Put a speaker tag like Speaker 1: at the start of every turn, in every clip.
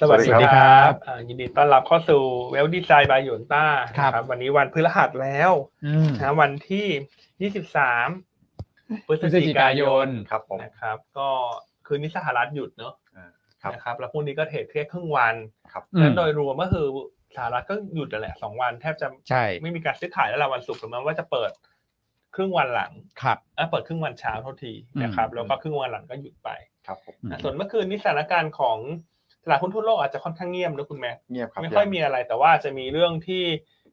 Speaker 1: สวัสดี
Speaker 2: สวัสดี
Speaker 1: ค
Speaker 2: ครั
Speaker 1: รับบ อ่ายินดีต้อนรับเข้าสู่เวลดีไซน์บายยนต้า
Speaker 2: ครับ
Speaker 1: วันนี้วันพฤหัสแล้ว
Speaker 2: อืม
Speaker 1: นะวันที่ 23 พฤ
Speaker 2: พ
Speaker 1: ศ
Speaker 2: ฤศ
Speaker 1: จิกาก
Speaker 2: จิาย ย
Speaker 1: น
Speaker 2: นครับผม
Speaker 1: นะครับ ก็คืนนี้สหรัฐหยุดเนอะ
Speaker 3: อ่าครับ
Speaker 1: นะครับ แล้วพรุ่งนี้ก็เทรดเทียงครึ่งวัน
Speaker 3: ครับ
Speaker 2: อืม
Speaker 1: นั้นโดยรวมก็คือสหรัฐก็หยุดนั่นแหละสองวันแทบจะ
Speaker 2: ใช่
Speaker 1: ไม่มีการซื้อขายแล้วละวันศุกร์ประมาณว่าจะเปิดครึ่งวันหลัง
Speaker 2: ครับ
Speaker 1: อ่ะเปิดครึ่งวันเช้าเท่าทีนะครับ
Speaker 2: อืม
Speaker 1: แล้วก็ครึ่งวันหลังก็หยุดไป
Speaker 3: ครับผม
Speaker 1: นะส่วนเมื่อคืนนี้สถานการณ์ของตลาดหุ้นทั่วโลกอาจจะค่อนข้างเงียบนะคุณแม่
Speaker 3: เงียบครับ
Speaker 1: ไม่ค่อยมีอะไรแต่ว่าจะมีเรื่องที่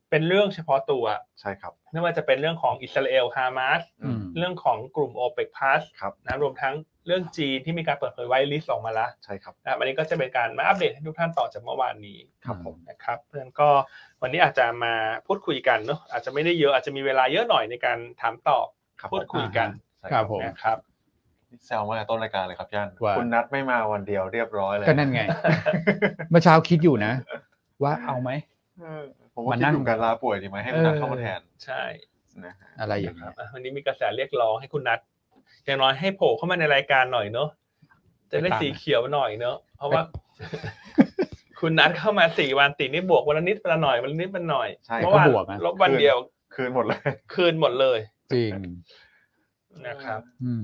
Speaker 1: เป็นเรื่องเฉพาะตัว
Speaker 3: ใช่ครับ
Speaker 1: ไม่ว่าจะเป็นเรื่องของอิสราเอลฮามาส
Speaker 2: อืม
Speaker 1: เรื่องของกลุ่มโอเปกพลัส
Speaker 3: ครับ
Speaker 1: นะรวมทั้งเรื่องจีนที่มีการเปิดเผยไว้ลิสต์ออกมาแล้ว
Speaker 3: ใช่ครับ
Speaker 1: นะครับอันนี้ก็จะเป็นการมาอัปเดตให้ทุกท่านต่อจากเมื่อวานนี้
Speaker 3: ครับผม
Speaker 1: นะครับเพราะฉะนั้นก็วันนี้อาจจะมาพูดคุยกันเนอะอาจจะไม่ได้เยอะอาจจะมีเวลาเยอะหน่อยในการถามตอบ
Speaker 3: ครับ
Speaker 1: พูดคุยกัน
Speaker 3: ใช่
Speaker 2: ครับผม
Speaker 1: นะครับ
Speaker 3: นี่แซวมาจากต้นรายการเลยครับย่าน
Speaker 2: ว่า
Speaker 3: คุณนัดไม่มาวันเดียวเรียบร้อยเลย
Speaker 2: ก็นั่นไง เมื่อเช้าคิดอยู่นะ ว่าเอาไหม
Speaker 3: เออผมว่า
Speaker 2: มา
Speaker 3: คิ
Speaker 2: นั่ง
Speaker 3: ดอยู่การลาป่วยดีไหมให้คุณนัดเข้ามาแทน
Speaker 1: ใช่
Speaker 3: นะฮะ
Speaker 2: อะไรอย่างเงี้ย
Speaker 1: อ่ะวันนี้มีกระแสเรียกร้องให้คุณนัทอย่างน้อยให้โผล่เข้ามาในรายการหน่อยเนอะจะได้สีเขียวหน่อยเนอะเพราะว่า คุณนัดเข้ามาสี่วันติดนี่บวกวันละนิดวันละหน่อยวันละนิดวันละหน่อย
Speaker 3: ใช่
Speaker 1: เมื่
Speaker 3: ค
Speaker 1: อ
Speaker 3: รั
Speaker 1: วา
Speaker 3: บ
Speaker 1: น
Speaker 2: ก็บวกนะ
Speaker 1: ลบวันเดียว
Speaker 3: คืนหมดเลย
Speaker 1: คืนหมดเลย
Speaker 2: จริง
Speaker 1: นะครับ
Speaker 2: อืม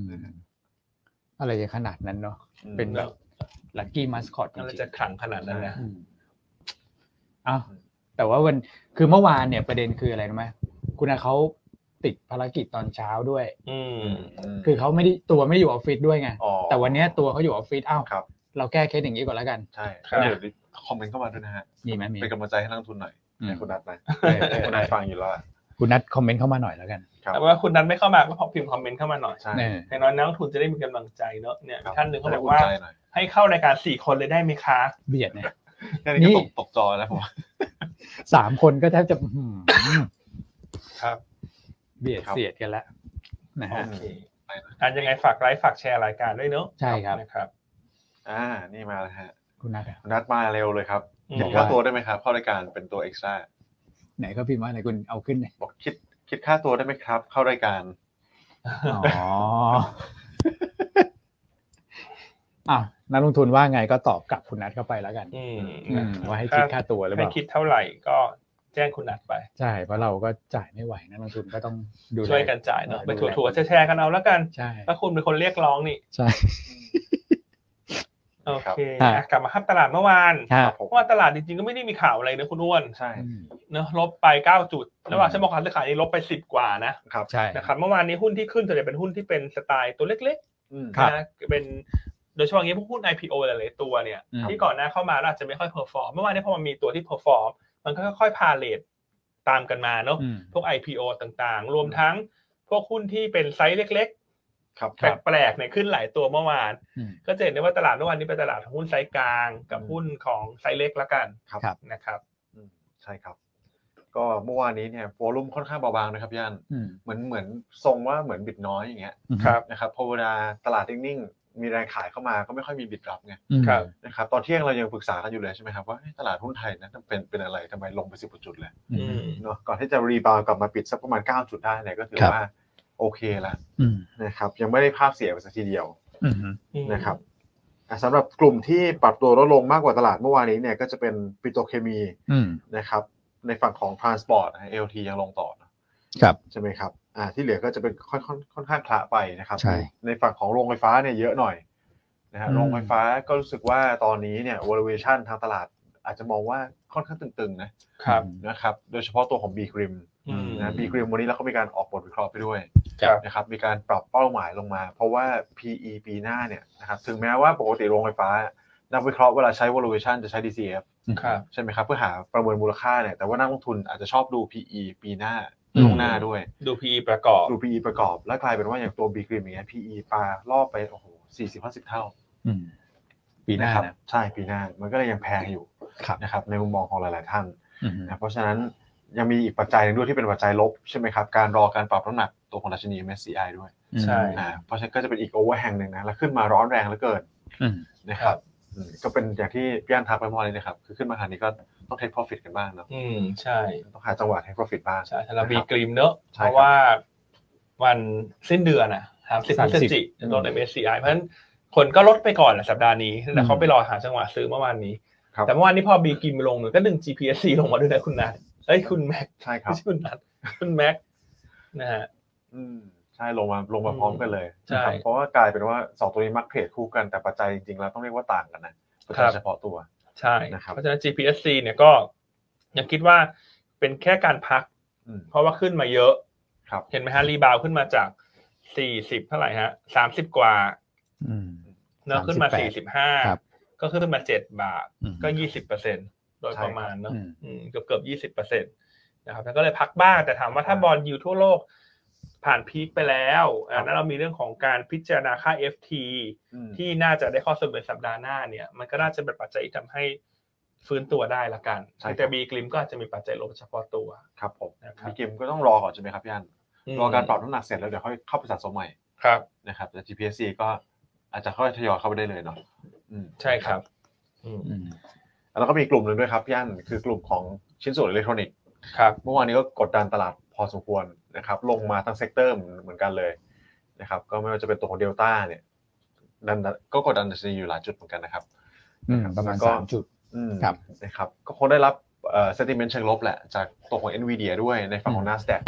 Speaker 2: อะไรจะขนาดนั้นเนาะ เป็นแบบ ลักกี้มัสคอตจ
Speaker 1: มัน
Speaker 2: ริง
Speaker 1: จะขลังขนาดนั้นนะ
Speaker 2: ๆอืมเอ้าแต่ว่าวันคือเมื่อวานเนี่ยประเด็นคืออะไรรู้ไหมคุณอาเขาติดภารกิจตอนเช้าด้วย
Speaker 1: อืม
Speaker 3: อืมม
Speaker 2: คือเขาไม่ได้ตัวไม่ได้อยู่ออฟฟิศด้วยไง
Speaker 3: อ๋อ
Speaker 2: แต่วันเนี้ยตัวเขาอยู่ออฟฟิศเอ้า
Speaker 3: ครับ
Speaker 2: เราแก้เคสอย่างนี้ก่อนแล้วกัน
Speaker 3: ใช่
Speaker 1: ครับ
Speaker 3: เดี๋ยวคอมเมนต์เข้ามาด้วยนะฮะ
Speaker 2: มีไหมมี
Speaker 3: เป็นกำลังใจให้นักลงทุนหน่อย
Speaker 2: อืม
Speaker 3: ให้คุณนัดนะ
Speaker 2: เออเออ
Speaker 3: ให้คุณนัดฟังอยู่แล้วอะ
Speaker 2: คุณนัดคอมเมนต์เข้ามาหน่อยแล้วกัน
Speaker 3: ครับ
Speaker 1: แต่ว่าคุณนัทไม่เข้ามาก็พอพิมพ์คอมเมนต์เข้ามาหน่อย
Speaker 3: ใช่
Speaker 2: เนี่ย
Speaker 1: อย่างน้อยนักลงทุนจะได้มีกำลังใจเนอะเนี่ย
Speaker 3: ครับ
Speaker 1: ท่านหนึ่งเขา
Speaker 3: จะ
Speaker 1: บอก
Speaker 3: ได้น
Speaker 1: ว่า
Speaker 3: ใจหน่อย
Speaker 1: ให้เข้ารายการสี่คนเลยได้ไหมคะ
Speaker 2: เบียดเนี่ย
Speaker 3: แค่นี้ก็
Speaker 2: นี่
Speaker 3: ตกตกจอแล้วผมว่า
Speaker 2: สามคนก็แทบจะอื้อหือ
Speaker 1: ครับ
Speaker 2: เบียดเสียดกันแล้วนะ
Speaker 1: โอ
Speaker 2: ฮะ
Speaker 1: เคอันยังไงฝากไลค์ฝากแชร์รายการด้วยเนอะ
Speaker 2: ใช่ครับ
Speaker 1: นะครับ
Speaker 3: อ่านี่มาแล้วฮะ
Speaker 2: คุณนัทอะ
Speaker 3: คุณนัดมาเร็วเลยครับ
Speaker 1: อืม
Speaker 3: เห็นค่าตัวได้ไหมครับเข้ารายการเป็นตัวเอ็กซ์ตร้า
Speaker 2: ไหนก็พิมพ์ว่าไหนคุณเอาขึ้นหน่อย
Speaker 3: บอกคิดคิดค่าตัวได้ไหมครับ เข้ารายการ
Speaker 2: อ๋อ อ้าวนักลงทุนว่าไงก็ตอบกลับคุณนัทเข้าไปแล้วกัน
Speaker 1: อืม
Speaker 2: อื
Speaker 1: นะ
Speaker 2: ม
Speaker 1: ครับ
Speaker 2: ว่าให้คิดค่าตัวหรือเป
Speaker 1: ให้
Speaker 2: ล่า
Speaker 1: คิดเท่าไหร่ก็แจ้งคุณนัดไป
Speaker 2: ใช่เพราะเราก็จ่ายไม่ไหวนักลงทุนก็ต้องดูแล
Speaker 1: ช่วยกันจ่ายเนาะ
Speaker 2: ดูแล
Speaker 1: ไปถั่วๆแชร์ๆกันเอาแล้วกัน
Speaker 2: ใช่
Speaker 1: ถ้าคุณเป็นคนเรียกร้องนี่
Speaker 2: ใช่
Speaker 1: โอเค
Speaker 2: ครับ
Speaker 1: อ่ะกลับมาภาพตลาดเมื่อวาน
Speaker 2: ค
Speaker 3: ค
Speaker 2: รั
Speaker 3: รั
Speaker 2: บบ
Speaker 3: ผม
Speaker 1: เมื่อวานตลาดจริงๆก็ไม่ได้มีข่าวอะไรนะคุณอ้วน
Speaker 3: ใช่
Speaker 2: อืม
Speaker 1: เนอะลบไป 9 จุดระหว่างชั่วโมงการซื้อขายนี่ลบไป 10 กว่านะครับ
Speaker 2: ใช่
Speaker 1: นะครับเมื่อวานนี้หุ้นที่ขึ้นส่วนใหญ่เป็นหุ้นที่เป็นสไตล์ตัวเล็ก
Speaker 3: อืม
Speaker 1: ๆ
Speaker 2: ครับ
Speaker 1: นะเป็นโดยเฉพาะอย่างนี้พวกหุ้น IPO หลายๆตัวเนี่ย
Speaker 2: อืม
Speaker 1: ที่ก่อนหน้าเข้ามาแล้วอาจจะไม่ค่อยเพอร์ฟอร์มเมื่อวานนี้พอมันมีตัวที่เพอร์ฟอร์มมันก็ค่อยๆพาเลทตามกันมาเนาะ
Speaker 2: อืม
Speaker 1: พวก IPO ต่างๆ รวมทั้งพวกหุ้นที่เป็นไซส์เล็ก
Speaker 3: ครับ
Speaker 1: ๆ แปลกๆเนี่ยขึ้นหลายตัวเมื่อวาน
Speaker 2: อืม
Speaker 1: ก็จะเห็นได้ว่าตลาดเมื่อวานนี้เป็นตลาดของหุ้นไซส์กลางกับหุ้นของไซส์เล็กละกัน
Speaker 3: ครับ
Speaker 2: ครับ
Speaker 1: นะครับ
Speaker 3: อืมใช่ครับ ก็เมื่อวานนี้เนี่ยโวลุ่มค่อนข้างเบาบางนะครับย่าน
Speaker 2: อืม
Speaker 3: เหมือนเหมือนทรงว่าเหมือนบิดน้อยอย่างเงี้ย
Speaker 1: ครับ
Speaker 3: นะครับพอเวลาตลาดนิ่งๆมีแรงขายเข้ามาก็ไม่ค่อยมีบิดรับไง
Speaker 2: อืม
Speaker 1: ครับ
Speaker 3: นะครับตอนเที่ยงเรายังปรึกษากันอยู่เลยใช่ไหมครับว่าเฮ้ยตลาดหุ้นไทยนั้นเป็นเป็นอะไรทำไมลงไปสิบจุดเลย
Speaker 2: อื
Speaker 1: อื
Speaker 2: ม
Speaker 1: ม
Speaker 3: เนาะก่อนที่จะรีบาวด์กลับมาปิดสักประมาณ9จุดได้เนี่ยก็ถือ
Speaker 2: ครับ
Speaker 3: ว่าโอเคละ
Speaker 2: อืม
Speaker 3: นะครับยังไม่ได้ภาพเสียไปสักทีเดียว
Speaker 2: อืม
Speaker 3: นะครับอ่ะสำหรับกลุ่มที่ปรับตัวลดลงมากกว่าตลาดเมื่อวานนี้เนี่ยก็จะเป็นปิโตรเคมี
Speaker 2: อืม
Speaker 3: นะครับในฝั่งของ transport นะ LT ยังลงต่อนะครับ ใช่ไหมครับอ่าที่เหลือก็จะเป็นค่อนค่อนค่อนข้างคละไปนะครับ
Speaker 2: ใช่
Speaker 3: ฝั่งของโรงไฟฟ้าเนี่ยเยอะหน่อยนะฮะ
Speaker 2: อืม
Speaker 3: โรงไฟฟ้าก็รู้สึกว่าตอนนี้เนี่ย valuation ทางตลาดอาจจะมองว่าค่อนข้างตึงๆนะครับ นะครับโดยเฉพาะตัวของ B ครีม
Speaker 1: อืม
Speaker 3: นะ B ครีมวันนี้แล้วก็มีการออกบทวิเคราะห์ไปด้วย
Speaker 1: ครับ
Speaker 3: นะครับมีการปรับเป้าหมายลงมา เพราะว่า PE ปีหน้าเนี่ยนะครับถึงแม้ว่าปกติโรงไฟฟ้า นักวิเคราะห์เวลาใช้ valuation จะใช้ DCF
Speaker 1: ครับ
Speaker 3: ใช่ไหมครับ เพื่อหาประเมินมูลค่าเนี่ยแต่ว่านักลงทุนอาจจะชอบดู PE ปีหน้า
Speaker 2: อืม
Speaker 3: ล่วงหน้าด้วย
Speaker 1: ดู PE ประกอบ
Speaker 3: ดู PE ประกอบ แล้วกลายเป็นว่าอย่างตัว B กรีมอย่างเงี้ย PE ปลาล่อไปโอ้โหสี่สิบห้าสิบเท่า
Speaker 2: อืมปีหน้า
Speaker 3: ะครับ
Speaker 2: นะ
Speaker 3: ใช่ปีหน้ามันก็เลยยังแพงอยู่
Speaker 2: ครับ
Speaker 3: นะครับในมุมมองของหลาย ๆ ท่าน
Speaker 2: อืม
Speaker 3: นะเพราะฉะนั้นยังมีอีกปัจจัยหนึงด้วยที่เป็นปัจจัยลบใช่ไหมครับการรอการปรับน้ำหนักตัวของดัชนี MSCI ด้วย
Speaker 1: ใช่
Speaker 3: อ่าเพราะฉะนั้นก็จะเป็นอีกโอเวอร์แฮงหนึ่งนะแล้วขึ้นมาร้อนแรงเหลือเกิน
Speaker 2: อืม
Speaker 3: นะครับอืมก็เป็นอย่างที่พี่อันทักไปเมื่อวานนี้นะครับ คือขึ้นมาขนาดนี้ก็ต้องเทค profit กันบ้างเนาะ
Speaker 1: อืมใช่
Speaker 3: ต้องหาจังหวะเทค profit บ้าง
Speaker 1: ใช่สำหรับบีกรีมเนอะ
Speaker 3: ใช่
Speaker 1: เพ
Speaker 3: ครับ
Speaker 1: ราะว่าวันสิ้นเดือนอ่ะสามสิบพฤ
Speaker 2: สาม
Speaker 1: ศ
Speaker 2: สิบ
Speaker 1: จิกายนลด MSCI เพราะฉะนั้นคนก็ลดไปก่อนแหละสัปดาห์นี้แต่เขาไปรอหาจังหวะซื้อเมื่อวานนี้
Speaker 3: ครับ
Speaker 1: แต่เมื่อวานนี้พอบีกิมลงหนูก็ดึง GPC ลงมาด้วยนะคุณนัทเอ้ยคุณแม็ก
Speaker 3: ใช่ครั
Speaker 1: ไม่
Speaker 3: บ
Speaker 1: ใช่คุณนัทคุณแม็กนะฮะ
Speaker 3: อืมใช่ลงมาลงมาพร้อมกันเลย
Speaker 1: ใช่
Speaker 3: นะครับเพราะว่ากลายเป็นว่าสองตัวนี้มักเทรดคู่กันแต่ปัจจัยจริงๆแล้วต้องเรียกว่าต่างกันนะปัจจั
Speaker 1: ค
Speaker 3: ย
Speaker 1: รับ
Speaker 3: เฉพาะตัว
Speaker 1: ใช่
Speaker 3: นะครับ
Speaker 1: เพราะฉะนั้น GPC เนี่ยก็ยังคิดว่าเป็นแค่การพัก
Speaker 3: อืม
Speaker 1: เพราะว่าขึ้นมาเยอะ
Speaker 3: ครับ
Speaker 1: เห็นไหมฮะรีบาวขึ้นมาจากสี่สิบเท่าไหร่ฮะสามสิบกว่า
Speaker 2: อืม
Speaker 1: เนอะขึ้นมาสี่สิบห้า
Speaker 2: ครับ
Speaker 1: ก็ขึ้นมาเจ็ดบาท
Speaker 2: อืม
Speaker 1: ก็ยี่สิบเปอร์เซ็นโดยประมาณเนอะ
Speaker 2: ใช่ครับ
Speaker 1: อืมเกือบเกือบยี่สิบเปอร์เซ็นตนะครับแล้วก็เลยพักบ้างแต่ถามว่าถ้าบอลยูทั่วโลกผ่านพีคไปแล้วอ่า
Speaker 3: ครับ
Speaker 1: นั้นเรามีเรื่องของการพิจารณาค่า FT
Speaker 3: อืม
Speaker 1: ที่น่าจะได้ข้อสรุปในสัปดาห์หน้าเนี่ย มันก็น่าจะเป็นปัจจัยที่ทำให้ฟื้นตัวได้ละกันแต่บีกลิมก็อาจจะมีปัจจัยลบเฉพาะตัว
Speaker 3: ครับผม
Speaker 1: นะครับ
Speaker 3: พี่กิมก็ต้องรอก่อนใช่ไหมครับพี่อันรอการปรับน้ำหนักเสร็จแล้วเดี๋ยวค่อยเข้าไปสะสมใหม่
Speaker 1: ครับ
Speaker 3: นะครับแต่ GPC ก็อาจจะค่อยทยอยเข้าไปได้เลยเนาะอืม
Speaker 1: ใช่ครับอืม
Speaker 2: อืม
Speaker 3: แล้วก็มีกลุ่มหนึ่งด้วยครับพี่อันคือกลุ่มของชิ้นส่วนอิเล็กทรอนิกส์
Speaker 1: ครับ
Speaker 3: เมื่อวานนี้ก็กดดันตลาดพอสมควรนะครับ ลงมาทั้งเซกเตอร์เหมือนกันเลยนะครับ ก็ไม่ว่าจะเป็นตัวของเดลต้าเนี่ยดันก็กดดันดัชนีอยู่หลายจุดเหมือนกันนะครับ
Speaker 2: อืม ประมาณ
Speaker 3: แล้วก็
Speaker 2: สามจุด
Speaker 3: อืม
Speaker 2: ครับ
Speaker 3: นะครับ ก็คงได้รับเซนติเมนต์เชิงลบแหละ จากตัวของ NVIDIA ด้วยในฝั่งของ NASDAQ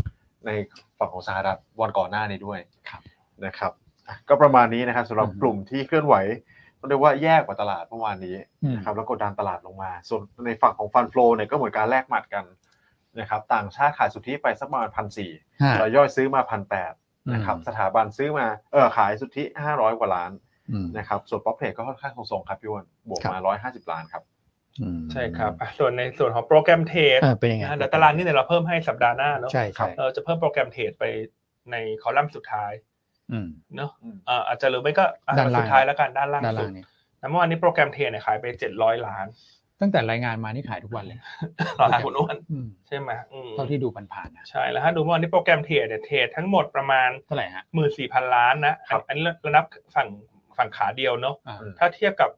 Speaker 3: ในฝั่งของสหรัฐวันก่อนหน้านี้ด้วยนะครับอ่ะก็ประมาณนี้นะครับสำหรับกลุ่มที่เคลื่อนไหวต้องเรียกว่าแยกกว่าตลาดเมื่อวานนี้
Speaker 2: อืม
Speaker 3: นะครับแล้วกดดันตลาดลงมา ส่วนในฝั่งของฟันฟล w เนี่ยก็เหมือนการแลกหมัดกันนะครับต่างชาติขายสุทธิไปสักประมาณพันสี่
Speaker 2: ฮะ
Speaker 3: รายย่อยซื้อมาพันแปด
Speaker 2: อืม
Speaker 3: นะครับสถาบันซื้อมาเออขายสุทธิห้าร้อยกว่าล้าน
Speaker 2: อืม
Speaker 3: นะครับส่วนป๊อปเทรดก็ค่อนข้างทรงๆครับพี่อ้วันบวก
Speaker 2: ครับ
Speaker 3: มาร้อยห้าสิบล้านครับ
Speaker 2: อืม
Speaker 1: ใช่ครับอ่ะส่วนในส่วนของโปรแกรมเทรด
Speaker 2: เออเป็นยังไง
Speaker 1: นะฮะเดี๋ยวตารางนี้เดี๋ยวเราเพิ่มให้สัปดาห์หน้าเนอะ
Speaker 2: ใช่ใช่
Speaker 1: เราจะเพิ่มโปรแกรมเทรดไปในคอลัมน์สุดท้าย
Speaker 2: อืม
Speaker 1: เนอะ
Speaker 3: อืม
Speaker 1: อ่าอาจจะหรือไม่ก็อ่ะ
Speaker 2: ด้านล่าง
Speaker 1: สุดท้ายแล้วกันด้านล่าง
Speaker 2: ดา
Speaker 1: สุ
Speaker 2: รา
Speaker 1: ด
Speaker 2: เนี่ย
Speaker 1: นะเมื่อวานนี้โปรแกรมเทรดเนี่ยขายไปเจ็ดร้อยล้าน
Speaker 2: ตั้งแต่รายงานมานี่ขายทุกวันเลย
Speaker 1: ต่อหาคุณอ้วน
Speaker 2: อืม
Speaker 1: ใช่ไหมอืม
Speaker 2: เท่าที่ดูผ่านๆนะ
Speaker 1: ใช่แล้วฮะดูเมื่อวานนี้โปรแกรมเทรดเนี่ยเทรดทั้งหมดประมาณ
Speaker 2: เท่าไหร่ฮะ
Speaker 1: หมื่นสี่พันล้านนะอันอันนี้เรานับฝั่งฝั่งขาเดียวเนาะ
Speaker 2: อ่า
Speaker 1: ถ้าเทียบกับ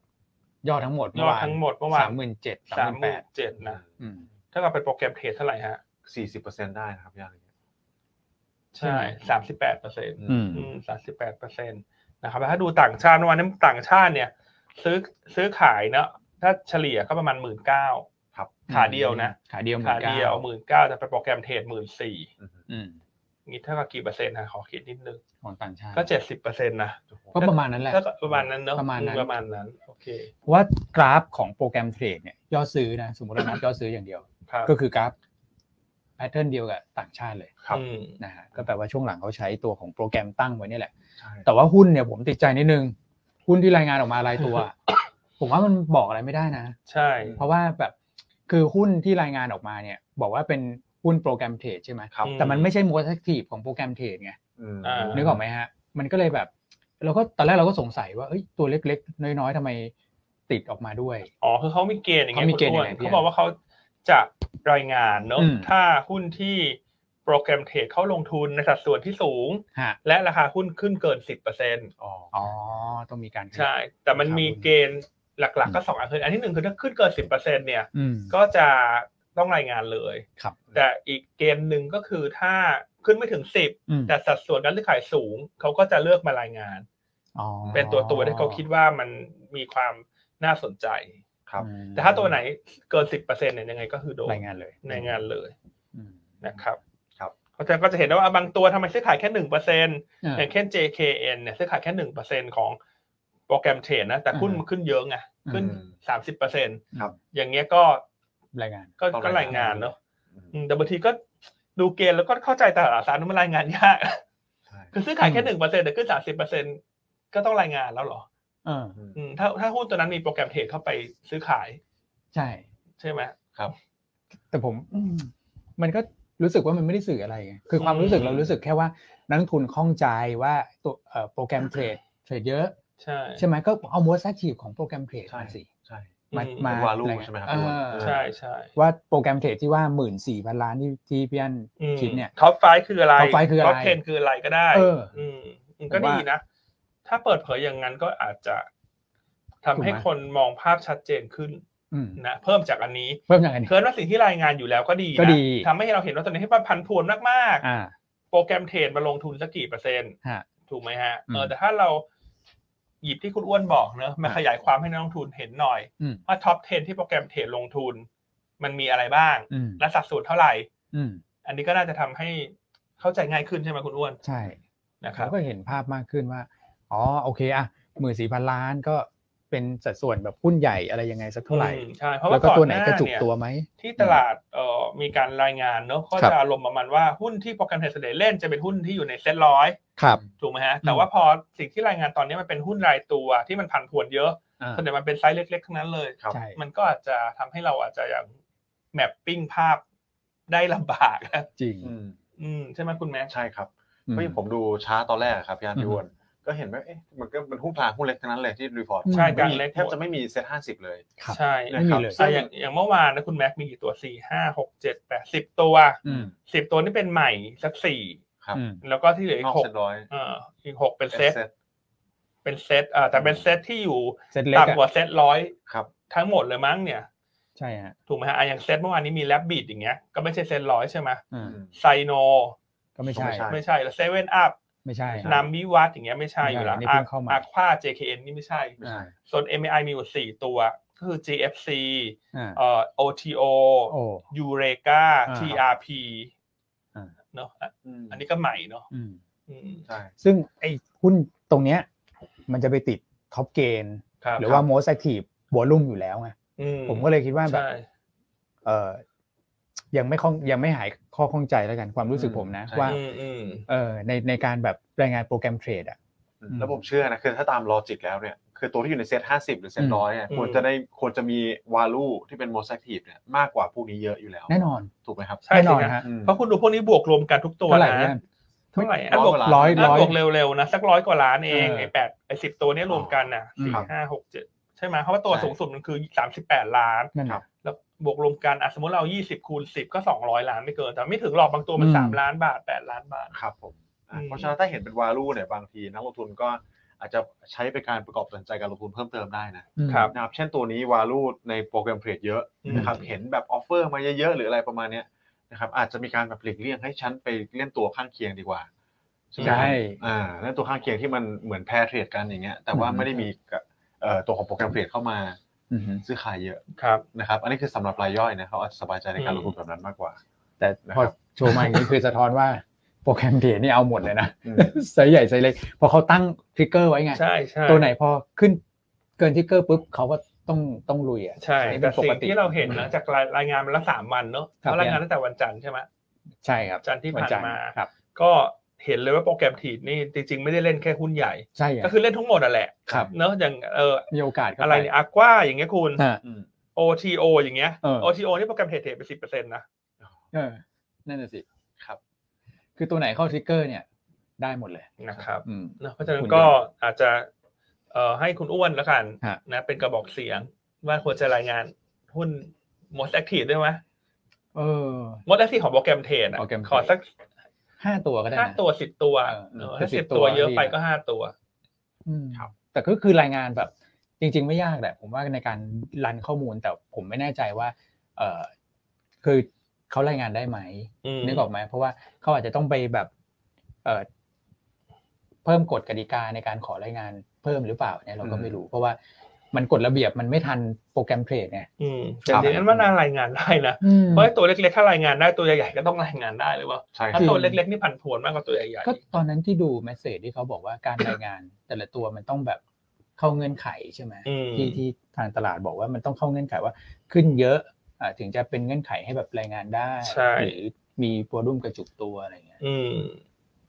Speaker 2: ยอดทั้งหมด
Speaker 1: ยอดทั้งหมดเมื่อวาน
Speaker 2: สามหมื่นเจ็ด
Speaker 1: สา
Speaker 2: สาม ม
Speaker 1: ห
Speaker 2: หมื่นแป
Speaker 1: มื่
Speaker 2: ด
Speaker 1: นเจ็ดนะ
Speaker 2: อืม
Speaker 1: เท่ากับเป็นโปรแกรมเทรดเท่าไหร่ฮะ
Speaker 3: สี่สิบเปอร์เซ็นต์ได้นะครับพี่อัน
Speaker 1: ใช่สามสิบแปดเปอร์เซ็นต์
Speaker 2: อืม
Speaker 1: สามสิบแปดเปอร์เซ็นต์นะครับแล้วถ้าดูต่างชาติเมื่อวานนี้ต่างชาติเนี่ย ซื้อซื้อขายเนาะถ้าเฉลี่ยก็ประมาณหมื่นเก้า
Speaker 3: ครับ
Speaker 1: ขาเดียวนะ
Speaker 2: ขาเดียว
Speaker 1: ขาเดียวหมื่นเก้าแต่เป็นโปรแกรมเทรดหมื่นสี่
Speaker 3: อืม
Speaker 2: อืม
Speaker 1: นี่เท่ากับกี่เปอร์เซ็นต์ฮะขอคิดนิดนึง
Speaker 2: ของต่างชาติ
Speaker 1: ก็เจ็ดสิบเปอร์เซ็นต์นะ
Speaker 2: ก็ประมาณนั้นแหละ
Speaker 1: ก็ประมาณนั้นเนอะ
Speaker 2: ประมาณนั้น
Speaker 1: อืประมาณนั้น โอเค
Speaker 2: เพราะว่ากราฟของโปรแกรมเทรดเนี่ยยอดซื้อนะ สมมติเรานับยอ ดซื้ออย่างเดียว
Speaker 1: ครับ
Speaker 2: ก็คือกราฟแพทเทิร์นเดียวกับต่างชาติเลย
Speaker 3: ครับ
Speaker 1: อืม
Speaker 2: นะฮะก็แปลว่าช่วงหลังเขาใช้ตัวของโปรแกรมตั้งไว้เนี่ยแหละ
Speaker 3: ใช่
Speaker 2: แต่ว่าหุ้นเนี่ยผมติดใจนิดนึง หุ้นที่รายงานออกมารายตัว ผมว่ามันบอกอะไรไม่ได้นะ
Speaker 1: ใช่
Speaker 2: เพราะว่าแบบคือหุ้นที่รายงานออกมาเนี่ย บอกว่าเป็นหุ้นโปรแกรมเทรดใช่ไหม
Speaker 3: ครับ
Speaker 2: แต่มันไม่ใช่ most active ของโปรแกรมเทรดไง
Speaker 3: อืม
Speaker 1: อ่า
Speaker 2: นึกออกไหมฮะ มันก็เลยแบบ เราก็ตอนแรกเราก็สงสัยว่าเอ้ยตัวเล็กๆ น้อยๆทำไมติดออกมาด้วย
Speaker 1: อ๋อคือเขามีเกณฑ์อย่างเงี้ย
Speaker 2: เขามีเกณฑ์
Speaker 1: คุณอ้ว
Speaker 2: ยังไงพี่
Speaker 1: เขาบอกว่าเขาจะรายงานเนอะ
Speaker 2: อืม
Speaker 1: ถ้าหุ้นที่โปรแกรมเทรดเขาลงทุนในสัดส่วนที่สูง
Speaker 2: ฮะ
Speaker 1: และราคาหุ้นขึ้นเกินสิบเปอร์เซ็นต์
Speaker 3: อ๋อ
Speaker 2: อ๋อ ต้องมีการขยับ
Speaker 1: ใช่ แต่มันมี
Speaker 2: ราคาหุ้น
Speaker 1: เกณฑ์หลัก ๆ ก็
Speaker 2: อืม
Speaker 1: สองอันคืออันที่หนึ่งคือถ้าขึ้นเกินสิบเปอร์เซ็นต์เนี่ย
Speaker 2: อืม
Speaker 1: ก็จะต้องรายงานเลย
Speaker 2: ครับ
Speaker 1: แต่อีกเกณฑ์หนึ่งก็คือถ้าขึ้นไม่ถึงสิบ
Speaker 2: อืม
Speaker 1: แต่สัดส่วนการซื้อขายสูงเขาก็จะเลือกมารายงาน
Speaker 2: อ๋อ
Speaker 1: เป็นตัวตัวที่เขาคิดว่ามันมีความน่าสนใจ
Speaker 3: ครับ
Speaker 2: อืม
Speaker 1: แต่ถ้าตัวไหนเกินสิบเปอร์เซ็นเนี่ยยังไงก็คือโดน
Speaker 2: รายงานเลย
Speaker 1: ในงานเลย
Speaker 2: อืม
Speaker 1: นะครับ
Speaker 3: ครับ
Speaker 1: เพราะฉะนั้นก็จะเห็นได้ว่าบางตัวทำไมซื้อขายแค่หนึ่งเปอร์เซ็น
Speaker 2: อ่า
Speaker 1: อย่างเช่น JKN เนี่ยซื้อขายแค่หนึ่งเปอร์เซ็นของโปรแกรมเทรดนะแต่หุ้นมันขึ้นเยอะไงขึ้น
Speaker 3: อืม
Speaker 1: สามสิบเปอร์เซ็น
Speaker 3: ครับ
Speaker 1: อย่างเงี้ยก็
Speaker 2: รายงาน
Speaker 1: ก็
Speaker 3: ต้อง
Speaker 1: ก็ราร
Speaker 3: าย
Speaker 1: งาง
Speaker 3: ยาน น
Speaker 1: เนาะ
Speaker 3: อืม
Speaker 1: อืมแต่บางทีก็ดูเกณฑ์แล้วก็เข้าใจตลาดหลักทรัพย์นั้นมันรายงานยาก
Speaker 3: ใช่
Speaker 1: คือซื้อขายแค่หนึ่งเปอร์เซ็นแต่ขึ้นสามสิบเปอร์เซ็นก็ต้องรายงานแล้วเหรอ
Speaker 2: เออ
Speaker 3: อืม
Speaker 1: อืมถ้าถ้าหุ้นตัวนั้นมีโปรแกรมเทรดเข้าไปซื้อขาย
Speaker 2: ใช่
Speaker 1: ใช่ไหม
Speaker 3: ครับ
Speaker 2: แต่ผมอืมมันก็รู้สึกว่ามันไม่ได้สื่ออะไรไงคือความ
Speaker 1: อืม
Speaker 2: รู้สึกเรารู้สึกแค่ว่านักลงทุนข้องใจว่าตัวเอ่อโปรแกรมเทรดเทรดเยอะ
Speaker 1: ใช่
Speaker 2: ใช่ไหมก็เอา most active ของโปรแกรมเทรด
Speaker 3: ใช่
Speaker 2: มาสิ
Speaker 3: ใช่
Speaker 2: มา
Speaker 1: อื
Speaker 2: มา
Speaker 3: เป็น value
Speaker 2: อะง
Speaker 3: ใช่ไหมครับ
Speaker 2: เออ
Speaker 3: เป็น
Speaker 1: ใช่ใช่
Speaker 2: ว่าโปรแกรมเทรดที่ว่าหมื่นสี่พันล้านที่ที่พี่อัน
Speaker 1: อืม
Speaker 2: คิดเนี่ย
Speaker 1: ท็อปไฟว์คืออะไร
Speaker 2: ท็อปไฟว์คืออะไร
Speaker 1: ปเทนคืออะไรก็ได้
Speaker 2: เอออื
Speaker 1: มอืมก็ดีนะ ถ้าเปิดเผยอย่างนั้นก็อาจจะทำให้
Speaker 2: ถูกไหม
Speaker 1: คนมองภาพชัดเจนขึ้น
Speaker 2: อืม
Speaker 1: นะเพิ่มจากอันนี้
Speaker 2: เพิ่มอย่างอันนี้
Speaker 1: เคินว่าสิ่งที่รายงานอยู่แล้วก็ดีนะ
Speaker 2: ก็ดี
Speaker 1: ทำให้เราเห็นว่าตอนนี้ให้มันพันพวนมาก
Speaker 2: อ่า
Speaker 1: ๆ โปรแกรมเทรดมาลงทุนสักกี่เปอร์เซ็นต์
Speaker 2: ฮะ
Speaker 1: ถูกไหมฮะ
Speaker 2: อืม
Speaker 1: เออแต่ถ้าเรา หยิบที่คุณอ้วนบอกเนอะมาขยายความให้นักลงทุนเห็นหน่อย
Speaker 2: อืม
Speaker 1: ว่าท็อป 10 ที่โปรแกรมเทรดลงทุน มันมีอะไรบ้าง
Speaker 2: อืม
Speaker 1: และสัดส่วนเท่าไหร่
Speaker 2: อืม
Speaker 1: อันนี้ก็น่าจะทำให้เข้าใจง่ายขึ้นใช่ไหมคุณอ้วน
Speaker 2: ใช่
Speaker 1: นะครั
Speaker 2: เรา
Speaker 1: บ
Speaker 2: ก็เห็นภาพมากขึ้นว่า อ๋อโอเคอะหมื่นสี่พันล้านก็เป็นสัดส่วนแบบหุ้นใหญ่อะไรยังไงสักเท่าไหร่
Speaker 1: อืมใช่เพ
Speaker 2: แล้ว
Speaker 1: ราะ่าว
Speaker 2: ก็ตัวไหน
Speaker 1: อาก
Speaker 2: ระจุก
Speaker 1: เย
Speaker 2: ตัวไหม
Speaker 1: ที่ตลาดเอ่อมีการรายงานเนอะก็
Speaker 2: ครับ
Speaker 1: จะอารมณ์ประมาณว่าหุ้นที่โปรแกรมเทรดเสนอเล่นจะเป็นหุ้นที่อยู่ในเซ็ตร้อย
Speaker 2: ครับ
Speaker 1: ถูกไหมฮะ
Speaker 2: อืม
Speaker 1: แต่ว่าพอสิ่งที่รายงานตอนนี้มันเป็นหุ้นรายตัวที่มันผันผวนเยอะ
Speaker 2: อ่า
Speaker 1: ส่วนใหญ่มันเป็นไซส์เล็กๆทั้งนั้นเลย
Speaker 3: ครับ
Speaker 2: ใช่
Speaker 1: มันก็อาจจะทำให้เราอาจจะยังแมปปิ้งภาพได้ลำบากนะ
Speaker 2: จริง
Speaker 3: อืม
Speaker 1: อืมใช่ไหมคุณแม่
Speaker 3: ใช่ครับเพราะอย่างผมดูช้าตอนแรกอะครับพี่อันพี่อ้วนก็เห็นว่าเอ๊ะมันก็เป็นหุ้นพลางหุ้นเล็กทั้งนั้นเลยที่รีพอร์ต
Speaker 2: ใช่
Speaker 1: การเล็ก
Speaker 3: แทบจะไม่มีเซ็ตห้าสิบเลย
Speaker 2: ครับ
Speaker 1: ใช่
Speaker 2: ไม่มีเลย
Speaker 1: อ่ะอย่างอย่างเมื่อวานนะคุณแม็กมีกี่ตัวสี่ห้าหกเจ็ดแปดสิบตัว
Speaker 2: อืม
Speaker 1: สิบตัวนี่เป็นใหม่สักสี่
Speaker 3: ครับ
Speaker 2: อืม
Speaker 1: แล้วก็ที่เหลืออี
Speaker 3: นอก
Speaker 1: กหก
Speaker 3: เซ็ตร้อย
Speaker 1: เอ่ออีกหกเป็นเซต
Speaker 3: เซ็ต
Speaker 1: เป็นเซตเอ่อแต่เป็นเซตที่อยู่
Speaker 2: เซตเล็ก
Speaker 1: ต่ำกว่า
Speaker 2: อะ
Speaker 1: เซตร้อย
Speaker 3: ครับ
Speaker 1: ทั้งหมดเลยมั้งเนี่ย
Speaker 2: ใช่ฮะ
Speaker 1: ถูกไหมฮะอ่ะอย่างเซตเมื่อวานนี้มีแลบบิดอย่างเงี้ยก็ไม่ใช่เซตร้อยใช่ไหม
Speaker 2: อืม
Speaker 3: อืม
Speaker 1: ไซโน
Speaker 2: ก็ไม่ใช่
Speaker 3: ก็ไม่
Speaker 1: ไม่
Speaker 3: ใช่
Speaker 1: ใช่แล้วเซเว่นอัพ
Speaker 2: ไม่ใช่
Speaker 1: นามวิวัฒน์อย่างเงี้ยไม่ใช่อยู่ละ
Speaker 2: ไม่ใช่นี่
Speaker 1: อา
Speaker 2: เพิ่งเข้ามา
Speaker 1: ควา JKN นี่ไม่ใช่
Speaker 3: ไม่ใช่
Speaker 1: ส่วน MAI มีอยู่สี่ตัว ก็คือ GFC
Speaker 2: อ่า
Speaker 1: เอ่อ OTO
Speaker 2: โอ้
Speaker 1: ยูเรกา
Speaker 2: อ่า
Speaker 1: TRP
Speaker 2: อ่า
Speaker 1: เนอะอ่ะ
Speaker 3: อืม
Speaker 1: อันนี้ก็ใหม่เนอะ
Speaker 2: อืม
Speaker 1: อืม
Speaker 3: ใช่
Speaker 2: ซึ่งไอ้หุ้นตรงเนี้ย มันจะไปติดท็อปเกน
Speaker 1: ครับ
Speaker 2: หรือว่า most active volume อยู่แล้วไง
Speaker 1: อื
Speaker 2: ผมก็เลยคิดว่าแบบ
Speaker 1: ใช่
Speaker 2: เออยังไม่ข้องยังไม่หายข้อข้องใจแล้วกันความรู้สึก
Speaker 3: อืม
Speaker 2: ผมนะ
Speaker 3: ใช่
Speaker 2: ว่า
Speaker 1: อืมอืม
Speaker 2: เออในในการแบบรายงานโปรแกรมเทรดอ่ะ อืม
Speaker 3: แล้วผมเชื่อนะคือถ้าตามลอจิกแล้วเนี่ยคือตัวที่อยู่ในเซตห้าสิบหรือเซต
Speaker 2: อืม
Speaker 3: ร้อยเนี่ย
Speaker 1: อืม
Speaker 3: ควรจะได้ควรจะมีวาลูที่เป็นโมเสกทีฟเนี่ยมากกว่าพวกนี้เยอะอยู่แล้ว
Speaker 2: แน่นอน
Speaker 3: ถูกไหมครับ
Speaker 1: ใช่
Speaker 2: แน่น
Speaker 1: สิ
Speaker 2: อน
Speaker 1: ฮะ
Speaker 2: ฮะ
Speaker 3: อืม
Speaker 1: เพราะคุณดูพวกนี้บวกรวมกันทุกตัว
Speaker 2: เท่าไหร่
Speaker 1: นะ
Speaker 2: เนี่ย
Speaker 1: เท่าไหร่อะ
Speaker 3: ร้อย
Speaker 1: บ
Speaker 3: ก
Speaker 1: วก
Speaker 3: ว่า
Speaker 1: ถ้า
Speaker 2: ร้อย
Speaker 3: ล้าน
Speaker 2: ร้อย
Speaker 1: บวกเร็วๆนะสักร้อยกว่าล้านเอง
Speaker 2: เออ
Speaker 1: ไอ้แปดไอ้สิบตัวเนี้ยรวมกันนะ
Speaker 2: อืม
Speaker 1: สี่
Speaker 3: ครับ
Speaker 1: ห้าหกเจ็ดใช่ไหมเพราะว่าตัว
Speaker 3: ใช่
Speaker 1: สูงสุดมันคือสามสิบแปดล้าน
Speaker 2: นั่นแหละ
Speaker 1: แล้วบวกรวมกันอ่ะสมมติเรายี่สิบคูณสิบก็สองร้อยล้านไม่เกิน แต่ไม่ถึงหรอกบางตัวมัน
Speaker 2: อืม
Speaker 1: สามล้านบาทแปดล้านบาท
Speaker 3: ครับผมอ่ะ
Speaker 1: อืม
Speaker 3: เพราะฉะนั้นถ้าเห็นเป็นวาลูเนี่ยบางทีนักลงทุนก็อาจจะใช้เป็นการประกอบตัดสินใจการลงทุนเพิ่มเติมได้นะ
Speaker 2: อืม
Speaker 1: ครับ
Speaker 3: นะครับเช่นตัวนี้วาลูในโปรแกรมเทรดเยอะ
Speaker 1: อืม
Speaker 3: นะครับเห็นแบบออฟเฟอร์มาเยอะๆหรืออะไรประมาณเนี้ยนะครับอาจจะมีการแบบหลีกเลี่ยงให้ฉันไปเล่นตัวข้างเคียงดีกว่าไหมครับ
Speaker 2: ใช่
Speaker 3: อ่าเล่นตัวข้างเคียงที่มันเหมือนแพรเทรดกันอย่างเงี้ยแต่ว่า
Speaker 2: อืม
Speaker 3: ไม่ได้มีกับเอ่อตัวของโปรแกรมเทรดเข้ามา
Speaker 2: อือฮึ
Speaker 3: ซื้อขายเยอะ
Speaker 1: ครับ
Speaker 3: นะครับอันนี้คือสำหรับรายย่อยนะเขาอาจจะสบายใจในการลงทุนแบบนั้นมากกว่า
Speaker 2: แต่พอ
Speaker 3: นะครับ
Speaker 2: โชว์มาอย่างนี้คือสะท้อนว่าโปรแกรมเทรดนี่เอาหมดเลยนะ
Speaker 3: อืม
Speaker 2: ไซส์ใหญ่ไซส์เล็กพอเขาตั้งทริกเกอร์ไว้ไง
Speaker 1: ใช่ใช่
Speaker 2: ตัวไหนพอขึ้นเกินทริกเกอร์ปุ๊บเขาก็ต้องต้องลุยอ่ะ
Speaker 1: ใช่
Speaker 2: อันนี้
Speaker 1: แต่
Speaker 2: เป็นป
Speaker 1: สิ่
Speaker 2: ก
Speaker 1: ง
Speaker 2: ติ
Speaker 1: ที่เราเห็นหลังจากรายรายงานมาแล้วสามวันเนอะ
Speaker 2: ครับ
Speaker 1: เพราะรายงานตั้งแต่วันจันทร์ใช่ไหม
Speaker 2: ใช่ครับ
Speaker 1: จันทร์ที่ผ่านมา
Speaker 2: วันจัทร์ครับ
Speaker 1: ก็เห็นเลยว่าโปรแกรมถีดนี่จริงๆไม่ได้เล่นแค่หุ้นใหญ่
Speaker 2: ใช่อะ
Speaker 1: ก็คือเล่นทั้งหมดอ่ะแหละ
Speaker 2: ครับ
Speaker 1: เนอะอย่างเออ
Speaker 2: มีโอกาสเข้า
Speaker 1: อะไร
Speaker 2: ป
Speaker 1: เนี่ยอากว่าอย่างเงี้ยคุณ
Speaker 2: อ่า
Speaker 3: อืม
Speaker 1: OTO อย่างเงี้ย
Speaker 2: เออ
Speaker 1: OTO นี่โปรแกรมเทรดเทรดไปสิบเปอร์เซ็นต์นะ
Speaker 2: เออนั่นน่ะสิ
Speaker 3: ครับ
Speaker 2: คือตัวไหนเข้าทริกเกอร์เนี่ย ได้หมดเลย
Speaker 1: นะครับ
Speaker 2: อืม
Speaker 1: นะเพราะฉะนั้
Speaker 2: คุ
Speaker 1: น
Speaker 2: ณ
Speaker 1: ก็อาจจะเอ่อให้คุณอ้วนแล้วกัน
Speaker 2: ฮะ
Speaker 1: นะเป็นกระบอกเสียง ว่าควรจะรายงานหุ้น most active ด้วยไหม
Speaker 2: เออ
Speaker 1: most active ของโปรแกรมเทรดอะ
Speaker 2: โปรแกรมเทรด
Speaker 1: ขอสัก
Speaker 2: ห้าตัวก็ได้นะ
Speaker 1: ห้าตัวสิบตัว
Speaker 2: เออ
Speaker 1: เออ
Speaker 2: แต่
Speaker 1: ถ้า
Speaker 2: 10
Speaker 1: สิบ
Speaker 2: ตั
Speaker 1: ตัววเยอะ
Speaker 2: ดี
Speaker 1: ไป
Speaker 2: นะ
Speaker 1: ก็ห้าตัว
Speaker 2: อืม
Speaker 3: ครับ
Speaker 2: แต่ก็คือรายงานแบบ จริง ๆ ไม่ยากแหละ ผมว่าในการรันข้อมูลแต่ผมไม่แน่ใจว่า เออคือเขารายงานได้ไหม
Speaker 1: อืม
Speaker 2: นึกออกไหมเพราะว่าเขาอาจจะต้องไปแบบ เออเพิ่มกฎกติกาในการขอรายงานเพิ่มหรือเปล่าเนี่ยเราก็ไม่รู้ เพราะว่ามันกฎระเบียบมันไม่ทันโปรแกรมเทรดไง
Speaker 1: อืมแต่จริงๆนั้นว่านารายงานได้นะเพ
Speaker 2: เพ
Speaker 1: ราะ
Speaker 2: ราะ
Speaker 1: ไอ้ตัวเล็กๆถ้ารายงานได้ตัวใหญ่ๆก็ต้องรายงานได้หรือเปล่า
Speaker 3: ใช่ค
Speaker 1: ถ้า
Speaker 3: รับ
Speaker 1: ตัวเล็กๆนี่ผันผวนมากกว่าตัวใหญ่
Speaker 2: ก็ตอนนั้นที่ดูเมสเซจที่เขาบอกว่าการรายงาน แต่ละตัวมันต้องแบบเข้าเงื่อนไขใช่ไหม
Speaker 1: ๆอืม
Speaker 2: ที่ที่ทางตลาดบอกว่ามันต้องเข้าเงื่อนไขว่าขึ้นเยอะอ่าถึงจะเป็นเงื่อนไขให้แบบรายงานได้
Speaker 1: ใช่
Speaker 2: หรือมีโปรดุมกระจุกตัวอะไรเงี้ย
Speaker 1: อืม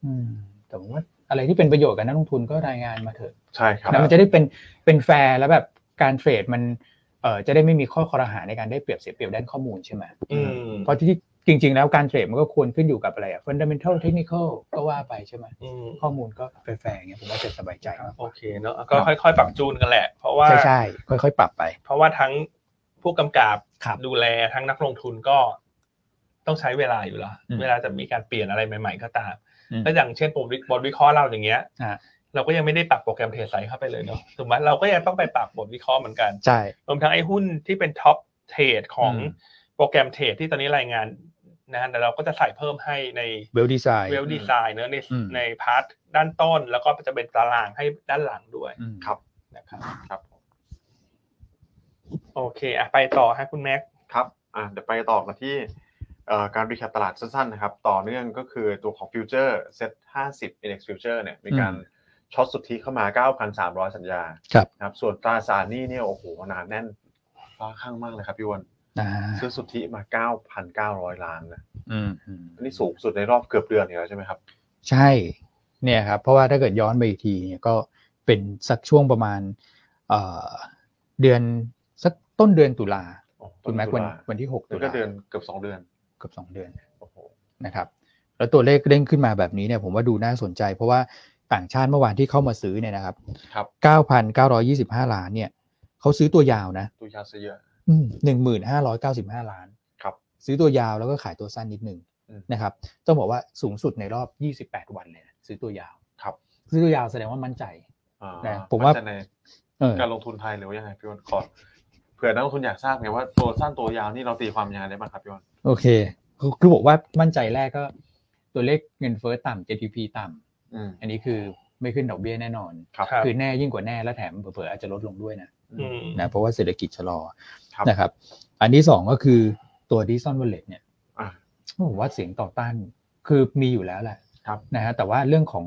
Speaker 2: อืมแต่ผมว่าอะไรที่เป็นประโยชน์กับนักลงทุนก็รายงานมาเถอะ
Speaker 3: ใช่ครับ
Speaker 2: แล้วมันจะได้เป็นเป็นแฟร์แล้วแบบการเทรดมันเอ่อจะได้ไม่มีข้อคอรหาในการได้เปรียบเสียเปรียบด้านข้อมูลใช่ไหม
Speaker 1: อืม
Speaker 2: เพราะที่จริง ๆ แล้วการเทรดมันก็ควรขึ้นอยู่กับอะไรอะ fundamental technical ก็ว่าไปใช่ไหม
Speaker 1: อืม
Speaker 2: ข้อมูลก็แฟร์ๆอย่างเงี้ยผมว่าจะสบายใจมากก
Speaker 1: โอ
Speaker 2: ว่า
Speaker 1: เคเนอะก็ค่อยๆ ปรับจูนกันแหละ เพราะว่า
Speaker 2: ใช่ใช่ค่อยๆปรับไป
Speaker 1: เพราะว่าทั้งผู้กำกับ
Speaker 2: ครับ
Speaker 1: ดูแลทั้งนักลงทุนก็ต้องใช้เวลาอยู่แล้ว
Speaker 2: อืม
Speaker 1: เวลาจะมีการเปลี่ยนอะไรใหม่ ๆ ก็ตาม
Speaker 2: อืม
Speaker 1: แล้วอย่างเช่นผมวิบทวิเคราะห์เราอย่างเงี้ย
Speaker 2: ฮะ
Speaker 1: เราก็ยังไม่ได้ปรับโปรแกรมเทรดไซด์เข้าไปเลยเนาะถูกไหมเราก็ยังต้องไปปรับบทวิเคราะห์เหมือนกัน
Speaker 2: ใช่
Speaker 1: รวมทั้งไอ้หุ้นที่เป็นท็อปเทรดของ
Speaker 2: อืม
Speaker 1: โปรแกรมเทรดที่ตอนนี้รายงานนะฮะแต่เราก็จะใส่เพิ่มให้ใน
Speaker 2: เวลดีไซน์
Speaker 1: เวลดีไซน์เนอะใน
Speaker 2: อืม
Speaker 1: ในพาร์ท ด้านต้น แล้วก็จะเป็นตารางให้ด้านหลังด้วย
Speaker 2: อืม
Speaker 3: ครับ
Speaker 2: นะครับ
Speaker 3: ครับ
Speaker 1: โอเคอ่ะไปต่อฮะคุณแม็ก
Speaker 3: ครับอ่ะเดี๋ยวไปต่อกันที่เอ่อการรีแคปตลาดสั้นๆนะครับ ต่อเนื่องก็คือตัวของฟิวเจอร์เซ็ต50 index future เนี่ยมีการ
Speaker 2: อืม
Speaker 3: ช็อตสุทธิเข้ามา 9,300 สัญญา
Speaker 2: ครับ
Speaker 3: นะครับ ส่วนตราสารหนี้เนี่ยโอ้โหหนาแน่นฟ้าข้างมากเลยครับพี่อ้วน
Speaker 2: อ่า
Speaker 3: ซื้อสุทธิมา 9,900 ล้านนะ
Speaker 2: อืมอืม
Speaker 3: อันนี้สูงสุดในรอบเกือบเดือนอีกแล้วใช่ไหมครับ
Speaker 2: ใช่เนี่ยครับเพราะว่าถ้าเกิดย้อนไปอีกทีเนี่ยก็เป็นสักช่วงประมาณเอ่อเดือนสักต้นเดือนตุลาถูกไหมวันวันที่ 6
Speaker 3: แล้
Speaker 2: ตุ
Speaker 3: วก็
Speaker 2: ลา
Speaker 3: เดือนเกือบสองเดือน
Speaker 2: เกือบสองเดือน
Speaker 3: โอ้โห
Speaker 2: นะครับแล้วตัวเลขเด้งขึ้นมาแบบนี้เนี่ยผมว่าดูน่าสนใจ เพราะว่าต่างชาติเมื่อวานที่เข้ามาซื้อเนี่ยนะครับ
Speaker 3: ครับ
Speaker 2: 9,925 ล้านเนี่ยเขาซื้อตัวยาวนะ
Speaker 3: ตัวยาวซะเยอะ
Speaker 2: หนึ่งหมื่นห้าร้อยเก้าสิบห้าล้าน
Speaker 3: ครับ
Speaker 2: ซื้อตัวยาวแล้วก็ขายตัวสั้นนิดหนึ่ง
Speaker 3: อืม
Speaker 2: นะครับต้องบอกว่าสูงสุดในรอบ 28 วันเลยนะซื้อตัวยาว
Speaker 3: ครับ
Speaker 2: ซื้อตัวยาวแสดงว่ามั่นใจ
Speaker 3: อ่า
Speaker 2: นะผมว่า
Speaker 3: จะใน
Speaker 2: เออ
Speaker 3: การลงทุนไทยหรือว่ายังไงพี่วอนขอเผื่อนักลงทุนอยากทราบไงว่าตัวสั้นตัวยาวนี่เราตีความยังไงได้บ้างครับพี่วอน
Speaker 2: โอเคคือคือบอกว่ามั่นใจแรกก็ ตัวเลขเงินเฟ้อต่ำ GDP ต่
Speaker 3: อืม
Speaker 2: ำอันนี้คือไม่ขึ้นดอกเบี้ยแน่นอน
Speaker 3: ครับ
Speaker 1: ครับ
Speaker 2: คือแน่ยิ่งกว่าแน่และแถมเผลอๆอาจจะลดลงด้วยนะ
Speaker 1: อืม
Speaker 2: นะเพราะว่าเศรษฐกิจชะลอ
Speaker 3: ครับ
Speaker 2: นะครับ อันที่สองก็คือตัวดิจิตอลวอลเล็ตเนี่ย
Speaker 3: อ่ะ
Speaker 2: ผมว่าเสียงต่อต้านคือมีอยู่แล้วแหละ
Speaker 3: ครับ
Speaker 2: นะฮะแต่ว่าเรื่องของ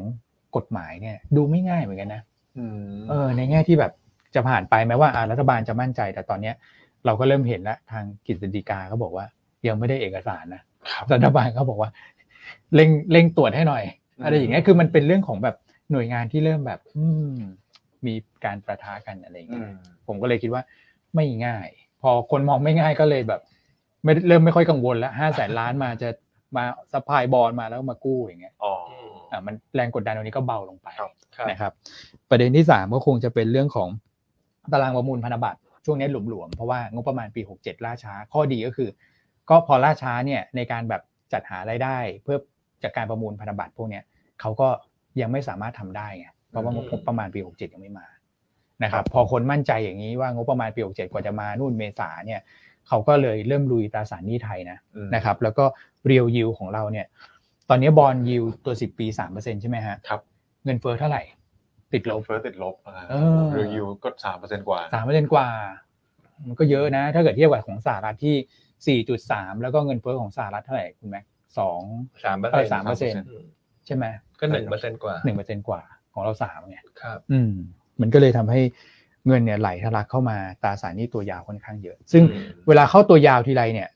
Speaker 2: กฎหมายเนี่ยดูไม่ง่ายเหมือนกันนะ
Speaker 3: อืม
Speaker 2: เออในแง่ที่แบบจะผ่านไปแม้ว่าอ่ารัฐบาลจะมั่นใจ แต่ตอนเนี้ยเราก็เริ่มเห็นแล้วทางกฤษฎีกาเขาบอกว่า ยังไม่ได้เอกสารนะครับ รัฐบาลเขาบอกว่าเร่งเร่งตรวจให้หน่อย
Speaker 3: อืม
Speaker 2: อะไรอย่างเงี้ยคือมันเป็นเรื่องของแบบหน่วยงานที่เริ่มแบบ อืมมีการประทะกันอะไรอย่าง
Speaker 3: อื
Speaker 2: เงี้ย
Speaker 3: ม
Speaker 2: ผมก็เลยคิดว่าไม่ง่าย พอคนมองไม่ง่ายก็เลยแบบ ไม่เริ่มไม่ค่อยกังวลแล้วห้าแสนล้านมาจะมาสปายบอลมาแล้วมากู้อย่างเงี้ย
Speaker 3: อ๋อ
Speaker 2: อ่ะมันแรงกดดันตรงนี้ก็เบาลงไป
Speaker 3: ครับ
Speaker 1: ครับ
Speaker 2: นะครับประเด็นที่ 3 ก็คงจะเป็นเรื่องของตารางประมูลพันธบัตรช่วงนี้หลวมๆ เพราะว่างบประมาณปี 67 ล่าช้า ข้อดีก็คือ ก็พอล่าช้าเนี่ยในการแบบจัดหารายได้ เพื่อจากการประมูลพันธบัตรพวกเนี้ยเขาก็ยังไม่สามารถทำได้ไงเพราะว่างบประมาณปี 67 ยังไม่มานะครับพอคนมั่นใจอย่างนี้ว่างบประมาณปี 67 กว่าจะมานู่นเมษาเนี่ยเขาก็เลยเริ่มลุยตราสารหนี้ไทยนะ
Speaker 3: อืม
Speaker 2: นะครับแล้วก็เรียวยิวของเราเนี่ย ตอนนี้บอลยิวตัว 10 ปี 3%ใช่ไหมฮะ
Speaker 3: ครับ
Speaker 2: เงินเฟ้อเท่าไหร่ ติดลบ
Speaker 3: เฟิร์สติดลบอ่า
Speaker 2: เออ
Speaker 3: หรือยูก็สามเปอร์เซ็นต์กว่า
Speaker 2: 3%กว่า มันก็เยอะนะ ถ้าเกิดเทียบกับของสหรัฐที่ 4.3 แล้วก็เงินเฟ้อของสหรัฐเท่าไหร่คุณแม็กสอง
Speaker 1: สามเปอร์
Speaker 2: เอ
Speaker 1: เซ็น
Speaker 2: อ
Speaker 1: ต์
Speaker 2: สามเปอร์เซ็นต์
Speaker 1: อืม
Speaker 2: ใช่ไหม
Speaker 1: ก็หนึ่งเปอร์เซ็นต์กว่า
Speaker 2: หนึ่งเปอร์เซ็นต์กว่าของเราสามไง
Speaker 1: ครับ
Speaker 2: อืม มันก็เลยทำให้เงินเนี่ยไหลทะลักเข้ามาตราสารหนี้ตัวยาวค่อนข้างเยอะ ซึ่ง เวลาเข้าตัวยาวทีไรเนี่ย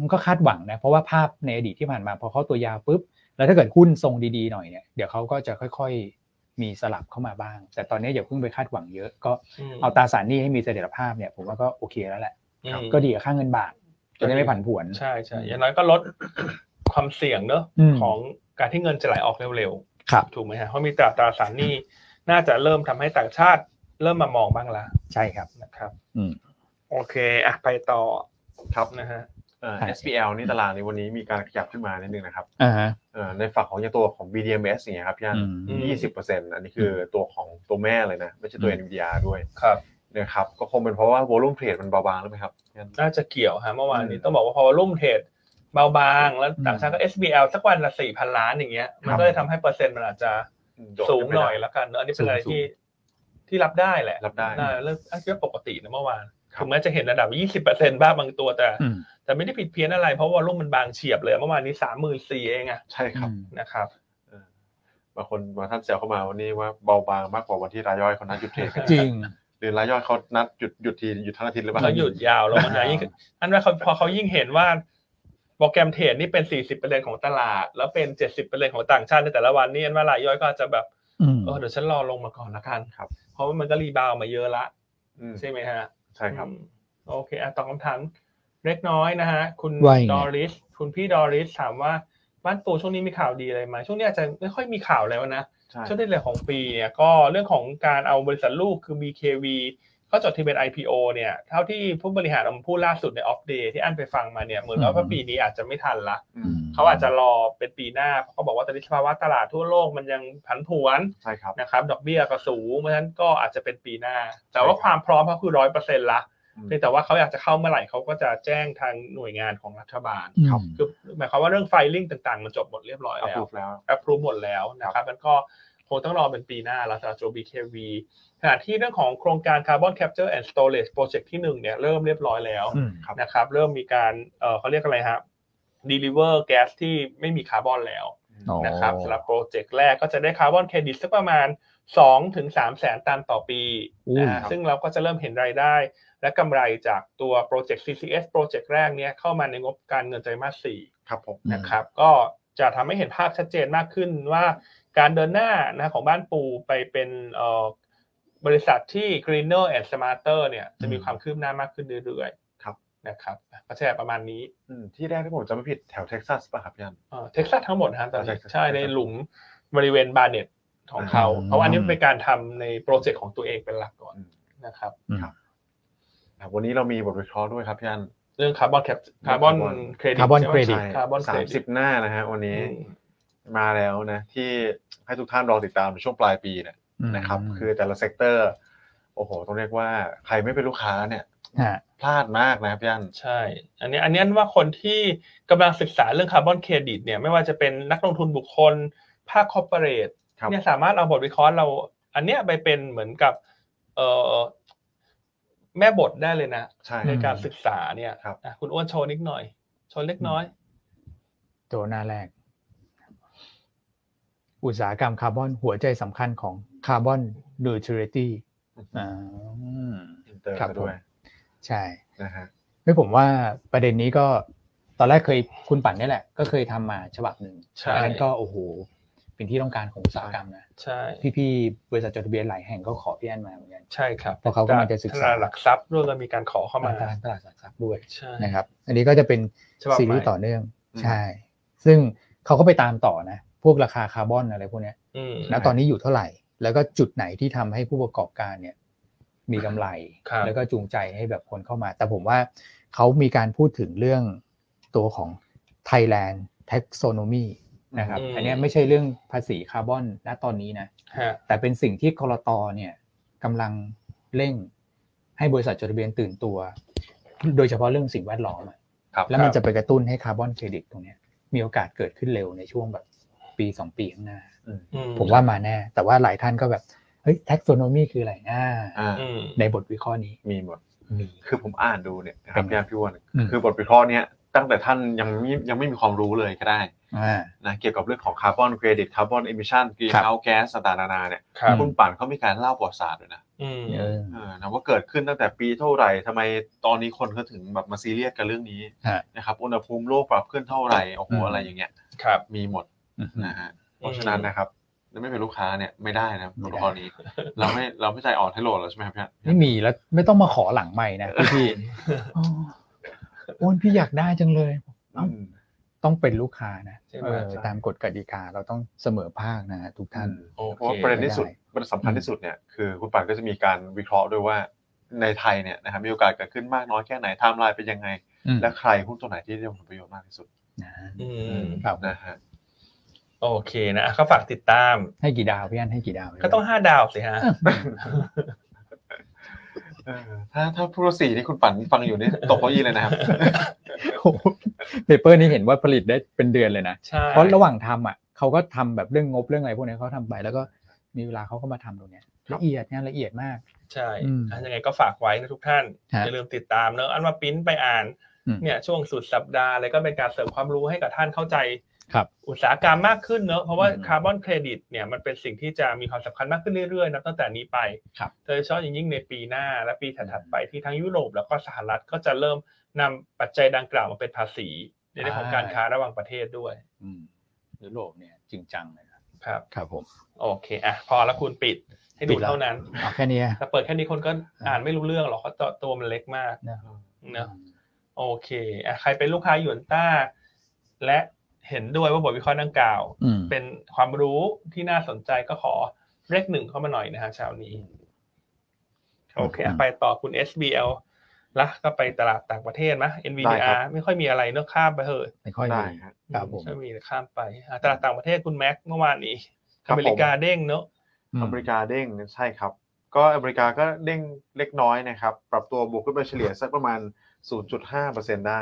Speaker 2: มันก็คาดหวังนะ เพราะว่าภาพในอดีตที่ผ่านมาพอเข้าตัวยาวปุ๊บ แล้วถ้าเกิดหุ้นทรงดีๆหน่อยเนี่ยเดี๋ยวเขาก็จะค่อยๆมีสลับเข้ามาบ้าง แต่ตอนนี้อย่าเพิ่งไปคาดหวังเยอะก็
Speaker 1: ม
Speaker 2: เอาตราสารหนี้ให้มีเสถียรภาพเนี่ยผมว่าก็โอเคแล้วแหละ
Speaker 1: อืม
Speaker 2: ก็ดีกับค่าเงินบาทจะได้ไม่ผันผวน
Speaker 1: ใช่ใช่อย่างน้อยก็ลด ความเสี่ยงเนอะ
Speaker 2: อืม
Speaker 1: ของการที่เงินจะไหลออกเร็ว
Speaker 2: ครับ
Speaker 1: ๆ ถูกไหมฮะเพราะมีตราตราสารหนี้น่าจะเริ่มทำให้ต่างชาติเริ่มมามองบ้างละ
Speaker 2: ใช่ครับ
Speaker 1: นะครับ
Speaker 2: อืม
Speaker 1: โอเคอ่ะไปต่อ
Speaker 3: ครับ
Speaker 1: นะฮะ
Speaker 3: เอ่อ
Speaker 2: ใช่
Speaker 3: SPL นี่ตลาดนี้วันนี้มีการขยับขึ้นมานิดนึงนะครับ
Speaker 2: อ่าฮะ
Speaker 3: เอ่อในฝั่งของอย่างตัวของ BDMs อย่างเงี้ยครับพี่อัน
Speaker 2: อืม
Speaker 1: อืม
Speaker 3: ยี่สิบเปอร์เซ็นต์อันนี้คือตัวของตัวแม่เลยนะ ไม่ใช่ตัว
Speaker 2: อืม
Speaker 3: NVDR ด้วย
Speaker 1: ครับ
Speaker 3: นะครับก็คงเป็นเพราะว่าโวลุ่มเทรดมันเบาบางหรือเปล่าครับ
Speaker 1: น่าจะเกี่ยวฮะเมื่อวานนี้
Speaker 3: อืม
Speaker 1: ต้องบอกว่าพอรุ่มเทรดเบาบางแล้ว
Speaker 2: อืม
Speaker 1: ต่างชาติก็ SBL สักวันละสี่พันล้านอย่างเงี้ยมัน
Speaker 3: ครับ
Speaker 1: ก็เลยทำให้เปอร์เซ็นต์มันอาจจะ
Speaker 3: โดด
Speaker 1: สูง
Speaker 3: ขึ้
Speaker 1: ห
Speaker 3: ไปได้
Speaker 1: น่อยละกันเนอะอันนี้เป็นอะไร
Speaker 2: สูงๆ
Speaker 1: ที่ที่รับได้แหละ
Speaker 3: รับได้
Speaker 1: น่าเรื่องอันที่ปกตินะเมื่อวาน
Speaker 3: ครับ
Speaker 1: ถึงแม้จะเห็นระดับ 20%บ้างบางตัวแต่
Speaker 2: อืม
Speaker 1: แต่ไม่ได้ผิดเพี้ยนอะไรเพราะวอลลุ่มมันบางเฉียบเลย เมื่อวานนี้สามหมื่นสี่เองอะ
Speaker 3: ใช่ครับ
Speaker 1: นะครับ
Speaker 3: เออบางคนบางท่านแซวเข้ามาวันนี้ว่าเบาบางมากกว่าวันที่รายย่อยเขานัดหยุดเทรดกัน
Speaker 2: จริง
Speaker 3: หรือรายย่อยเขานัดหยุดหยุดทีหยุดทั้งอาทิตย์หรือเปล่า
Speaker 1: แล้วหยุดยาวลงมานะยิ่งอันว่าเขาพอเขายิ่งเห็นว่าโปรแกรมเทรดนี่เป็นสี่สิบเปอร์เซ็นของตลาด แล้วเป็นเจ็ดสิบเปอร์เซ็นของต่างชาติในแต่ละวันนี่อันว่ารายย่อยก็อาจจะแบบ
Speaker 2: อืม
Speaker 1: เออเดี๋ยวฉันรอลงมาก่อนละกัน
Speaker 3: ครับ
Speaker 1: เพราะว่ามันก็รีบาวมาเยอะละ
Speaker 3: อืม
Speaker 1: ใช่ไหมฮะ
Speaker 3: ใช่ครับ
Speaker 1: อืมโอเคอ่ะตอบคำถามเล็กน้อยนะฮะ คุณ
Speaker 2: ว่ายัง
Speaker 1: ด
Speaker 2: ไง
Speaker 1: อริส คุณพี่ดอริสถามว่าบ้านปูช่วงนี้มีข่าวดีอะไรไหมช่วงนี้อาจจะไม่ค่อยมีข่าวแล้วนะ
Speaker 3: ใช่
Speaker 1: ช่วงที่เหลือของปีเนี่ยก็เรื่องของการเอาบริษัทลูกคือ BKV ก็จดทะเบียน IPO เนี่ยเท่าที่ผู้บริหารออกมาพูดล่าสุดในออฟเดย์ที่อันไปฟังมาเนี่ยเหมือน
Speaker 2: อืม
Speaker 1: ว่าปีนี้อาจจะไม่ทันละ
Speaker 3: อื
Speaker 2: อื
Speaker 3: ม
Speaker 2: ม
Speaker 1: เขาอาจจะรอเป็นปีหน้าเพราะเขาบอกว่าตอนนี้สภาวะตลาดทั่วโลกมันยังผันผวน
Speaker 3: ใช่ครับ
Speaker 1: นะครับดอกเบี้ยก็สูงเพราะฉะนั้นก็อาจจะเป็นปีหน้า แต่
Speaker 3: ใช่
Speaker 1: ว่า
Speaker 3: ครับ
Speaker 1: ความพร้อมก็คือร้อยเปอร์เซ็นต์ละ
Speaker 3: อืม
Speaker 1: เพียงแต่ว่าเขาอยากจะเข้าเมื่อไหร่เขาก็จะแจ้งทางหน่วยงานของรัฐบาล
Speaker 3: ครับ
Speaker 1: คือหมายความว่าเรื่องไฟลิ่งต่างๆ มันจบหมดเรียบร้อย
Speaker 3: อัพ
Speaker 1: แล้
Speaker 3: รู
Speaker 1: ว
Speaker 3: ปแล้ว
Speaker 1: แอปรูหมดแล้วนะครับมันก็คงต้องรอเป็นปีหน้าแล้วสำหรับตัว BKV ขณะที่เรื่องของโครงการ Carbon Capture and Storage Project ที่หนึ่งเนี่ยเริ่มเรียบร้อยแล้ว
Speaker 2: อืม
Speaker 3: ครับ
Speaker 1: นะครับ เริ่มมีการเอ่อเขาเรียกอะไรฮะ deliver แก๊สที่ไม่มีคาร์บอนแล้ว
Speaker 2: อ๋อ
Speaker 1: นะครับสำหรับโปรเจกต์แรกก็จะได้คาร์บอนเครดิตสักประมาณ2ถึง3แสนตันต่อปี
Speaker 2: อุ้ย
Speaker 1: นะฮะซึ่งเราก็จะเริ่มเห็นรายได้ และกำไรจากตัวโปรเจกต์ CCS โปรเจกต์แรกเนี่ยเข้ามาในงบการเงินไตรมาสสี่
Speaker 3: ครับผม
Speaker 1: นะครับก็จะทำให้เห็นภาพชัดเจนมากขึ้นว่าการเดินหน้านะของบ้านปูไปเป็นเอ่อบริษัทที่ greener and smarter เนี่ยจะมีความคืบหน้ามากขึ้นเรื่อยๆ
Speaker 3: ครับ
Speaker 1: นะครับก็แชร์ประมาณนี้
Speaker 3: อืมที่แรกที่ผมจำไม่ผิดแถวเท็กซัสป่ะครับพี่อัน
Speaker 1: เท็กซัสทั้งหมดนะฮะตอนนี้
Speaker 3: Texas
Speaker 1: ใช่ในหลุมบริเวณบาเน็ตของเขา
Speaker 2: อืม
Speaker 1: เพราะว่าอันนี้เป็นการทำในโปรเจกต์ของตัวเองเป็นหลักก่อน
Speaker 3: อืม
Speaker 1: นะครับ
Speaker 3: ครับวันนี้เรามีบทวิเคราะห์ด้วยครับพี่อัน
Speaker 1: เรื่องคาร์บอนแคปคาร์บอนเครดิต
Speaker 2: Carbon credit
Speaker 1: คาร์บอนเค
Speaker 3: สาร ม
Speaker 1: ดิ
Speaker 3: สิ
Speaker 1: ต
Speaker 3: บหน้านะฮะวันนี้มาแล้วนะ ที่ให้ทุกท่านรอติดตามในช่วงปลายปีเนยนะครับ คือแต่ละเซกเตอร์ โอ้โห ต้องเรียกว่าใครไม่เป็นลูกค้าเนี่ย
Speaker 2: ฮะ
Speaker 3: พลาดมากนะพี่อัน
Speaker 1: ใช่ อันนี้อันนี้ว่าคนที่กำลังศึกษาเรื่องคาร์บอนเครดิตเนี่ยไม่ว่าจะเป็นนักลงทุนบุคคล ภาคคอร์ปอเรท
Speaker 3: ครับ
Speaker 1: เนี่ยสามารถเอาบทวิเคราะห์เรา อันเนี้ยไปเป็นเหมือนกับเออแม่บทได้เลยนะ
Speaker 3: ใช่
Speaker 1: ในการศึกษาเนี่ย
Speaker 3: ครับ
Speaker 1: อ่ะคุณอ้วนโชว์นิดหน่อย โชว์เล็กน้อย
Speaker 2: โจทย์หน้าแรก อุตสาหกรรมคาร์บอนหัวใจสำคัญของคาร์บอนนูทริตี้อ่า
Speaker 3: อินเตอร์
Speaker 2: ครับ
Speaker 3: ซะด้วย
Speaker 2: ผม ใช่
Speaker 3: นะฮะ
Speaker 2: เฮ้ยผมว่าประเด็นนี้ก็ตอนแรกเคยคุณปั่นนี่แหละ ก็เคยทำมาฉบับหนึ่ง
Speaker 1: ใช่
Speaker 2: อันั้นก็โอ้โห เป็นที่ต้องการของอุตสาหกรรมนะ
Speaker 1: ใช่
Speaker 2: พี่ๆบริษัทจดทะเบียนหลายแห่งก็ขอพี่แอนมาเหมือนกัน
Speaker 1: ใช่ครับ
Speaker 2: เพราะเขากำลังจะศึกษา
Speaker 1: ตลดหลักทรัพย์ด้วยก็มีการขอเข้ามา
Speaker 2: ตลาดตลาดหลักทรัพย์ด้วย
Speaker 1: ใช่
Speaker 2: นะครับ อันนี้ก็จะเป็น
Speaker 1: ฉบับ
Speaker 2: ซี
Speaker 1: ให
Speaker 2: รี
Speaker 1: ม่
Speaker 2: ส์ต่อเนื่อง
Speaker 3: อืม
Speaker 2: ใช่ ซึ่งเขาก็ไปตามต่อนะ พวกราคาคาร์บอนอะไรพวกเนี้ย
Speaker 1: อืม
Speaker 2: ณตอนนี้อยู่เท่าไหร่ แล้วก็จุดไหนที่ทำให้ผู้ประกอบการเนี่ย มีกำไร
Speaker 1: ครับ
Speaker 2: แล้วก็จูงใจให้แบบคนเข้ามา แต่ผมว่าเขามีการพูดถึงเรื่องตัวของ Thailand Taxonomy นะครับ อันเนี้ยไม่ใช่เรื่องภาษีคาร์บอนณตอนนี้นะ
Speaker 1: ฮะ
Speaker 2: แต่เป็นสิ่งที่กรตเนี่ยกำลังเร่งให้บริษัทจดทะเบียนตื่นตัว โดยเฉพาะเรื่องสิ่งแวดล้อมอะ
Speaker 3: ครับ
Speaker 2: แล้วมันจะไปกระตุ้นให้คาร์บอนเครดิตตรงเนี้ยมีโอกาสเกิดขึ้นเร็วในช่วงแบบปีสองปีข้างหน้า
Speaker 1: อื
Speaker 2: ผมว่ามาแน่ แต่ว่าหลายท่านก็แบบ เฮ้ย taxonomy คืออะไรนะ
Speaker 3: อ่า
Speaker 1: อืม
Speaker 2: ในบทวิเคราะห์นี้
Speaker 3: มีหมด
Speaker 2: มี
Speaker 3: คือผมอ่านดูเนี่ยนะครับ
Speaker 2: เป็นไง
Speaker 3: พี่อันพี่อ้วน
Speaker 2: อืม
Speaker 3: คือบทวิเคราะห์เนี่ยตั้งแต่ท่านยังไม่ยังไม่มีความรู้เลยก็ได้
Speaker 2: อ่า
Speaker 3: นะเกี่ยวกับเรื่องของคาร์บอนเครดิตคาร์บอนเอมิชันกรีนเฮาส์แก๊สต่างๆนานาเนี่ย
Speaker 1: ครับ
Speaker 3: คุณป่านเขามีการเล่าประวัติศาสตร์ด้วยนะ
Speaker 1: อืม
Speaker 2: เออ
Speaker 3: เออนะว่าเกิดขึ้นตั้งแต่ปีเท่าไหร่ทำไมตอนนี้คนก็ถึงแบบมาซีเรียสกันเรื่องนี้
Speaker 2: ฮะ
Speaker 3: นะครับอุณหภูมิโลกปรับขึ้นเท่าไหร่โอ้โห
Speaker 2: อืม
Speaker 3: อะไรอย่างเงี้ย
Speaker 1: ครับ
Speaker 3: มีหมด
Speaker 2: อืม
Speaker 3: นะฮะเพราะฉะนั้นนะครับไม่เป็นลูกค้าเนี่ยไม่ได้นะ
Speaker 2: ไม่
Speaker 3: บ
Speaker 2: ได้
Speaker 3: ทกรณีเราไม่เราไม่ใจอ่อนให้โหลดแล้วใช่ไหมครับพี่
Speaker 2: ไม่มีแล้วไม่ต้องมาขอหลังใหม่นะพี่พี่อ๋อโอนพี่อยากได้จังเลย
Speaker 3: อืม
Speaker 2: ต้องเป็นลูกค้านะ
Speaker 1: ใช่ไหม
Speaker 2: เออ
Speaker 1: ใช่
Speaker 2: ตามกฎกติกาเราต้องเสมอภาคนะทุกท่าน
Speaker 1: โอ
Speaker 3: เพ
Speaker 1: เค
Speaker 3: ราะว่าประเด็นที่สุด
Speaker 2: ไม่ได้
Speaker 3: ประเด็นสำคัญที่สุดเนี่ยคือคุณป่านก็จะมีการวิเคราะห์ด้วยว่าในไทยเนี่ยนะครับมีโอกาสเกิดขึ้นมากน้อยแค่ไหนไทม์ไลน์เป็นยังไง
Speaker 2: อืม
Speaker 3: และใครหุ้นตัวไหนที่ได้ผลประโยชน์มากที่สุด
Speaker 2: นะ
Speaker 1: อืม
Speaker 2: ครับ
Speaker 3: นะฮะ
Speaker 1: โอเคนะก็ฝากติดตาม
Speaker 2: ให้กี่ดาวพี่อันให้กี่ดาวพี่น
Speaker 1: ก็ต้องห้าดาวสิฮะ
Speaker 3: เออถ้าถ้าผู้รสีนี่คุณปั่นฟังอยู่นี่ตกเก้าอี้เลยนะครับ
Speaker 2: โอ้โหเปเปอร์นี่เห็นว่าผลิตได้เป็นเดือนเลยนะ
Speaker 1: ใช่
Speaker 2: เพราะระหว่างทำอ่ะเขาก็ทำแบบเรื่องงบเรื่องอะไรพวกนี้เขาทำไปแล้วก็มีเวลาเขาก็มาทำตรงเนี้ย
Speaker 3: ครับ
Speaker 2: ละเอียดงานละเอียดมาก
Speaker 1: ใช่
Speaker 2: อืม
Speaker 1: อ่ะยังไงก็ฝากไว้นะทุกท่าน
Speaker 2: ฮะ
Speaker 1: อย่าลืมติดตามเนอะอันว่าปริ้นไปอ่าน
Speaker 2: อืม
Speaker 1: เนี่ยช่วงสุดสัปดาห์เลยก็เป็นการเสริมความรู้ให้กับท่านเข้าใจ
Speaker 2: ครับ
Speaker 1: อุตสาหกรรมมากขึ้นเนอะเพราะว่า
Speaker 2: อืม
Speaker 1: คาร์บอนเครดิตเนี่ยมันเป็นสิ่งที่จะมีความสำคัญมากขึ้นเรื่อยๆนะตั้งแต่นี้ไป
Speaker 2: ครับ
Speaker 1: โดยเฉพาะอย่างยิ่งในปีหน้าและปีถัดๆไปที่ทั้งยุโรปแล้วก็สหรัฐก็จะเริ่มนำปัจจัยดังกล่าวมาเป็นภาษีในเรื่องของการค้าระหว่างประเทศด้วย
Speaker 2: อืมยุโรปเนี่ยจริงจังเลยนะครับ ครับผม
Speaker 1: โอเคอ่ะพอแล้วคุณปิดให้
Speaker 2: ดู
Speaker 1: ดู
Speaker 2: แล้ว
Speaker 1: เท่านั้น
Speaker 2: เอาแค่เนี้ย
Speaker 1: แต่เปิดแค่นี้คนก็อ่านไม่รู้เรื่องหรอกเขาะตัวตัวมันเล็กมาก
Speaker 2: นะ
Speaker 1: เนอะโอเคอ่ะใครเป็นลูกค้าหยวนต้า และเห็นด้วยว่าบทวิเคราะห์ดังกล่าว
Speaker 2: อืม
Speaker 1: เป็นความรู้ที่น่าสนใจก็ขอเลขหนึ่งเข้ามาหน่อยนะฮะเช้านี้ โอเคอ่ะไปต่อคุณ SBL ละก็ไปตลาดต่างประเทศมะ
Speaker 3: ได้ครั
Speaker 1: NVDR
Speaker 3: บ
Speaker 1: ไม่ค่อยมีอะไรเนอะข้ามไปเถอะ
Speaker 2: ไม่ค่อย
Speaker 3: ได้
Speaker 2: มี
Speaker 3: ฮะ
Speaker 2: ครับผม
Speaker 1: ไม่มีข้ามไปอ่ะตลาดต่างประเทศคุณแม็กเมื่อวานนี้
Speaker 3: ครั
Speaker 1: อบ
Speaker 3: ผม
Speaker 1: เมริกาเด้งเนอะ
Speaker 2: อืม
Speaker 3: อเมริกาเด้งใช่ครับ ก็อเมริกาก็เด้งเล็กน้อยนะครับ ปรับตัวบวกขึ้นไปเฉลี่ยสักประมาณ 0.5%ได้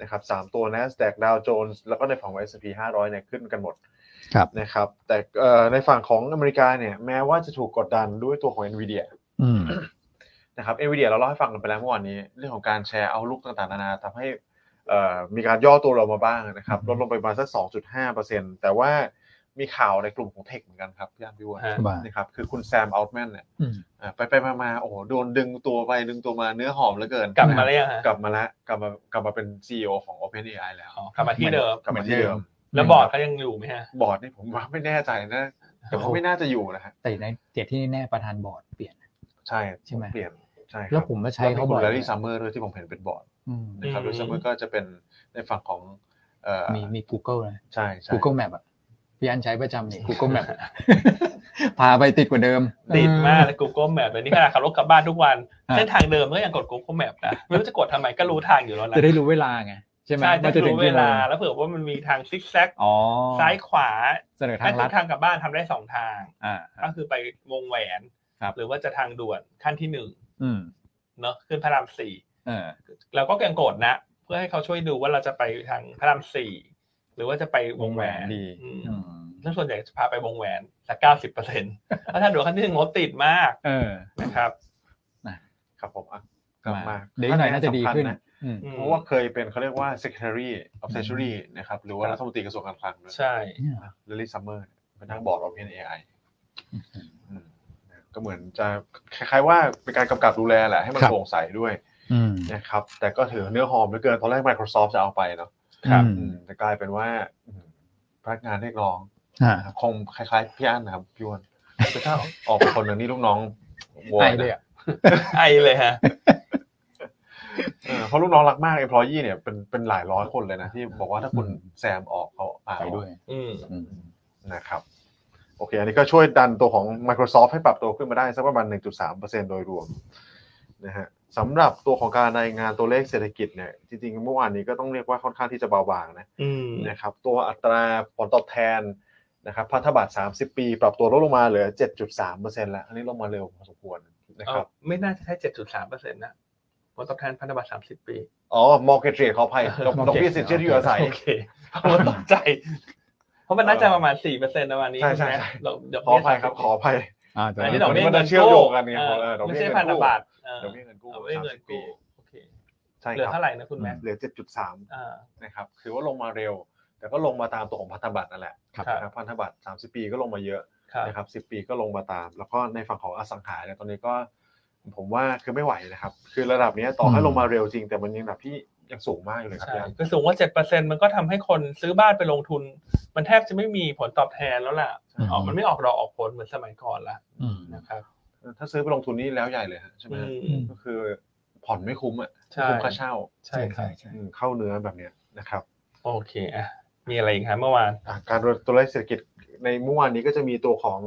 Speaker 3: นะครับสามตัว NASDAQ Dow Jones แล้วก็ในฝั่งของ S&P 500เนี่ยขึ้นกันหมด
Speaker 2: ครับ
Speaker 3: นะครับ แต่เอ่อในฝั่งของอเมริกาเนี่ยแม้ว่าจะถูกกดดันด้วยตัวของ NVIDIA
Speaker 2: อืม
Speaker 3: นะครับ NVIDIA เราเล่าให้ฟังกันไปแล้วเมื่อวานนี้ เรื่องของการแชร์เอาลุกต่างๆ นานาทำให้เอ่อมีการย่อตัวลงมาบ้างนะครับลดลงไปประมาณสัก 2.5%แต่ว่ามีข่าวในกลุ่มของเทคเหมือนกันครับพี่อันพี่อ้วน
Speaker 1: ฮะ
Speaker 2: ว่า
Speaker 3: นะครับคือคุณแซมอัลต์แมนเนี่ย
Speaker 2: อืม
Speaker 3: อ่าไปไปมามาโอ้โหโดนดึงตัวไปดึงตัวมาเนื้อหอมเหลือเกิน
Speaker 1: กลับมาแล้วยังฮะ
Speaker 3: กลับมาละกลับมากลับมาเป็น CEO ของ OpenAI แล้ว
Speaker 1: อ๋อกลับมาที่เดิม
Speaker 3: กลับมาที่เดิม
Speaker 1: แล้วบอร์ดเขายังอยู่ไหมฮะ
Speaker 3: บอร์ดนี่ผมว่าไม่แน่ใจนะแต่
Speaker 2: โอ้
Speaker 3: เขา
Speaker 2: โห
Speaker 3: ไม่น่าจะอยู่นะฮะ
Speaker 2: แต่ในเตียที่แน่ๆประธานบอร์ดเปลี่ยน
Speaker 3: ใช่
Speaker 2: ใช่ไหม
Speaker 3: เปลี่ยนใช่ครับ
Speaker 2: แล้วผมมาใช้เขา
Speaker 3: แล้ว
Speaker 2: บ่
Speaker 3: มีคุ
Speaker 2: อ
Speaker 3: ณ
Speaker 2: ย
Speaker 3: แลลี่ซัมเมอร์ด้วยที่ผมเห็นเป็นบอร์ด
Speaker 2: อืม
Speaker 3: นะครับ
Speaker 1: อืม
Speaker 3: แลลี่ซัมเมอร์ก็จะเป็นในฝั่งของเอ่อ
Speaker 2: มีมี Google นะ
Speaker 3: ใช่ใช่
Speaker 2: Google Map อ่ะพี่อันใช้ประจำนี่ Google Map พาไปติดกว่าเดิม
Speaker 1: ติดมากเลย Google Map เลยนี่ขนาดขับรถกลับบ้านทุกวัน
Speaker 2: ฮะ
Speaker 1: เส้นทางเดิมก็ยังกด Google Map นะไม่รู้จะกดทำไมก็รู้ทางอยู่แล้วนะ
Speaker 2: จะได้รู้เวลาไงใช่ไหม
Speaker 1: ใช่จะ
Speaker 2: ว่าจะถึ
Speaker 1: รู้
Speaker 2: ง
Speaker 1: เว
Speaker 2: กี่โม
Speaker 1: ลาง แล้วเผื่อว่ามันมีทางซิกแซก
Speaker 2: อ๋อ
Speaker 1: ซ้ายขวา
Speaker 2: เสนอทา
Speaker 1: ถ้าง คื
Speaker 2: ลัด
Speaker 1: อทางกลับบ้านทำได้สองทาง
Speaker 2: อ่า
Speaker 1: ก็คือไปวงแหวน
Speaker 2: ครับ
Speaker 1: หรือว่าจะทางด่วนขั้นที่หนึ่ง
Speaker 2: อืม
Speaker 1: เนาะขึ้นพระรามสี่
Speaker 2: เออ
Speaker 1: เราก็ยังโกรธนะ เพื่อให้เขาช่วยดูว่าเราจะไปทางพระรามสี่หรือว่าจะไปวงแหวน
Speaker 2: วงแหวนดี
Speaker 1: อืม
Speaker 2: อืม
Speaker 1: ซึ่งส่วนใหญ่จะพาไปวงแหวนสักเก้าสิบเปอร์เซ็นต์เพราะทางด่วนขั้นที่หนึ่งรถติดมาก
Speaker 2: เออ
Speaker 1: นะครับ
Speaker 3: ครับผมอ่ะกลับมา
Speaker 2: เดี๋ยวอีกหน่อยน่าจะดีขึ้น
Speaker 3: สำคัญ
Speaker 2: อืม
Speaker 1: อืม
Speaker 3: เพราะว่าเคยเป็นเขาเรียกว่า Secretary of Treasury นะครับหรือว่ารัฐมนตรีกระทรวงการคลังด้วย
Speaker 1: ใช่
Speaker 3: ลิลี่ซัมเมอร์เป็นนักบอร์ด Open AI อืมนะก็เหมือนจะคล้ายๆว่าเป็นการกำกับดูแลแหละให้มัน
Speaker 2: ครับ
Speaker 3: โปร่งใสด้วย
Speaker 2: อืม
Speaker 3: นะครับ แต่ก็ถือเนื้อหอมเหลือเกินตอนแรก Microsoft จะเอาไปเนาะ
Speaker 1: ครับ
Speaker 3: อืมแต่กลายเป็นว่าอืมพนักงานเรียกร้อง
Speaker 2: อ่า
Speaker 3: นะครับคงคล้ายๆพี่อันนะครับพี่อ้วน พระเจ้าออกไปคนหนึ่งนี่ลูกน้องโว
Speaker 2: ไอย เลย
Speaker 3: นะ
Speaker 2: อ่ะ
Speaker 1: ไอเลยฮะ
Speaker 3: เออเพราะลูกน้องรักมาก employee เนี่ยเป็นเป็นหลายร้อยคนเลยนะที่บอกว่าถ้าคุณแซมออกเขาเอา
Speaker 2: ไปด้วย
Speaker 1: อืม
Speaker 2: อืม
Speaker 3: นะครับ โอเค อันนี้ก็ช่วยดันตัวของ Microsoft ให้ปรับตัวขึ้นมาได้สักประมาณ 1.3%โดยรวมนะฮะสำหรับตัวของการรายงานตัวเลขเศรษฐกิจเนี่ยจริงๆเมื่อวานนี้ก็ต้องเรียกว่าค่อนข้างที่จะเบาบางนะ
Speaker 1: อืม
Speaker 3: นะครับตัวอัตราผลตอบแทนนะครับพันธบัตร 30 ปี ปรับตัวลดลงมาเหลือ 7.3%แล้ว อันนี้ลงมาเร็วพอสมควรนะครับ
Speaker 1: เอาไม่น่าจะใช้เจ็ดจุดสามเปอร์เซ็นต์นะผลตอบแทนพันธบัตรสามสิบปี
Speaker 3: อ๋อ mortgage rate ขออ ภัยดอก
Speaker 2: Mortgage
Speaker 3: ดอกเบี้ยสินเชื่อที่อยู่อาศัย
Speaker 1: โอเคผมตกใจ เพราะมันน่าจะประมาณสี่เปอร์เซ็นต์ประมาณนี้
Speaker 3: ใช่ใช่ใช่
Speaker 1: เราเดี๋ยว
Speaker 3: ขออภัยครับขออภัย
Speaker 2: อ่าแต่
Speaker 1: อัน
Speaker 2: ว่า
Speaker 1: นี้ดอกเบี้ย
Speaker 3: มัน
Speaker 1: เงิ
Speaker 3: จะ
Speaker 1: น
Speaker 3: เชื่อมโยงกันไง
Speaker 1: เออ
Speaker 3: เออดอกเบี้
Speaker 1: ไม่
Speaker 3: ย
Speaker 1: ใช่พันธ
Speaker 3: เงินกู้
Speaker 1: บัตรเออ
Speaker 3: ดอกเบี้ยเงินกู้
Speaker 1: ดอกเบี้ยเงิน
Speaker 3: 30ปี
Speaker 1: กู้โอเค
Speaker 3: ใช่
Speaker 1: เหลือ
Speaker 3: ครับ
Speaker 1: เท่าไหร่นะคุณแม่
Speaker 3: เหลือ 7.3
Speaker 1: อ่า
Speaker 3: นะครับถือว่าลงมาเร็ว แต่ก็ลงมาตามตัวของพันธบัตรนั่นแหละ
Speaker 1: ครับ
Speaker 3: นะครับพันธบัตร 30 ปีก็ลงมาเยอะ
Speaker 1: ครับ
Speaker 3: นะครับ 10 ปีก็ลงมาตาม แล้วก็ในฝั่งของอสังหาเนี่ยตอนนี้ก็ผมว่าคือไม่ไหวนะครับ คือระดับเนี้ยต่อให้ลงมาเร็วจริง แต่มันยังระดับที่ยังสูงมากอยู่เลยครับ
Speaker 1: ใช่
Speaker 3: ยัง
Speaker 1: คือสูงกว่าเจ็ดเปอร์เซ็นต์มันก็ทำให้คนซื้อบ้านไปลงทุน มันแทบจะไม่มีผลตอบแทนแล้วล่ะออกมันไม่ออกดอกออกผลเหมือนสมัยก่อนละ
Speaker 2: อืม
Speaker 1: นะครับ
Speaker 3: ถ้าซื้อไปลงทุนนี่แล้วใหญ่เลยฮะใช่ไหม
Speaker 1: อื
Speaker 3: ฮะ
Speaker 1: ม
Speaker 3: ก็คือผ่อนไม่คุ้มอ่ะ
Speaker 1: ใช่
Speaker 3: คุ้มค่าเช่า
Speaker 1: ใช่ครับ
Speaker 3: อืมเข้าเนื้อแบบเนี้ยนะครับ
Speaker 1: โอเคอ่ะมีอะไรอีกครับเมื่อวาน
Speaker 3: อ่ะการตัวเลขเศรษฐกิจในเมื่อวานนี้ก็จะมีตัวของ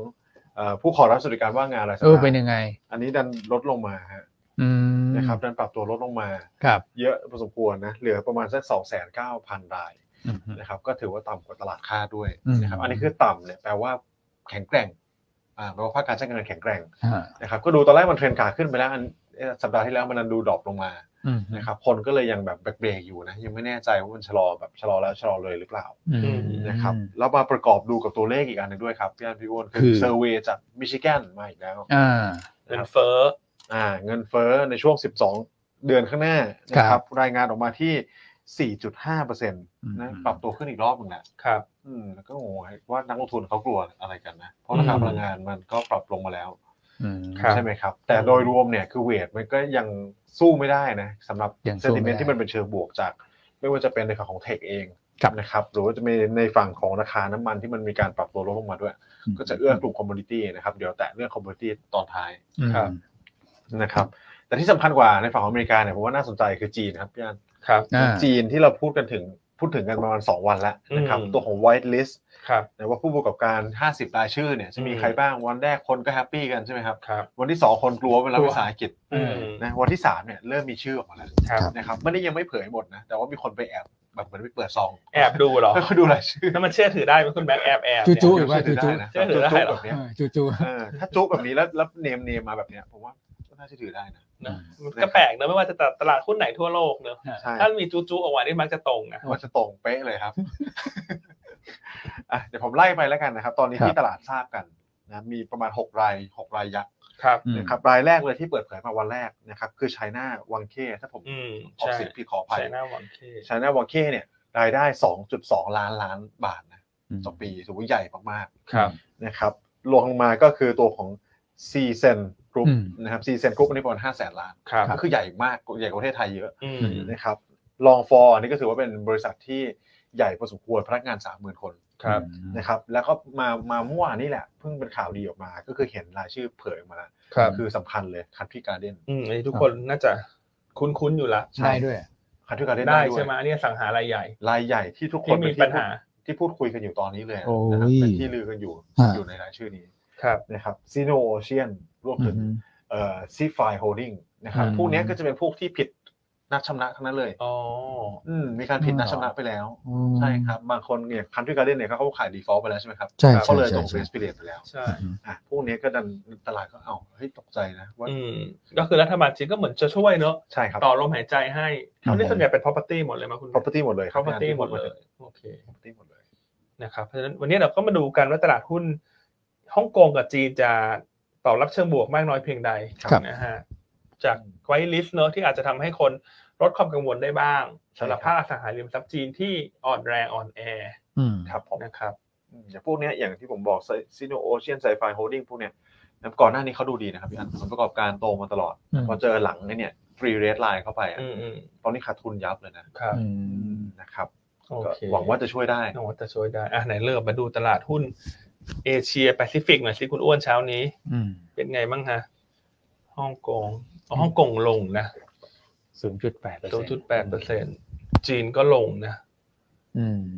Speaker 3: เอ่อผู้ขอรับสวัสดิการว่างงานอะไรายสัป
Speaker 2: เออ
Speaker 3: ดาห์
Speaker 2: เป็นยังไง
Speaker 3: อันนี้ดันลดลงมาฮะ
Speaker 2: อืม
Speaker 3: นะครับดันปรับตัวลดลงมา
Speaker 2: ครับ
Speaker 3: เยอะพอสมควรนะเหลือประมาณสัก2 9 0 0 0 ราย
Speaker 2: อืม
Speaker 3: นะครับก็ถือว่าต่ำกว่าตลาดค่าดด้วย
Speaker 2: อืม
Speaker 3: นะครับอันนี้คือต่ำเนี่ยแปลว่าแข็งแกร่งอ่าแปลว่าภาคการจ้างงานแข็งแกร่ง
Speaker 2: อ่า
Speaker 3: นะครับก็ดูตอนแรกมันเทรนขาขึ้นไปแล้วอันเอ่อสัปดาห์ที่แล้วมันดันดูดรอปลงมา
Speaker 2: อืม
Speaker 3: นะครับคนก็เลยยังแบบเบรกๆอยู่นะยังไม่แน่ใจว่ามันชะลอแบบชะลอแล้วชะลอเลยหรือเปล่า
Speaker 2: อืม
Speaker 3: นะครับแล้วมาประกอบดูกับตัวเลขอีกอันหนึงด้วยครับพี่อันพี่อ้วน
Speaker 2: คื
Speaker 3: คือ อเซอร์เวย์จากมิชิแกนมาอีกแล้ว
Speaker 2: อ่า
Speaker 1: เงินเฟ้อ
Speaker 3: อ่าเงินเฟ้อในช่วง 12 เดือนข้างหน้านะ
Speaker 2: ค
Speaker 3: ค
Speaker 2: รั
Speaker 3: รับบ รายงานออกมาที่ 4.5เปอร์เซ็นต
Speaker 2: นะ
Speaker 3: นะปรับตัวขึ้นอีกรอบหนึ่งแหละ
Speaker 1: ครับ
Speaker 3: อืมแล้วก็งงว่านักลงทุนเขากลัวอะไรกันนะ เพราะราคา
Speaker 1: อืม
Speaker 3: พลังงานมันก็ปรับลงมาแล้ว
Speaker 2: อืม
Speaker 1: ครับ
Speaker 3: ใช่ไหมครับ แต่โดยรวมเนี่ยคือเวทมันก็ยังสู้ไม่ได้นะสำหรับ
Speaker 2: ยัง
Speaker 3: เซ
Speaker 2: สู้
Speaker 3: น
Speaker 2: ไม่
Speaker 3: ติ
Speaker 2: ได้
Speaker 3: เมนต์ที่มันเป็นเชิงบวกจาก ไม่ว่าจะเป็นในฝั่งของเทคเอง
Speaker 2: ครับ
Speaker 3: นะครับหรือว่าจะมีในฝั่งของราคาน้ำมันที่มันมีการปรับตัวลดลงมาด้วย
Speaker 2: อืม
Speaker 3: ก็จะเอื้อกลุ่มคอมมูนิตี้นะครับเดี๋ยวแตะเรื่องคอมมูนิตี้ตอนท้าย
Speaker 2: อืม
Speaker 1: ครับ
Speaker 3: นะครับแต่ที่สำคัญกว่าในฝั่งของอเมริกาเนี่ยผมว่าน่าสนใจคือจีนครับพี่อัน
Speaker 1: ครับ
Speaker 2: อ่า
Speaker 3: จีนที่เราพูดกันถึงพูดถึงกันประมาณ 2 วันแล้วนะครับ
Speaker 1: อืม
Speaker 3: ตัวของ white list
Speaker 1: ครับ
Speaker 3: นะว่าผู้ประกอบการ 50 รายชื่อเนี่ยจะมี
Speaker 1: อืม
Speaker 3: ใครบ้างวันแรกคนก็แฮปปี้กันใช่ไหมครับ
Speaker 1: ครับ
Speaker 3: วันที่ 2 คนกลัวเป็นรัฐ
Speaker 2: กลัว
Speaker 3: วิสาหกิจ
Speaker 1: อืม
Speaker 3: นะวันที่ 3 เนี่ยเริ่มมีชื่อออกมาแล้ว
Speaker 1: ครับ
Speaker 3: นะครับไม่ได้ยังไม่เผยหมดนะ แต่ว่ามีคนไปแอบ แบบเหมือนไปเปิดซอง
Speaker 1: แอบดูเหรอ
Speaker 3: แล้วก็ดูรายชื่อ
Speaker 1: แล้วมันเชื่อถือได้ไหมคุณแบงค์แอบแอบ
Speaker 2: จู
Speaker 1: เนี่ย
Speaker 2: จู หรือว่า
Speaker 3: เชื่ถื
Speaker 2: จู่ๆ
Speaker 3: ได้นะ
Speaker 1: เชื่อถือได้เหรอ
Speaker 3: แบบเนี้ย
Speaker 2: เออจู่
Speaker 3: เออถ้าจุ๊บแบบนี้แล้วแล้วเนมเนมมาแบบเนี้ยผมว่าก็น่าจะถือได้นะ
Speaker 1: นะมันก็แปลกนะไม่ว่าจะตลาดหุ้นไหนทั่วโลกเนอะ
Speaker 3: ใช่
Speaker 1: ถ้ามีจูจูออกมานี่มักจะตรงนะ
Speaker 3: ว่าจะตรงเป๊ะเลยครับ อ่ะเดี๋ยวผมไล่ไปแล้วกันนะครับ ตอนนี้
Speaker 2: ครับ
Speaker 3: ที่ตลาดทราบกันนะมีประมาณ 6 ราย 6 รายยักษ์
Speaker 1: ครับ
Speaker 2: อืม
Speaker 3: นะครับรายแรกเลยที่เปิดเผยมาวันแรกนะครับ คือไชน่าวังเคถ้าผม
Speaker 1: อืม
Speaker 3: ออก
Speaker 1: ใช่
Speaker 3: เสียงผิดขออภัย
Speaker 1: ใช่หน้าหวังเค
Speaker 3: ไชน่าวังเคเนี่ย รายได้ 2.2 ล้านล้านบาทนะ
Speaker 2: ๆ
Speaker 3: ต่อปีถือว่าใหญ่มาก
Speaker 1: ครับ
Speaker 3: ๆนะครับรวมลงมาก็คือตัวของ c ีเซนกรุ๊ป
Speaker 2: อืม
Speaker 3: นะครับ c ีเซนกรุ๊ปอันนี้ประมาณ5แสนล้าน
Speaker 1: ครับ
Speaker 3: ก็คือใหญ่มากใหญ่กว่าประเทศไทยเยอะ
Speaker 1: อืม
Speaker 3: นะครับลองฟอร์นี่ก็ถือว่าเป็นบริษัทที่ใหญ่พอสมควรพนักงาน 30,000 คน
Speaker 1: ครับ
Speaker 3: นะครับแล้วก็มามาเมื่อวานนี่แหละเพิ่งเป็นข่าวดีออกมา ก็คือเห็นรายชื่อเผยออกมาแล้ว
Speaker 1: ครับ
Speaker 3: คือสำคัญเลยคันที่การเด้น
Speaker 1: อืมอันนี้ทุกคนน่าจะคุ้นๆอยู่ละ
Speaker 2: ใช่ด้วย
Speaker 3: คันที่การเด้น
Speaker 1: ได้
Speaker 3: ด้วย
Speaker 1: ใช่ไหมอันนี้อสังหารายใหญ่
Speaker 3: รายใหญ่ที่ทุกคน
Speaker 1: ที่มีปัญหา
Speaker 3: ที่พูดคุยกันอยู่ตอนนี้เลย
Speaker 2: โอ้ย
Speaker 3: นะครับเป็นที่ลือกันอยู่
Speaker 2: ฮะ
Speaker 3: อยู่ในรายชื่อนี้
Speaker 1: ครับ
Speaker 3: นะครับซีโนโอเชียนรวม
Speaker 2: อื
Speaker 3: ถึง
Speaker 2: ม
Speaker 3: เอ่อซีไฟโฮดิ้งนะครับ
Speaker 2: อืม
Speaker 3: พวกเนี้ยก็จะเป็นพวกที่ผิดนัดชำระทั้งนั้นเลย
Speaker 1: อ๋อ
Speaker 3: อืมมีการผิดนัดชำระไปแล้ว ใช่ครับ บางคนเนี่ยคันทรีการ์เด้นเนี่ยเขาขายดีฟอลต์ไปแล้วใช่ไหมครับ
Speaker 2: ใช่
Speaker 3: เขา
Speaker 2: ใช่
Speaker 3: เลยตก
Speaker 2: ใช่
Speaker 3: เฟสปิเรตไปแล้ว
Speaker 1: ใช่
Speaker 3: อ่ะพวกนี้ก็ดันตลาดก็เอ้าเฮ้ยตกใจนะว่า
Speaker 1: อืม ก็คือรัฐบาลจีนก็เหมือนจะช่วยเนอะ
Speaker 3: ใช่ครับ
Speaker 1: ต่อลมหายใจให้
Speaker 3: ครับ
Speaker 1: อันนี้ส่วนใหญ่เป็น property หมดเลยไหมาคุณ
Speaker 3: property หมดเลยครับ
Speaker 1: property หมดเลย โอเค
Speaker 3: property หมดเลย
Speaker 1: นะครับ เพราะฉะนั้นวันนี้เราก็มาดูกันว่าตลาดหุ้นฮ่องกงกับจีนจะตอบรับเชิงบวกมากน้อยเพียงใด
Speaker 2: ครับ
Speaker 1: นะฮะ จากไวลิสเนอะที่อาจจะทำให้คนลดความกังวลได้บ้าง
Speaker 3: ใช่
Speaker 1: สำหรับ
Speaker 3: ครับ
Speaker 1: ภาคอสังหาริมทรัพย์จีนที่อ่อนแรงอ่อนแอ
Speaker 2: อืม
Speaker 3: ครับผม
Speaker 1: นะครับ
Speaker 3: อืมอย่างพวกเนี้ยอย่างที่ผมบอกซีโนโอเชียนไซไฟโฮดิ้งพวกเนี้ยนะก่อนหน้านี้เขาดูดีนะครับพี่อันผลประกอบการโตมาตลอด
Speaker 2: อืม
Speaker 3: พอเจอหลังไอ้เนี่ยฟรีเรทไลน์เข้าไปอะ
Speaker 1: อืมอืม
Speaker 3: ตอนนี้ขาดทุนยับเลยนะครับ
Speaker 2: อืม
Speaker 3: นะครับ
Speaker 1: โอ
Speaker 3: ก็
Speaker 1: เค
Speaker 3: หวังว่าจะช่วยได้
Speaker 1: หวังว่าจะช่วยได้อ่ะไหนเริ่มมาดูตลาดหุ้น เอเชียแปซิฟิกหน่อยสิคุณอ้วนเช้านี้
Speaker 2: อืม
Speaker 1: เป็นไงบ้างฮะฮ่องกงอ๋อฮ่องกงลงนะ
Speaker 2: ศูนย์จุดแปดเปอร์เซ็นต์
Speaker 1: 0.8เปอร์เซ็นต์จีนก็ลงนะ
Speaker 2: อืม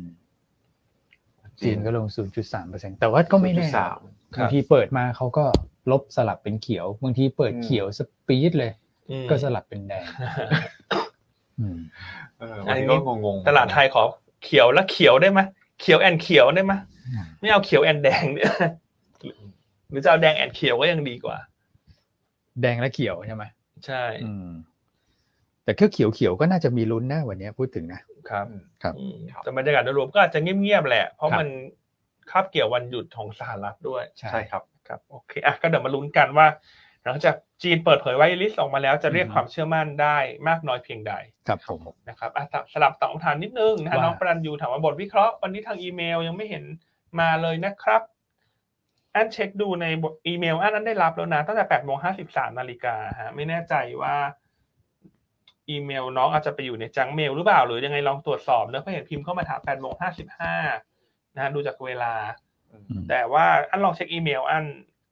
Speaker 2: จีนก็ลงศูนย์จุดสามเปอร์เซ็นต์แต่ว่าก็ไม่แน่
Speaker 3: 0.3
Speaker 1: ครับ
Speaker 2: บางทีเปิดมาเขาก็ลบสลับเป็นเขียว บางทีเปิดเขียวสปีดเลย
Speaker 1: อืม
Speaker 2: ก็สลับเป็นแดง อืม
Speaker 3: เออวันนี้ก็งงๆ
Speaker 1: ตลาดไทยขอเขียวและเขียวได้ไหมเขียวแอนเขียวได้ไหมไม่เอาเขียวแอนแดงเนี่ย หรือจะเอาแดงแอนเขียวก็ยังดีกว่า
Speaker 2: แดงและเขียวใช่ไหม
Speaker 1: ใช่
Speaker 2: อืม แต่เขียวเขียวเขียวก็น่าจะมีลุ้นนะวันเนี้ยพูดถึงนะ
Speaker 1: ครับ
Speaker 2: ครับ
Speaker 1: อืม
Speaker 3: ครับ
Speaker 1: แต่บรรยากาศโดยรวมก็อาจจะเงียบๆแหละ เพราะ
Speaker 2: ครับ
Speaker 1: มันคาบเกี่ยววันหยุดของสหรัฐด้วย
Speaker 3: ใช่ครับ
Speaker 1: ครับโอเคอ่ะก็เดี๋ยวมาลุ้นกันว่าหลังจากจีนเปิดเผยไว้ลิสต์ออกมาแล้วจะเรียกความเชื่อมั่นได้มากน้อยเพียงใด
Speaker 2: ครับผม
Speaker 1: นะครับอ่ะสลับตอบคำถามนิดนึงนะฮะ
Speaker 2: ว่า
Speaker 1: น้องปรันยูถามว่าบทวิเคราะห์วันนี้ทางอีเมลยังไม่เห็นมาเลยนะครับอันเช็คดูในบทอีเมลอันนั้นได้รับแล้วนะตั้งแต่8โมง53นาฬิกาฮะไม่แน่ใจว่า อีเมลน้องอาจจะไปอยู่ในจังเมลหรือเปล่า หรือยังไงลองตรวจสอบเนอะเพราะเห็นพิมพ์เข้ามาถาม8โมง55นะฮะดูจากเวลา แต่ว่าอันลองเช็คอีเมลอัน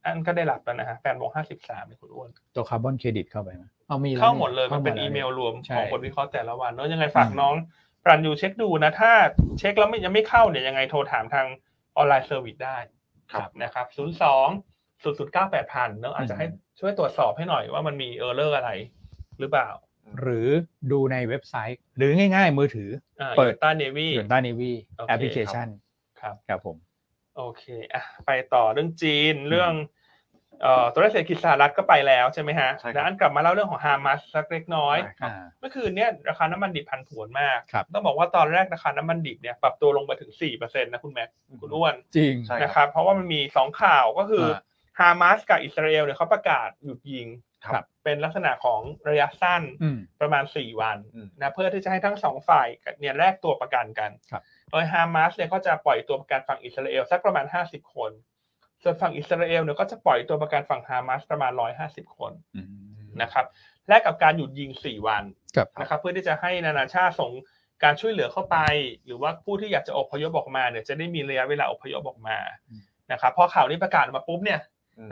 Speaker 1: อันก็ได้รับแล้วนะฮะ8โมง53เนี่ยคุณอ้วน
Speaker 2: ตัวคาร์บอนเครดิตเข้าไปไหมเอามีแว
Speaker 1: เข้าหมดเลยมันเป็น
Speaker 2: ข้าา
Speaker 1: อี
Speaker 2: แว
Speaker 1: เมลรวม
Speaker 2: ใช่
Speaker 1: ของบทวิเคราะห์แต่ละวันเนอะยังไงฝาก
Speaker 2: อืม
Speaker 1: น้องปรันยูเช็คดูนะ ถ้าเช็คแล้วไม่ยังไม่เข้าเนี่ยยังไงโทรถามทางออนไลน์เซอร์วิสได้
Speaker 3: ครับ
Speaker 1: นะครับศูนย์สองศูนย์ศูนย์เก้าแปดพันเนอะอาจจะให้ช่วยตรวจสอบให้หน่อยว่ามันมีเออร์เลอร์อะไร หรือเปล่า
Speaker 2: หรือดูในเว็บไซต์ หรือง่ายๆ มือถือ
Speaker 1: อ่า
Speaker 2: เปิด
Speaker 1: ต้าเนวี่
Speaker 2: ยูนต้าเนวี
Speaker 1: โอเค
Speaker 2: แอปพลิเคชัน
Speaker 1: ครับ
Speaker 2: ครับผม
Speaker 1: โอเคอ่ะไปต่อเรื่องจีนเรื่องเอ่อตัวเลขเศรษฐกิจสหรัฐก็ไปแล้วใช่ไหมฮะ
Speaker 3: ใช่ครับ
Speaker 1: แล้วอันกลับมาเล่าเรื่องของฮามาสสักเล็กน้อย
Speaker 3: ครับ
Speaker 1: เมื่อคืนเนี่ยราคาน้ำมันดิบพันผวนมาก
Speaker 2: ครับ
Speaker 1: ต้องบอกว่าตอนแรกราคาน้ำมันดิบเนี่ยปรับตัวลงไปถึง 4%นะคุณแม็กซ์คุณอ้วน
Speaker 2: จริง
Speaker 3: ใช่ ครับ
Speaker 1: นะครับ เพราะว่ามันมี 2 ข่าวก็คือ
Speaker 2: ฮะ
Speaker 1: ฮามาสกับอิสราเอลเนี่ยเขาประกาศหยุดยิง
Speaker 2: ครับ
Speaker 1: เป็นลักษณะของระยะสั้น
Speaker 2: อืม
Speaker 1: ประมาณ 4 วัน
Speaker 3: อืม
Speaker 1: นะเพื่อที่จะให้ทั้งสองฝ่ายเนี่ยแลกตัวประกันกัน
Speaker 2: ครับ
Speaker 1: โดยฮามาสเนี่ยก็จะปล่อยตัวประกันฝั่งอิสราเอลสักประมาณ 50 คน ส่วนฝั่งอิสราเอลเนี่ยก็จะปล่อยตัวประกันฝั่งฮามาสประมาณ 150 คน
Speaker 2: อืม
Speaker 1: นะครับแลกกับการหยุดยิง 4 วัน
Speaker 2: ครับ
Speaker 1: นะครับเพื่อที่จะให้นานาชาติส่งการช่วยเหลือเข้าไป หรือว่าผู้ที่อยากจะอพยพออกมาเนี่ยจะได้มีระยะเวลาอพยพออกมานะครับพอข่าวนี้ประกาศออกมาปุ๊บเนี่ย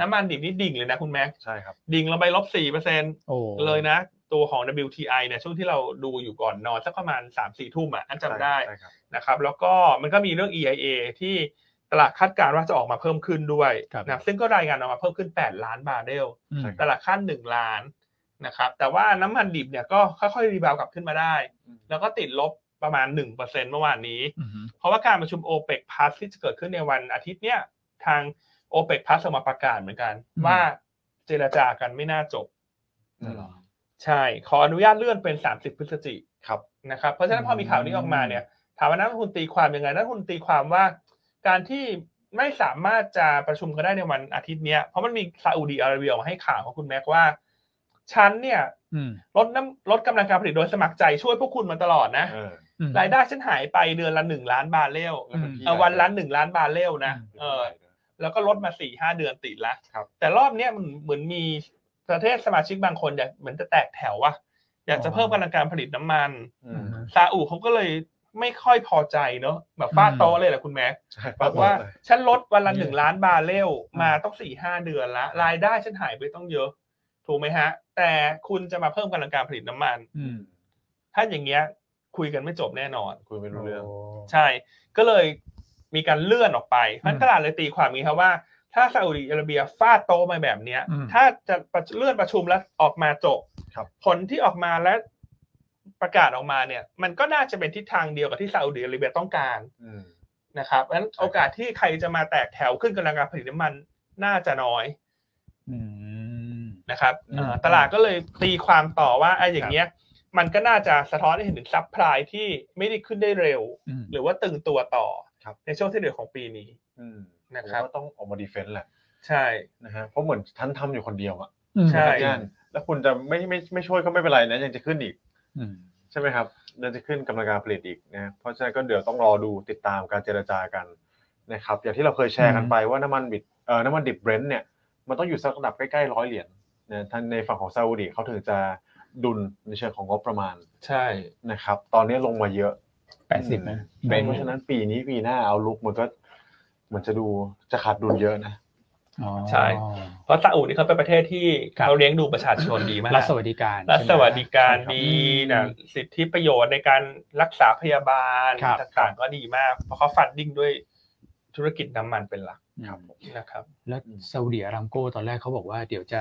Speaker 1: น้ำมันดิบนี่ดิ่งเลยนะคุณแม็กซ์
Speaker 3: ใช่ครับ
Speaker 1: ดิ่งลงไปลบ4เปอร์เซ็น
Speaker 2: โอ้
Speaker 1: เลยนะ ตัวของ WTI เนี่ยช่วงที่เราดูอยู่ก่อนนอนสักประมาณ 3-4 ทุ่มอ่ะอันจำได้
Speaker 3: ใช่ครับ
Speaker 1: นะครับแล้วก็มันก็มีเรื่อง EIA ที่ตลาดคาดการณ์ว่าจะออกมาเพิ่มขึ้นด้วยนะครับซึ่งก็รายงานออกมาเพิ่มขึ้น 8 ล้านบาร์เรล
Speaker 2: อืม
Speaker 3: ใช่ค
Speaker 1: ต
Speaker 3: รับ
Speaker 1: ลาดขั้นหนึ่งล้านนะครับแต่ว่าน้ำมันดิบเนี่ยก็ค่อยๆรีบาวกลับขึ้นมาได้ แล้วก็ติดลบ ประมาณหนึ่งเปอร์เซ็นเมื่อวานนี้
Speaker 2: อือฮึ
Speaker 1: เพราะว่าการประชุมโอเปกพ s สที่จะเกิดขึ้นในวันอาทิตย์เนี่ยทางโอเปกพ s สออกมาประกาศเหมือนกัน ว่าเจรจากันไม่น่าจบ
Speaker 3: อืม
Speaker 1: ใช่ ขออนุญาตเลื่อนเป็น 30 พฤศจิ
Speaker 3: ครับ
Speaker 1: นะครับ เพราะฉะนั้นพอมีข่าวนี้ออกมาเนี่ย ถามว่านักลงทุนตีความยังไง นักลงทุนตีความว่า การที่ไม่สามารถจะประชุมกันได้ในวันอาทิตย์เนี้ย เพราะมันมีซาอุดีอาระเบียออกมาให้ข่าวของคุณแม็กว่า ฉันเนี่ย
Speaker 2: อืม
Speaker 1: ลดน้ำลดกำลังการผลิตโดยสมัครใจช่วยพวกคุณมาตลอดนะ
Speaker 3: เออ
Speaker 2: อืม
Speaker 1: รายได้ฉันหายไปเดือนละหนึ่งล้านบาร์เรล
Speaker 3: แล้ว
Speaker 2: อืม
Speaker 3: พี่
Speaker 1: เอ่อวันละหนึ่งล้านบาร์เรลนะ
Speaker 3: ไม่
Speaker 1: เอ
Speaker 3: ท่า
Speaker 1: อ
Speaker 3: ไหร่นะ
Speaker 1: แล้วก็ลดมาสี่ห้าเดือนติดละ
Speaker 3: ครับ
Speaker 1: แต่รอบเนี้ยมันเหมือนมีประเทศสมาชิกบางคนอยากเหมือนจะแตกแถวว่ะอยากจะเพิ่มกำลังการผลิตน้ำมัน
Speaker 3: อืม
Speaker 1: ซาอุเขาก็เลยไม่ค่อยพอใจเนอะแบบฟาดโตะเลยแหละคุณแม็ก
Speaker 3: ใช่
Speaker 1: บ
Speaker 3: ปะ
Speaker 1: อกว่า
Speaker 3: เลย
Speaker 1: ฉันลดวันละหนึ่งล้านบาร์เรลมาต้องสี่ห้าเดือนละรายได้ฉันหายไปต้องเยอะ ถูกไหมฮะ แต่คุณจะมาเพิ่มกำลังการผลิตน้ำมัน
Speaker 2: อืม
Speaker 1: ถ้าอย่างเงี้ยคุยกันไม่จบแน่นอน
Speaker 3: คุยไม่รู้เรื่อง
Speaker 1: ใช่ ก็เลยมีการเลื่อนออกไปมันตลาดเลยตีความอย่างนี้ครับว่า ถ้าซาอุดิอาระเบียฟาดโตะมาแบบเนี้ย
Speaker 2: อืม
Speaker 1: ถ้าจะประเลื่อนประชุมแล้วออกมาจบ
Speaker 3: ครับ
Speaker 1: ผลที่ออกมาและประกาศออกมาเนี่ย มันก็น่าจะเป็นทิศทางเดียวกับที่ซาอุดิอาระเบียต้องการ
Speaker 3: อืม
Speaker 1: นะครับเพราะฉะนั้น
Speaker 3: ใช่
Speaker 1: โอกาสที่ใครจะมาแตกแถวขึ้นกำลังการผลิตน้ำมันน่าจะน้อย
Speaker 2: อืม
Speaker 1: นะครับเอ่อ
Speaker 2: อืม
Speaker 1: ตลาดก็เลยตีความต่อว่าไอ้อย่างเงี้ย มันก็น่าจะสะท้อนให้เห็นถึงซัพพลายที่ไม่ได้ขึ้นได้เร็ว
Speaker 2: อืม
Speaker 1: หรือว่าตึงตัวต่อ
Speaker 3: ครับ
Speaker 1: ในช่วงที่เหลือของปีนี้
Speaker 3: อืม
Speaker 1: นะครับ
Speaker 3: ผมว่าต้องออกมาดีเฟนต์แหละ
Speaker 1: ใช่
Speaker 3: นะฮะเพราะเหมือนท่านทำอยู่คนเดียวอะ
Speaker 1: ใช่
Speaker 3: ย่านแล้วคุณจะไม่ไม่ไม่ช่วยก็ไม่เป็นไรนะยังจะขึ้นอีก
Speaker 2: อืม
Speaker 3: ใช่ไหมครับเราจะขึ้นกำลังการผลิตอีกนะเพราะฉะนั้นก็เดี๋ยวต้องรอดูติดตามการเจรจากันนะครับ อย่างที่เราเคยแชร์กันไปว่าน้ำมันบิดเอ่อน้ำมันดิบเบรนท์เนี่ยมันต้องอยู่สักระดับใกล้ๆร้อยเหรียญนะท่านในฝั่งของซาอุดีเขาถึงจะดุลในเชิงของงบประมาณ
Speaker 1: ใช่
Speaker 3: นะครับ ตอนนี้ลงมาเยอะ
Speaker 2: แปดสิบนะ
Speaker 3: เ
Speaker 2: เป็น
Speaker 3: พราะฉะนั้นปีนี้ปีหน้าเอาลุกมันก็เหมันจะดูจะขาดดุลเยอะนะ
Speaker 2: อ๋อ
Speaker 1: ใช่ เพราะซาอุนี่เขาเป็นประเทศที่เขาเลี้ยงดูประชาชนดีมาก
Speaker 2: รัฐสวัสดิการ
Speaker 1: รัฐสวัสดิการ
Speaker 2: ใช่ไหม
Speaker 1: ดีนะสิทธิประโยชน์ในการรักษาพยาบาล
Speaker 2: ครับ
Speaker 1: ต่างๆก็ดีมาก เพราะเขาฟันดิ้งด้วยธุรกิจน้ำมันเป็นหลัก
Speaker 2: อืม
Speaker 3: ครับ
Speaker 1: นะครับ
Speaker 2: แล้วซาอุดิอารามโก้ตอนแรกเขาบอกว่าเดี๋ยวจะ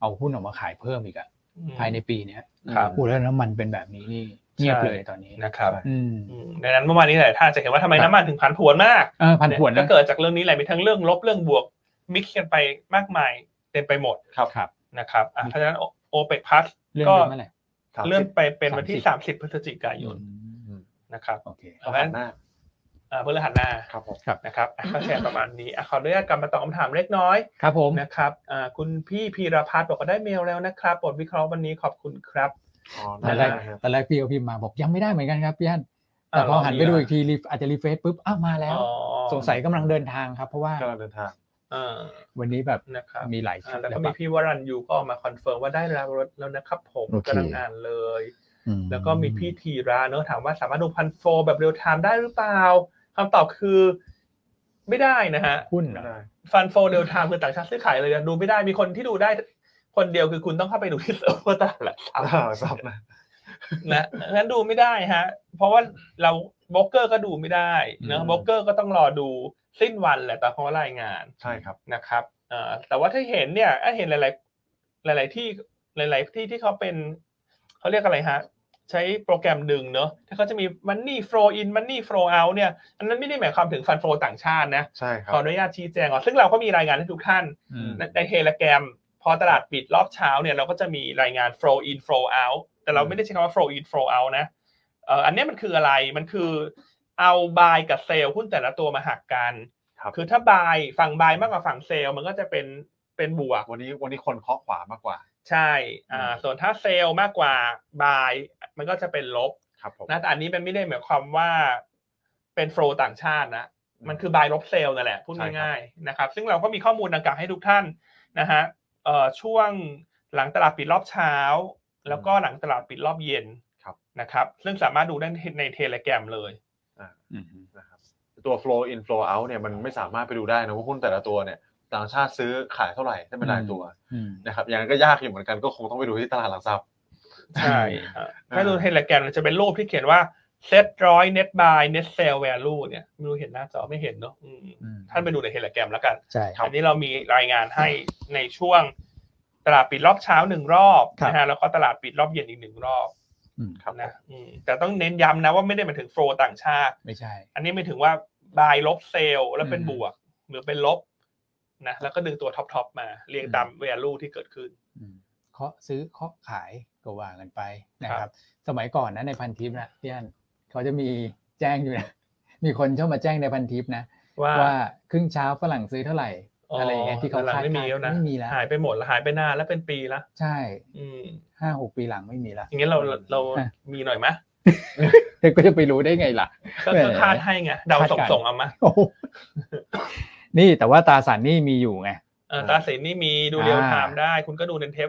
Speaker 2: เอาหุ้นออกมาขายเพิ่มอีกอะภายในปีเนี้ย
Speaker 1: ครับ
Speaker 2: โอ้แล้วน้ำมันเป็นแบบนี้นี่เงียบเลยตอนนี้
Speaker 1: นะครับ
Speaker 2: อืม
Speaker 1: อืมดังนั้นเมื่อวานนี้หลายท่านจะเห็นว่าทำไมน้ำมันถึงผันผวนมาก
Speaker 2: เออผันผวน
Speaker 1: ก็
Speaker 2: นะ
Speaker 1: เกิดจากเรื่องนี้แหละมีทั้งเรื่องลบเรื่องบวกมิกซ์กันไปมากมายเต็มไปหมด
Speaker 3: ครับ
Speaker 2: ครับ
Speaker 1: นะครับอ่ะเพราะฉะนั้นโอเปกพัส
Speaker 2: เรื่อง
Speaker 1: ก็
Speaker 2: นี้เมื่อไหร่
Speaker 3: ถาม
Speaker 1: เลื่อนไปเป็นวันที่
Speaker 2: 30
Speaker 1: 30 พฤศจิกายน
Speaker 2: อืม
Speaker 1: นะครับ
Speaker 2: โอเค
Speaker 1: เพราะฉะนั้น
Speaker 3: หน้า
Speaker 1: อ่าเพื่อหัสหน้า
Speaker 3: ครับผม
Speaker 1: นะครับอ่ะก็แชร์ประมาณนี้อ่ะขออนุญาตกลับมาตอบคำถามเล็กน้อย
Speaker 2: ครับผม
Speaker 1: นะครับอ่าคุณพี่พีรพัฒน์บอกว่าได้เมลแล้วนะครับบทวิเคราะห์วันนี้ขอบคุณครับ
Speaker 3: อ๋อ
Speaker 2: ตอน
Speaker 3: ห
Speaker 2: แร
Speaker 3: น้าก ครับ
Speaker 2: ตอนแรกพี่เอาพิมพ์มาบอกยังไม่ได้เหมือนกันครับพี่อันแต่
Speaker 1: อ้าว
Speaker 2: พอหันไป
Speaker 1: เหรอ
Speaker 2: ดูอีกทีรีอาจจะรีเฟซปุ๊บอ้าวมาแล้ว
Speaker 1: อ๋อ
Speaker 2: สงสัยกำลังเดินทางครับ เพราะว่าก
Speaker 3: ำลังเดินทาง
Speaker 1: อ่า
Speaker 2: วันนี้แบบ
Speaker 1: นะครับ
Speaker 2: มีหลาย
Speaker 1: อ่า
Speaker 2: ชุด
Speaker 1: แล้ว
Speaker 2: เลย
Speaker 1: ก็
Speaker 2: ปะ
Speaker 1: มีพี่วรันยูก็ออกมาคอนเฟิร์มว่าได้รับรถแล้วนะครับผม
Speaker 2: โอเค
Speaker 1: กำลังอ่านเลย
Speaker 2: อืม
Speaker 1: แล้วก็มีพี่ธีระเนอะถามว่าสามารถดูพันโฟร์แบบเรียลไทม์ได้หรือเปล่าคำตอบคือไม่ได้นะฮะ
Speaker 2: หุ้นเหรอ
Speaker 1: ฟันโฟเดลไทม์คือต่างชาติซื้อขายเลยนะดูไม่ได้มีคนที่ดูได้ คนเดียวคือคุณต้องเข้าไปดูที่เซิร์ฟเวอร์ตลาดหลักทรัพย์
Speaker 3: อ่าสับนะ
Speaker 1: นะงั้นดูไม่ได้ฮะ เพราะว่าเราบล็อกเกอร์ก็ดูไม่ได้
Speaker 2: อื
Speaker 1: นะ
Speaker 2: ม
Speaker 1: บล็อกเกอร์ก็ต้องรอดูสิ้นวันแหละแต่เพราะว่ารายงาน
Speaker 3: ใช่ครับ
Speaker 1: นะครับเอ่อแต่ว่าถ้าเห็นเนี่ยอ่ะเห็นหลาย ๆ หลาย ๆ ที่หลาย ๆ ที่ที่เขาเป็นเขาเรียกอะไรฮะ ใช้โปรแกรมดึงเนอะถ้าเขาจะมี Money Flow In Money Flow Out เนี่ย อันนั้นไม่ได้หมายความถึงฟันโฟต่างชาตินะ
Speaker 3: ใช่ครั
Speaker 1: ข
Speaker 3: บ
Speaker 1: ออนุญาตชี้แจงก่อนซึ่งเราก็มีรายงานให้ทุกท่าน
Speaker 2: อืม
Speaker 1: ในในเทเลแกรมพอตลาดปิดรอบเช้าเนี่ยเราก็จะมีรายงาน flow in flow out แต่เราไม่ได้ใช้คำว่า flow in flow out นะเอ่ออันเนี้ยมันคืออะไรมันคือเอา buy กับ sell หุ้นแต่ละตัวมาหักกัน
Speaker 3: ครับ
Speaker 1: คือถ้า buy ฝั่ง buy มากกว่าฝั่ง sell มันก็จะเป็นเป็นบวก
Speaker 3: วันนี้วันนี้คนเคาะขวามากกว่า
Speaker 1: ใช่อ่าส่วนถ้า sell มากกว่า buy มันก็จะเป็นลบ
Speaker 3: ครับผม
Speaker 1: นะแต่อันนี้มันไม่ได้หมายความว่าเป็น flow ต่างชาตินะ มันคือ buy ลบ sell นั่นแหละพูด
Speaker 3: ใช่ครับ
Speaker 1: ง่ายๆนะครับ ซึ่งเราก็มีข้อมูลดังกล่าวให้ทุกท่านนะฮะเอ่อช่วงหลังตลาดปิดรอบเช้า แล้วก็หลังตลาดปิดรอบเย็น
Speaker 3: ครับ
Speaker 1: นะครับ ซึ่งสามารถดูได้ในเทเลแกรมเลย
Speaker 2: อืม
Speaker 3: นะครับตัว flow in flow out เนี่ยมันไม่สามารถไปดูได้นะว่าหุ้นแต่ละตัวเนี่ยต่างชาติซื้อขายเท่าไหร่ได้เป็นรายตัว
Speaker 2: อืม
Speaker 3: นะครับอย่างนั้นก็ยากอยู่เหมือนกันก็คงต้องไปดูที่ตลาดหลักทรัพย์
Speaker 1: ใช่อ่ะถ้าดูเทเลแกรมจะเป็นรูปที่เขียนว่า set ร้อย net buy net sell value เนี่ยไม่รู้เห็นหน้าจอไม่เห็นเนอะอืม
Speaker 2: อืม
Speaker 1: ท่านไปดูในเทเลแกรมแล้วกัน
Speaker 2: ใช่
Speaker 3: ครับ
Speaker 1: อันนี้เรามีรายงานให้ในช่วงตลาดปิดรอบเช้าหนึ่งรอบ
Speaker 2: ครับ
Speaker 1: นะฮะแล้วก็ตลาดปิดรอบเย็นอีกหนึ่งรอบ
Speaker 2: อืม
Speaker 3: ครับ
Speaker 1: นะอืมแต่ต้องเน้นย้ำนะว่าไม่ได้หมายถึงโฟลต่างชาติ
Speaker 2: ไม่ใช่
Speaker 1: อันนี้หมายถึงว่าบายลบเซลล์แล้วเป็น
Speaker 2: อืม
Speaker 1: บวก หรือเป็นลบนะแล้วก็ดึงตัวท็อปทอปมาเรียงตาม
Speaker 2: อืม
Speaker 1: value ที่เกิดขึ้น
Speaker 2: อืมเคาะซื้อเคาะขายก็ว่ากันไปนะค
Speaker 1: ครั
Speaker 2: รับ
Speaker 1: บ
Speaker 2: สมัยก่อนนะในพันทิปนะพี่อันเขาจะมีแจ้งอยู่นะ มีคนชอบมาแจ้งในพันทิปนะ
Speaker 1: ว่า
Speaker 2: ว่าครึ่งเช้าฝรั่งซื้อเท่าไหร่ อะไรอย่างเงี้ยที่เขา
Speaker 1: หลัง
Speaker 2: คาด
Speaker 1: ไม่
Speaker 2: กา
Speaker 1: มี
Speaker 2: ร
Speaker 1: แล้ว
Speaker 2: ณ์
Speaker 1: นะ
Speaker 2: ไม่มีแล้ว
Speaker 1: หายไปหมดแล้วหายไปนานแล้วเป็นปีละ
Speaker 2: ใช่
Speaker 1: อืม
Speaker 2: ห้าหกปีหลังไม่มีแล้ว
Speaker 1: อย่างเงี้ยเราเรา
Speaker 2: อ่ะ
Speaker 1: มีหน่อยไหม
Speaker 2: เด็กก็จะไปรู้ได้ไงล่ะ
Speaker 1: ก็
Speaker 2: แหม
Speaker 1: ก็คาดให้ไงเดา
Speaker 2: คาด
Speaker 1: ส่ง
Speaker 2: การณ์
Speaker 1: ส่งเอามา
Speaker 2: โอ้โหนี่แต่ว่าตราสารหนี่มีอยู่ไง
Speaker 1: เออตราสินนี่มีดู
Speaker 2: อ่า
Speaker 1: เรียลไทม์ได้ คุณก็ดูในเทป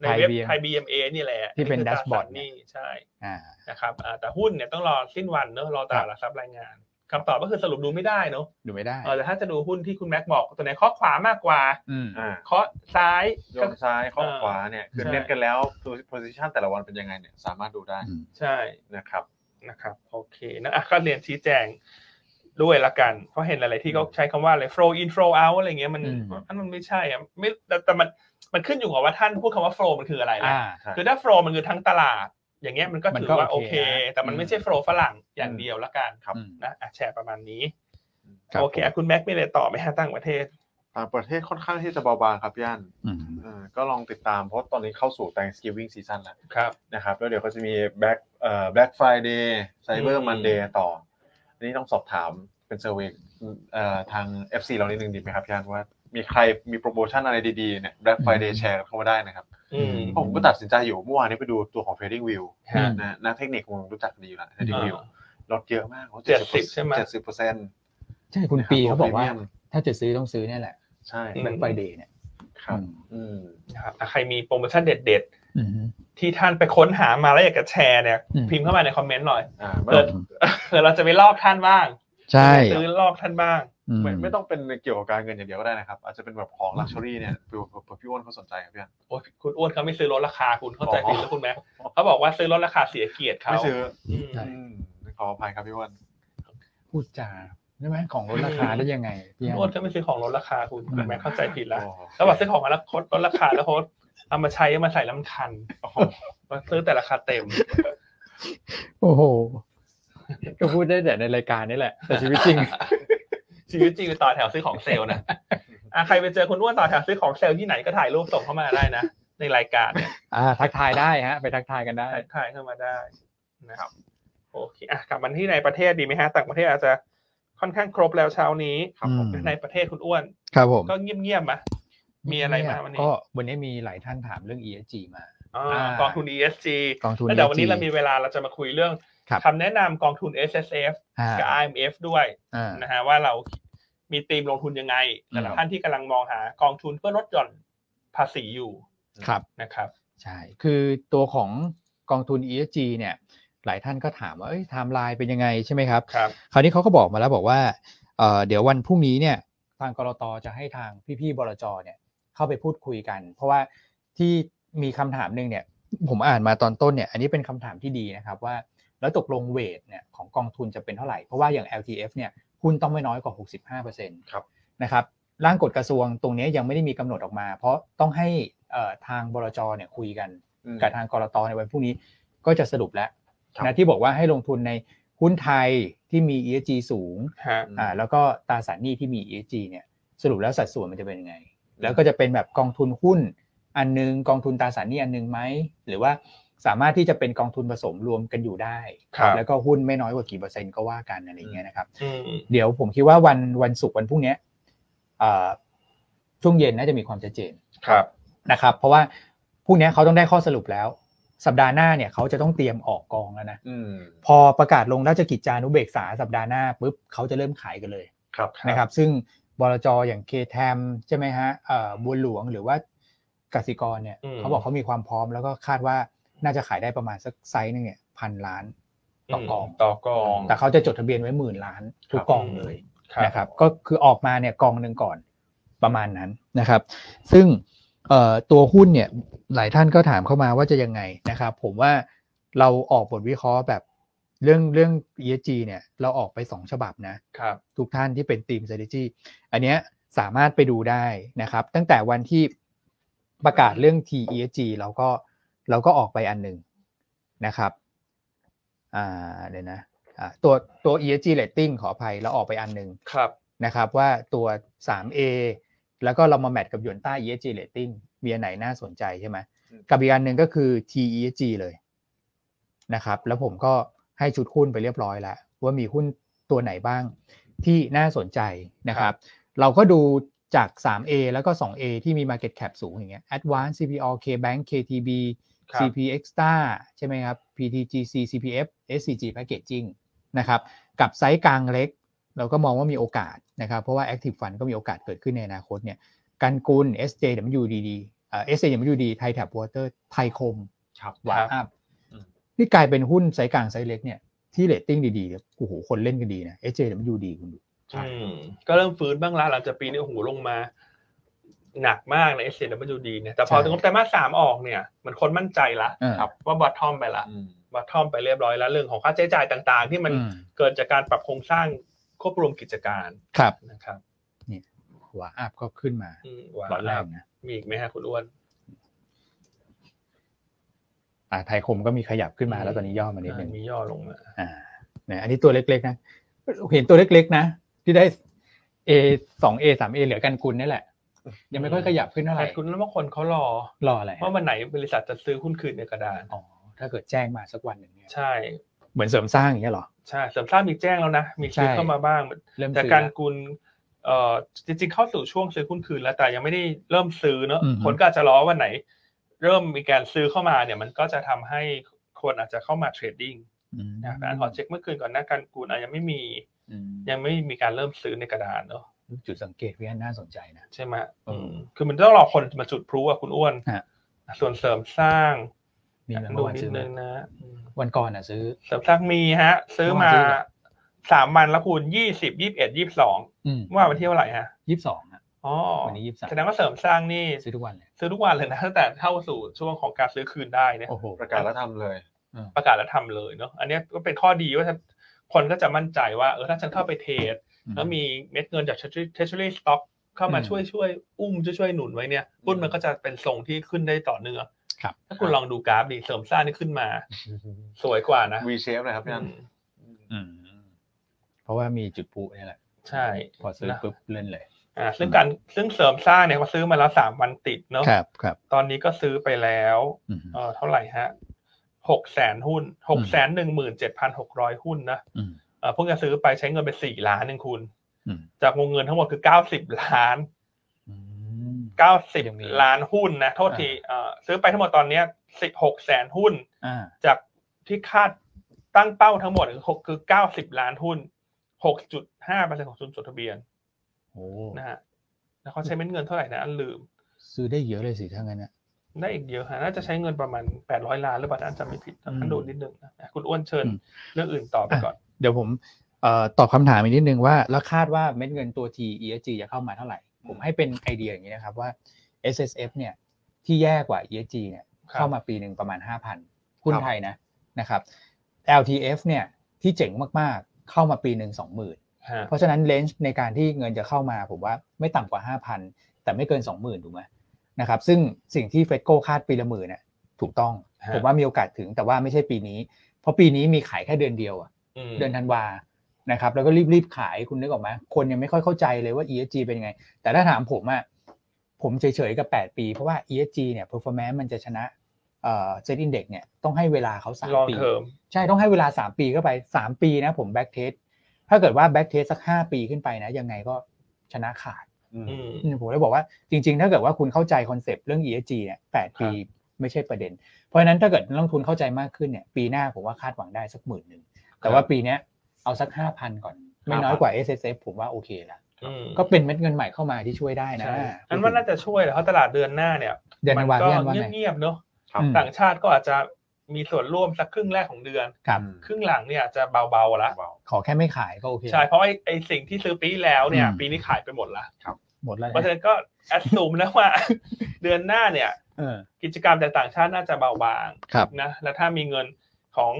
Speaker 1: ในเว็บ
Speaker 2: Thai BM
Speaker 1: ไทยบีเอ็มเอนี่แหละ
Speaker 2: ที่เป็น
Speaker 1: คืตา
Speaker 2: dashboard
Speaker 1: สันนี่ใช่
Speaker 2: อ่า
Speaker 1: นะครับอ่าแต่หุ้นเนี่ยต้องรอสิ้นวันเนอะรอตลาดหลักทรัพย์รายงานคำตอบก็คือสรุปดูไม่ได้เนอะ
Speaker 2: ดูไม่ได้
Speaker 1: เออแต่ถ้าจะดูหุ้นที่คุณแม็กบอกตัวไหนข้อขวามากกว่า
Speaker 2: อืม
Speaker 3: อ่า
Speaker 1: ข้อซ้าย
Speaker 3: โย
Speaker 1: ก็
Speaker 3: นซ้ายข้อ
Speaker 1: เออ
Speaker 3: ขวาเนี่ยคือ
Speaker 1: ใช่
Speaker 3: เน้นกันแล้ว position แต่ละวันเป็นยังไงเนี่ยสามารถดูได้
Speaker 2: อืม
Speaker 1: ใช่
Speaker 3: นะครับ
Speaker 1: นะครับโอเคนะอ่ะก็เรียนชี้แจงด้วยละกัน เพราะเห็นหลาย ๆ ที่ก็ใช้คำว่าอะไร flow in flow out อะไรเงี้ยมัน
Speaker 2: อืม
Speaker 1: มันมันไม่ใช่อะไม่แต่แต่มันมันขึ้นอยู่กับว่าท่านพูดคำว่า flow มันคืออะไรนะ
Speaker 2: อ่า
Speaker 3: ครับ
Speaker 1: คือถ้า flow มันคือทั้งตลาด อย่างเงี้ยมันก็
Speaker 2: มัน
Speaker 1: ถือ
Speaker 2: ก็
Speaker 1: ว่าโอ
Speaker 2: โอ
Speaker 1: เค
Speaker 2: เคนะ
Speaker 1: แต่มันไม่ใช่
Speaker 2: อืม
Speaker 1: flow ฝรั่งอย่างเดียวละกัน
Speaker 3: ครับ
Speaker 2: อืม
Speaker 1: นะอ่ะแชร์ประมาณนี้
Speaker 2: รับ
Speaker 1: โอเคอ่ะคุณแม็กมีอะไรต่อไหมฮะต่างประเทศ
Speaker 3: ต่างประเทศค่อนข้างที่จะเบาบางครับพี่อัน
Speaker 2: อืม
Speaker 3: เออก็ลองติดตามเพราะตอนนี้เข้าสู่ Thanksgiving season แล้ว
Speaker 1: ครับ
Speaker 3: นะครับ แล้วเดี๋ยวก็จะมี Black เอ่อ Black Friday Cyber
Speaker 1: อืม
Speaker 3: Monday ต่ออันนี้ต้องสอบถามเป็นเซอร์เวย์เอ่อทาง FC เรานิดนึงดีไหมครับพี่อันว่ามีใครมีโปรโมชั่นอะไรดีๆเนี่ย Black Friday
Speaker 2: อืม
Speaker 3: แชร์เข้ามาได้นะครับ
Speaker 1: อืม
Speaker 3: เพราะผมก็ตัดสินใจอยู่เมื่อวานนี้ไปดูตัวของ Trading View
Speaker 1: ฮะ
Speaker 3: นะนักเทคนิคคงรู้จักดีอยู่แล้ว Trading
Speaker 1: อ่า
Speaker 3: View ลดเยอะมาก
Speaker 1: 70ใช่ไหม
Speaker 3: เจ็ดสิบเปอร์เซ็นต์
Speaker 2: ใช่คุณปีเขาบอกว่า ถ้าจะซื้อต้องซื้อเนี่ยแหละ
Speaker 3: ใช่
Speaker 1: อืม
Speaker 2: แบงค์ไบเดย์เนี่ย
Speaker 3: ครับ อืม
Speaker 1: นะครับอ่ะใครมีโปรโมชั่นเด็ด
Speaker 2: อืม
Speaker 1: ๆ ที่ท่านไปค้นหามาแล้วอยากจะแชร์เนี่ย
Speaker 2: อืม
Speaker 1: พิมพ์เข้ามาในคอมเมนต์หน่อย
Speaker 3: อ่า
Speaker 1: เปิด เผื่อเราจะไปลอกท่านบ้าง
Speaker 2: ใช่
Speaker 1: ซื้อลอกท่านบ้าง
Speaker 2: ม
Speaker 3: ไม่ไม่ต้องเป็นเกี่ยวกับการเงินอย่างเดียวก็ได้นะครับ อาจจะเป็นแบบของลักชัวรี่เนี่ยเผื่อพี่อ้วนเขาสนใจครับพี่อัน
Speaker 1: โอ้ยคุณอ้วนเขาไม่ซื้อลดราคาคุณเข้าใจ
Speaker 3: อ๋อ
Speaker 1: ผิดแล้วคุณแม็กเขาบอกว่าซื้อลดราคาเสียเกียรติเขา
Speaker 3: ไม่ซื้อ
Speaker 1: ม
Speaker 2: ใช่
Speaker 3: อืมขออภัยครับพี่อ้วน
Speaker 2: พูดจาใช่ไหมของลดราคา
Speaker 1: อืม
Speaker 2: ได้ยังไงพี่
Speaker 1: คุณ
Speaker 2: อัน
Speaker 1: อ้วนก็ไม่ซื้อของลดราคาคุณคุณแม็กเข้าใจผิดแล้ว
Speaker 3: โอ้โห
Speaker 1: แล้วบอกซื้อของมาแล้วคดลดราคาแล้วโคดเอามาใช้เอามาใส่ลำคัน
Speaker 3: โอ้โห
Speaker 1: ว่าซื้อแต่ราคาเต็ม
Speaker 2: โอ้โห ก็พูดได้แต่ในรายการนี่แหละ แต่ชีวิตจริง
Speaker 1: ชีวิตจริงไปต่อแถวซื้อของเซลล์นะอ่ะใครไปเจอคุณอ้วนต่อแถวซื้อของเซลล์ที่ไหนก็ถ่ายรูปส่งเข้ามาได้นะ ในรายการเนี่ย
Speaker 2: อ่า ทักทายได้ฮะ ไปทักทายกันได้
Speaker 1: ถ่ายถ่ายเข้ามาได้นะครับโอเคอ่ะกลับมาที่ในประเทศดีไหมฮะ ต่างประเทศอาจจะค่อนข้างครบแล้วเช้านี้
Speaker 3: ครับผม
Speaker 2: อืม
Speaker 1: ในประเทศคุณอ้วน
Speaker 2: ครับผม
Speaker 1: ก็เงียบเงียบๆมะมีอะไรมาวันนี้
Speaker 2: ก็วันนี้มีหลายท่านถามเรื่อง ESG มา
Speaker 1: อ๋อ
Speaker 2: อ่าก ก
Speaker 1: องทุน ESG
Speaker 2: กองทุน
Speaker 1: แล้วเดี๋ยววันนี้
Speaker 2: ESG
Speaker 1: เรามีเวลาเราจะมาคุยเรื่อง
Speaker 2: ครับ
Speaker 1: คำแนะนำกองทุน S S F
Speaker 2: อ่า
Speaker 1: กับ I M F ด้วย
Speaker 2: อ่า
Speaker 1: นะฮะว่าเรามีธีมลงทุนยังไงแต่ละ
Speaker 2: อืม
Speaker 1: ท่านที่กำลังมองหากองทุนเพื่อลดหย่อนภาษีอยู่
Speaker 2: ครับ
Speaker 1: นะครับ
Speaker 2: ใช่ คือตัวของกองทุน ESG เนี่ย หลายท่านก็ถามว่า เอ้ยไทม์ไลน์เป็นยังไงใช่ไหมครับ
Speaker 1: ครับ
Speaker 2: คราวนี้เขาก็บอกมาแล้วบอกว่าเอ่อเดี๋ยววันพรุ่งนี้เนี่ยทางกรตจะให้ทางพี่ๆบลจเนี่ยเข้าไปพูดคุยกัน เพราะว่าที่มีคำถามหนึ่งเนี่ยผมอ่านมาตอนต้นเนี่ยอันนี้เป็นคำถามที่ดีนะครับว่า แล้วตกลงเวทเนี่ยของกองทุนจะเป็นเท่าไหร่ เพราะว่าอย่าง LTF เนี่ยหุ้นต้องไม่น้อยกว่า 65%
Speaker 3: ครับ
Speaker 2: นะครับร่างกฎกระทรวงตรงเนี้ยยังไม่ได้มีกำหนดออกมา เพราะต้องให้เอ่อทางบลจเนี่ยคุยกัน
Speaker 3: อืม
Speaker 2: กับทางกรตในวันพรุ่งนี้ก็จะสรุปแล้ว
Speaker 3: ครับ
Speaker 2: นะที่บอกว่าให้ลงทุนในหุ้นไทยที่มี ESG สูง
Speaker 1: ฮะ
Speaker 2: อ่าแล้วก็ตราสารหนี้ที่มี ESG เนี่ยสรุปแล้วสัดส่วนมันจะเป็นยังไง แล้วก็จะเป็นแบบกองทุนหุ้นอันนึงกองทุนตราสารหนี้อันนึงไหมหรือว่าสามารถที่จะเป็นกองทุนผสมรวมกันอยู่ได้
Speaker 1: ครับ
Speaker 2: แล้วก็หุ้นไม่น้อยกว่ากี่เปอร์เซ็นต์ก็ว่ากันอะไรอย่างเงี้ยนะครับ
Speaker 1: อืม
Speaker 2: เดี๋ยวผมคิดว่าวันวันศุกร์วันพรุ่งเนี้ยเอ่อช่วงเย็นน่าจะมีความชัดเจน
Speaker 1: ครับ
Speaker 2: นะครับเพราะว่าพรุ่งนี้เขาต้องได้ข้อสรุปแล้ว สัปดาห์หน้าเนี่ยเขาจะต้องเตรียมออกกองแล้วนะ
Speaker 3: อืม
Speaker 2: พอประกาศลงราชกิจจานุเบกษาสัปดาห์หน้าปุ๊บเขาจะเริ่มขายกันเลย
Speaker 3: ครับ
Speaker 2: นะครับซึ่งบลจอย่างเคแทมใช่ไหมฮะเอ่อบัวหลวงหรือว่ากสิกรเนี่ย
Speaker 1: อืม
Speaker 2: เขาบอกเขามีความพร้อมแล้วก็คาดว่าน่าจะขายได้ประมาณสักไซส์หนึงเนี่ยพันล้านต่อกอง
Speaker 1: ต่อกอง
Speaker 2: แต่เขาจะจดทะเบียนไว้หมื่นล้านทุกกองเลย
Speaker 1: ครับ
Speaker 2: นะครับก็คือออกมาเนี่ยกองหนึ่งก่อนประมาณนั้นนะครับ ซึ่งเอ่อตัวหุ้นเนี่ยหลายท่านก็ถามเข้ามาว่าจะยังไงนะครับ ผมว่าเราออกบทวิเคราะห์แบบเรื่องเรื่อง ESG เนี่ยเราออกไป 2 ฉบับนะ
Speaker 1: ครับ
Speaker 2: ทุกท่านที่เป็นทีม strategy อันเนี้ยสามารถไปดูได้นะครับ ตั้งแต่วันที่ประกาศเรื่อง TESG เราก็เราก็ออกไปอันหนึ่ง นะครับอ่าเดี๋ยวนะอ่าตัวตัว ESG rating ขออภัยเราออกไปอันหนึ่ง
Speaker 1: ครับ
Speaker 2: นะครับว่าตัว 3A แล้วก็เรามาแมทกับหยวนต้า ESG rating มีอันไหนน่าสนใจใช่ไหม
Speaker 3: อืม
Speaker 2: กับอีกอันหนึ่งก็คือ T ESG เลยนะครับแล้วผมก็ให้ชุดหุ้นไปเรียบร้อยแล้ว ว่ามีหุ้นตัวไหนบ้างที่น่าสนใจนะครับ เราก็ดูจาก 3A แล้วก็ 2A ที่มี Market Cap สูงอย่างเงี้ย Advance CPO KBank KTB
Speaker 1: ครับ
Speaker 2: CP Extra ใช่ไหมครับ PTGC CPF SCG Packaging นะครับกับไซส์กลางเล็ก เราก็มองว่ามีโอกาสนะครับ เพราะว่า Active Fund ก็มีโอกาสเกิดขึ้นในอนาคตเนี่ยกันกุล SJWD เอ่อ SJWD ไทยแถบวอเตอร์ไทยคม
Speaker 3: ครับ
Speaker 2: วา
Speaker 1: ครับ
Speaker 2: อัพ
Speaker 3: อืม
Speaker 2: นี่กลายเป็นหุ้นไซส์กลางไซส์เล็กเนี่ยที่เรตติ้งดีๆเนี่ยโอ้โหคนเล่นกันดีนะ SJWD คุณดู
Speaker 3: ใช่
Speaker 1: อืมก็เริ่มฟื้นบ้างละหลังจากปีนี้โอ้โหลงมา หนักมากใน s อ w d เนี่ยแต่พอ
Speaker 2: ใช่
Speaker 1: ถึงงบไตรมาสสามออกเนี่ย มันคนมั่นใจละ
Speaker 2: เออ
Speaker 3: ครับ
Speaker 1: ว่าบอททอมไปละ
Speaker 3: อืม
Speaker 1: บอททอมไปเรียบร้อยแล้วเรื่องของค่าใช้จ่ายต่าง ๆ ที่มัน
Speaker 2: อืม
Speaker 1: เกิดจากการปรับโครงสร้างควบรวมกิจการ
Speaker 2: ครับ
Speaker 1: นะครับ
Speaker 2: วาอัพก็ขึ้นมา
Speaker 1: อืมว่า
Speaker 2: ร้อนแรงนะ
Speaker 1: มีอีกไหมฮะคุณอ้วน
Speaker 2: อ่าไทยคมก็มีขยับขึ้นมาแล้วตอนนี้ย่อมานิดนึง
Speaker 1: มีย่อลงมา
Speaker 2: อ่านะอันนี้ตัวเล็กๆนะ เห็นตัวเล็กๆนะ ที่ได้ A สอง A สาม A เหลือกันกุลนี่แหละ ยังไม่ค่อยขยับขึ้นเท่าไหร่
Speaker 1: แต่คุณแล้วบางคนเขารอ
Speaker 2: รออะไรฮะ
Speaker 1: ว่าวันไหนบริษัทจะซื้อหุ้นคืนในกระดาน
Speaker 2: อ๋อถ้าเกิดแจ้งมาสักวันหนึ่งเนี่ย
Speaker 1: ใช่
Speaker 2: เหมือนเสริมสร้างอย่างเงี้ยเหรอ
Speaker 1: ใช่เสริมสร้างมีแจ้งแล้วนะ มีซื้อ
Speaker 2: ใช่
Speaker 1: เข้ามาบ้าง
Speaker 2: เริ่ม
Speaker 1: แต่
Speaker 2: ซื้อ
Speaker 1: การ
Speaker 2: ละ
Speaker 1: กุลเอ่อจริงๆเข้าสู่ช่วงซื้อหุ้นคืนแล้วแต่ยังไม่ได้เริ่มซื้อเนอะ
Speaker 2: อือฮึ
Speaker 1: คนก็อาจจะรอวันไหน เริ่มมีการซื้อเข้ามาเนี่ย มันก็จะทำให้คนอาจจะเข้ามาเทรดดิ้ง
Speaker 2: อืม
Speaker 1: นะแต่อันขอเช็คเมื่อคืนก่อนนะการกุลอาจยังไม่มี
Speaker 2: อืม
Speaker 1: ยังไม่มีการเริ่มซื้อในกระดานเนอะ
Speaker 2: จุดสังเกตพี่อันน่าสนใจนะ
Speaker 1: ใช่ไหม
Speaker 2: อืม
Speaker 1: อืมคือมันต้องรอคนมาจุดพลุอะคุณอ้วน
Speaker 2: ฮะ
Speaker 1: ส่วนเสริมสร้าง
Speaker 2: มีไหม
Speaker 1: ดู
Speaker 2: เมื่อวาน
Speaker 1: นิ
Speaker 2: ซื้
Speaker 1: ด
Speaker 2: อไหม
Speaker 1: นึงนะอืม
Speaker 2: วันก่อนอ่ะซื้อ
Speaker 1: เสริมสร้างมีฮะ ซื้อมา
Speaker 2: เมื่อวานซื้อเหรอ
Speaker 1: สามวันแล้วคุณยี่สิบยี่บเอ็ดยี่บสอง
Speaker 2: อืม
Speaker 1: ว่าวันที่เท่าไหร่ฮะ
Speaker 2: ยี่สิบสองอ่ะ
Speaker 1: อ๋อ
Speaker 2: วันนี้ยี่สิบสาม
Speaker 1: แสดงว่าเสริมสร้างนี่
Speaker 2: ซื้อทุกวันเลย
Speaker 1: ซื้อทุกวันเลยนะตั้งแต่เข้าสู่ช่วงของการซื้อคืนได้เนี่ย
Speaker 2: โอ้โห
Speaker 3: ประกาศแล้วทำเลย
Speaker 1: ประกาศแล้วทำเลยเนาะอันเนี้ยก็เป็นข้อดีว่าถ้าคนก็จะมั่นใจว่าเออถ้าฉันเข้าไปเทรดแล้วมีเม็ดเงินจาก Treasury- Treasury Stock เข้ามา
Speaker 2: อืม
Speaker 1: ช่วยช่วยอุ้มช่วยช่วยหนุนไว้เนี่ยหุ้นมันก็จะเป็นทรงที่ขึ้นได้ต่อเนื่อง
Speaker 2: ครับ
Speaker 1: ถ้าคุณลองดูกราฟดิเสริมสร้างนี่ขึ้นมา สวยกว่านะ
Speaker 3: V shape เลยครับพี่อัน
Speaker 1: อืม
Speaker 2: อืมเพราะว่ามีจุดพลุนี่แหละ
Speaker 1: ใช่
Speaker 2: พอซื้อ
Speaker 1: นะ
Speaker 2: ปุ๊บเล่นเลย
Speaker 1: อ่าซึ่งการซึ่งเสริมสร้างเนี่ยเขาซื้อมาแล้วสามวันติดเนาะ
Speaker 2: ครับครับ
Speaker 1: ตอนนี้ก็ซื้อไปแล้ว
Speaker 2: อืม
Speaker 1: เออเท่าไหร่ฮะหกแสนหุ้นหกแสนหนึ่งหมื่นเจ็ดพันหกร้อยหุ้นนะ
Speaker 2: อืม
Speaker 1: เออเพิ่งจะซื้อไปใช้เงินไปสี่ล้านหนึ่งคุณ
Speaker 2: อืม
Speaker 1: จากวงเงินทั้งหมดคือเก้าสิบล้าน
Speaker 2: อืม
Speaker 1: เก้าสิบ
Speaker 2: ยังมี
Speaker 1: ล้านหุ้นนะโทษ
Speaker 2: อ่า
Speaker 1: ทีเออซื้อไปทั้งหมดตอนเนี้ยสิบหกแสนหุ้น
Speaker 2: อ่า
Speaker 1: จากที่คาดตั้งเป้าทั้งหมดคือหกคือเก้าสิบล้านหุ้นหกจุดห้าเปอร์เซ็นต์ของทุนจดทะเบียน
Speaker 2: โอ้
Speaker 1: นะฮะแล้วเขาใช้เม็ดเงินเท่าไหร่นะอันลืม
Speaker 2: ซื้อได้เยอะเลยสิถ้างั้นนะ
Speaker 1: ได้อีกเยอะฮะน่าจะใช้เงินประมาณ 800 ล้านหรือเปล่าถ้าอาจารย์ไม่ผิด
Speaker 2: อืม
Speaker 1: อันดูนิดนึงนะคุณอ้วนเชิญ
Speaker 2: อืม
Speaker 1: เรื่องอื่นต่อไปก่อน
Speaker 2: เดี๋ยวผมเอ่อตอบคำถามอีกนิดนึงว่า แล้วคาดว่าเม็ดเงินตัว T ESG จะเข้ามาเท่าไหร่ ผมให้เป็นไอเดียอย่างนี้นะครับว่า SSF เนี่ยที่แย่กว่า ESG เนี่ย
Speaker 1: ครับ
Speaker 2: เข้ามาปีหนึ่งประมาณ 5,000หุ้นไทยนะนะครับ LTF เนี่ยที่เจ๋งมากๆเข้ามาปีหนึ่ง20,000
Speaker 1: ฮะ
Speaker 2: เพราะฉะนั้นเลนจ์ในการที่เงินจะเข้ามาผมว่าไม่ต่ำกว่า 5,000 แต่ไม่เกิน 20,000ถูกไหมนะครับซึ่งสิ่งที่เฟดโกคาดปีละหมื่นน่ะถูกต้อง
Speaker 1: ฮะ
Speaker 2: ผมว่ามีโอกาสถึงแต่ว่าไม่ใช่ปีนี้ เพราะปีนี้มีขายแค่เดือนเดียวอะ
Speaker 1: ม
Speaker 2: เดือนธันวานะครับแล้วก็รีบๆขายคุณนึกออกไหมคนยังไม่ค่อยเข้าใจเลยว่า ESG เป็นยังไง แต่ถ้าถามผมอะผมเฉยๆกับ 8 ปี เพราะว่า ESG เนี่ย performance มันจะชนะเอ่อ set index เนี่ยต้องให้เวลาเขาสาม
Speaker 1: ลอง
Speaker 2: ปี
Speaker 1: เทอม
Speaker 2: ใช่ต้องให้เวลา 3 ปีเข้าไป 3 ปีนะผมแบ็กเทสถ้าเกิดว่าแบ็กเทสสัก 5 ปีขึ้นไปนะ ยังไงก็ชนะขาด
Speaker 3: อืม
Speaker 1: อืม
Speaker 2: อืมผมเลยบอกว่าจริงๆ ถ้าเกิดว่าคุณเข้าใจคอนเซปต์เรื่อง ESG เนี่ยแปด
Speaker 1: ครั
Speaker 2: ปี
Speaker 1: บ
Speaker 2: ไม่ใช่ประเด็น เพราะฉะนั้นถ้าเกิดนักลงทุนเข้าใจมากขึ้นเนี่ยปีหน้าผมว่าคาดหวังได้สักหมื่นหนึ่งแต่ว่าปีเนี้ยเอาสัก 5,000 ก่อน ไม่น้อยกว่า s s f ผมว่าโอเคละ
Speaker 1: อืม
Speaker 2: ก็เป็นเม็ดเงินใหม่เข้ามาที่ช่วยได้นะ
Speaker 1: ใช่อันว่าน่าจะช่วยแหละเพราะตลาดเดือนหน้าเนี่ย
Speaker 2: เดือน
Speaker 1: มั
Speaker 2: ธันวาค
Speaker 1: ก็
Speaker 2: มว่าไง
Speaker 1: เงียบๆเนาะ
Speaker 3: ครับ
Speaker 2: อืม
Speaker 1: ต่างชาติก็อาจจะมีส่วนร่วมสักครึ่งแรกของเดือน
Speaker 2: ครับ
Speaker 1: ครึ่งหลังเนี่ยอาจจะเบาๆละ
Speaker 3: เบา
Speaker 2: ขอแค่ไม่ขายก็โอเค
Speaker 1: ใช่เพราะไอ้ไอ้สิ่งที่ซื้อปีที่แล้วเนี่ย
Speaker 2: อืม
Speaker 1: ปีนี้ขายไปหมดละ
Speaker 2: หมดแล้ว
Speaker 1: เพราะฉะ
Speaker 2: นะ
Speaker 1: นั้นก็แอดซูมนะว่า เดือนหน้าเนี่ย
Speaker 2: เออ
Speaker 1: กิจกรรมจากต่างชาติน่าจะเบาบาง
Speaker 2: ครับ
Speaker 1: นะแล้วถ้ามีเงินของ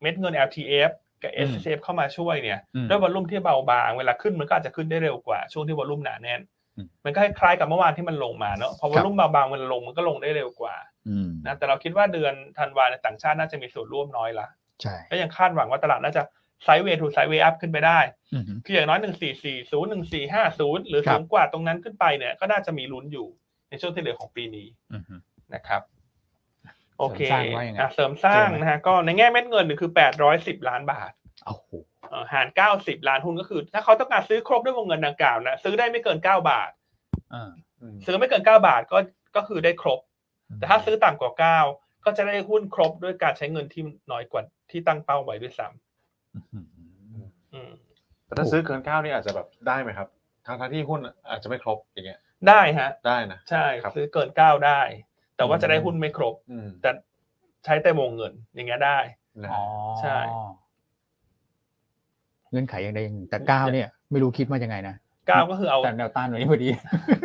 Speaker 1: เม็ดเงิน LTF กับ
Speaker 2: อืม
Speaker 1: s s f เข้ามาช่วยเนี่ย
Speaker 2: อืม
Speaker 1: ด้วยวอลลุ่มที่เบาบาง เวลาขึ้นมันก็อาจจะขึ้นได้เร็วกว่าช่วงที่วอลลุ่มหนาแน่น
Speaker 2: อืม
Speaker 1: มันก็คล้ายๆกับเมื่อวานที่มันลงมาเนาะพอวอลุ่มบางๆมันลงมันก็ลงได้เร็วกว่า
Speaker 2: อืม
Speaker 1: นะแต่เราคิดว่าเดือนธันวาในยต่างชาติน่าจะมีส่วนร่วมน้อยละ
Speaker 2: ใช่
Speaker 1: ก็ยังคาดหวังว่าตลาดน่าจะไซด์เวย์ทูไซด์เวย์อัพขึ้นไปได้
Speaker 2: อือฮึ
Speaker 1: คืออย่างน้อยหนึ่งสี่สี่ศูนย์หนึ่งสี่ห้าศูนย์หรือ
Speaker 2: ครั
Speaker 1: สู
Speaker 2: บ
Speaker 1: งกว่าตรงนั้นขึ้นไปเนี่ยก็น่าจะมีลุ้นอยู่ในช่วงที่เหลือของปีนี้
Speaker 2: อือฮึ
Speaker 1: นะครับ โอเค
Speaker 2: เสริมสร้างว่ายังไง
Speaker 1: อ่ะเสริมสร้าง
Speaker 2: เจอไหม
Speaker 1: นะฮะก็ในแง่เม็ดเงินเนี่ยคือแปดร้อยสิบล้านบาท
Speaker 2: โอ้โห
Speaker 1: เอ่อหาร 90 ล้านหุ้นก็คือ ถ้าเขาต้องการซื้อครบด้วยวงเงินดังกล่าวนะซื้อได้ไม่เกิน 9 บาท
Speaker 2: อ่า
Speaker 3: อืม
Speaker 1: ซื้อไม่เกิน 9 บาทก็ก็คือได้ครบ แต่ถ้าซื้อต่ำกว่า 9 ก็จะได้หุ้นครบด้วยการใช้เงินที่น้อยกว่าที่ตั้งเป้าไว้ด้วยซ้
Speaker 2: อืม
Speaker 1: ำอืม
Speaker 3: แต่ถ้าซื้อเกินเก้านี่อาจจะแบบได้ไหมครับทั้งทั้งๆที่หุ้นอาจจะไม่ครบอย่างเงี้ย
Speaker 1: ได้ฮะ
Speaker 3: ได้นะ
Speaker 1: ใช่
Speaker 3: ครับ
Speaker 1: ซื้อเกิน 9 ได้ แต่ว่าจะได้หุ้นไม่ครบ
Speaker 3: อืม
Speaker 1: แต่ใช้แต่วงเงินอย่างเงี้ยได้
Speaker 3: นะ
Speaker 2: อ๋อ
Speaker 1: ใช่
Speaker 2: เงื่อนไขอย่างใดอย่างหนึ่งแต่เก้าเนี่ย ไม่รู้คิดมายังไงนะ
Speaker 1: 9ก็คือเอา
Speaker 2: แต่แนวต้านไว้พอดี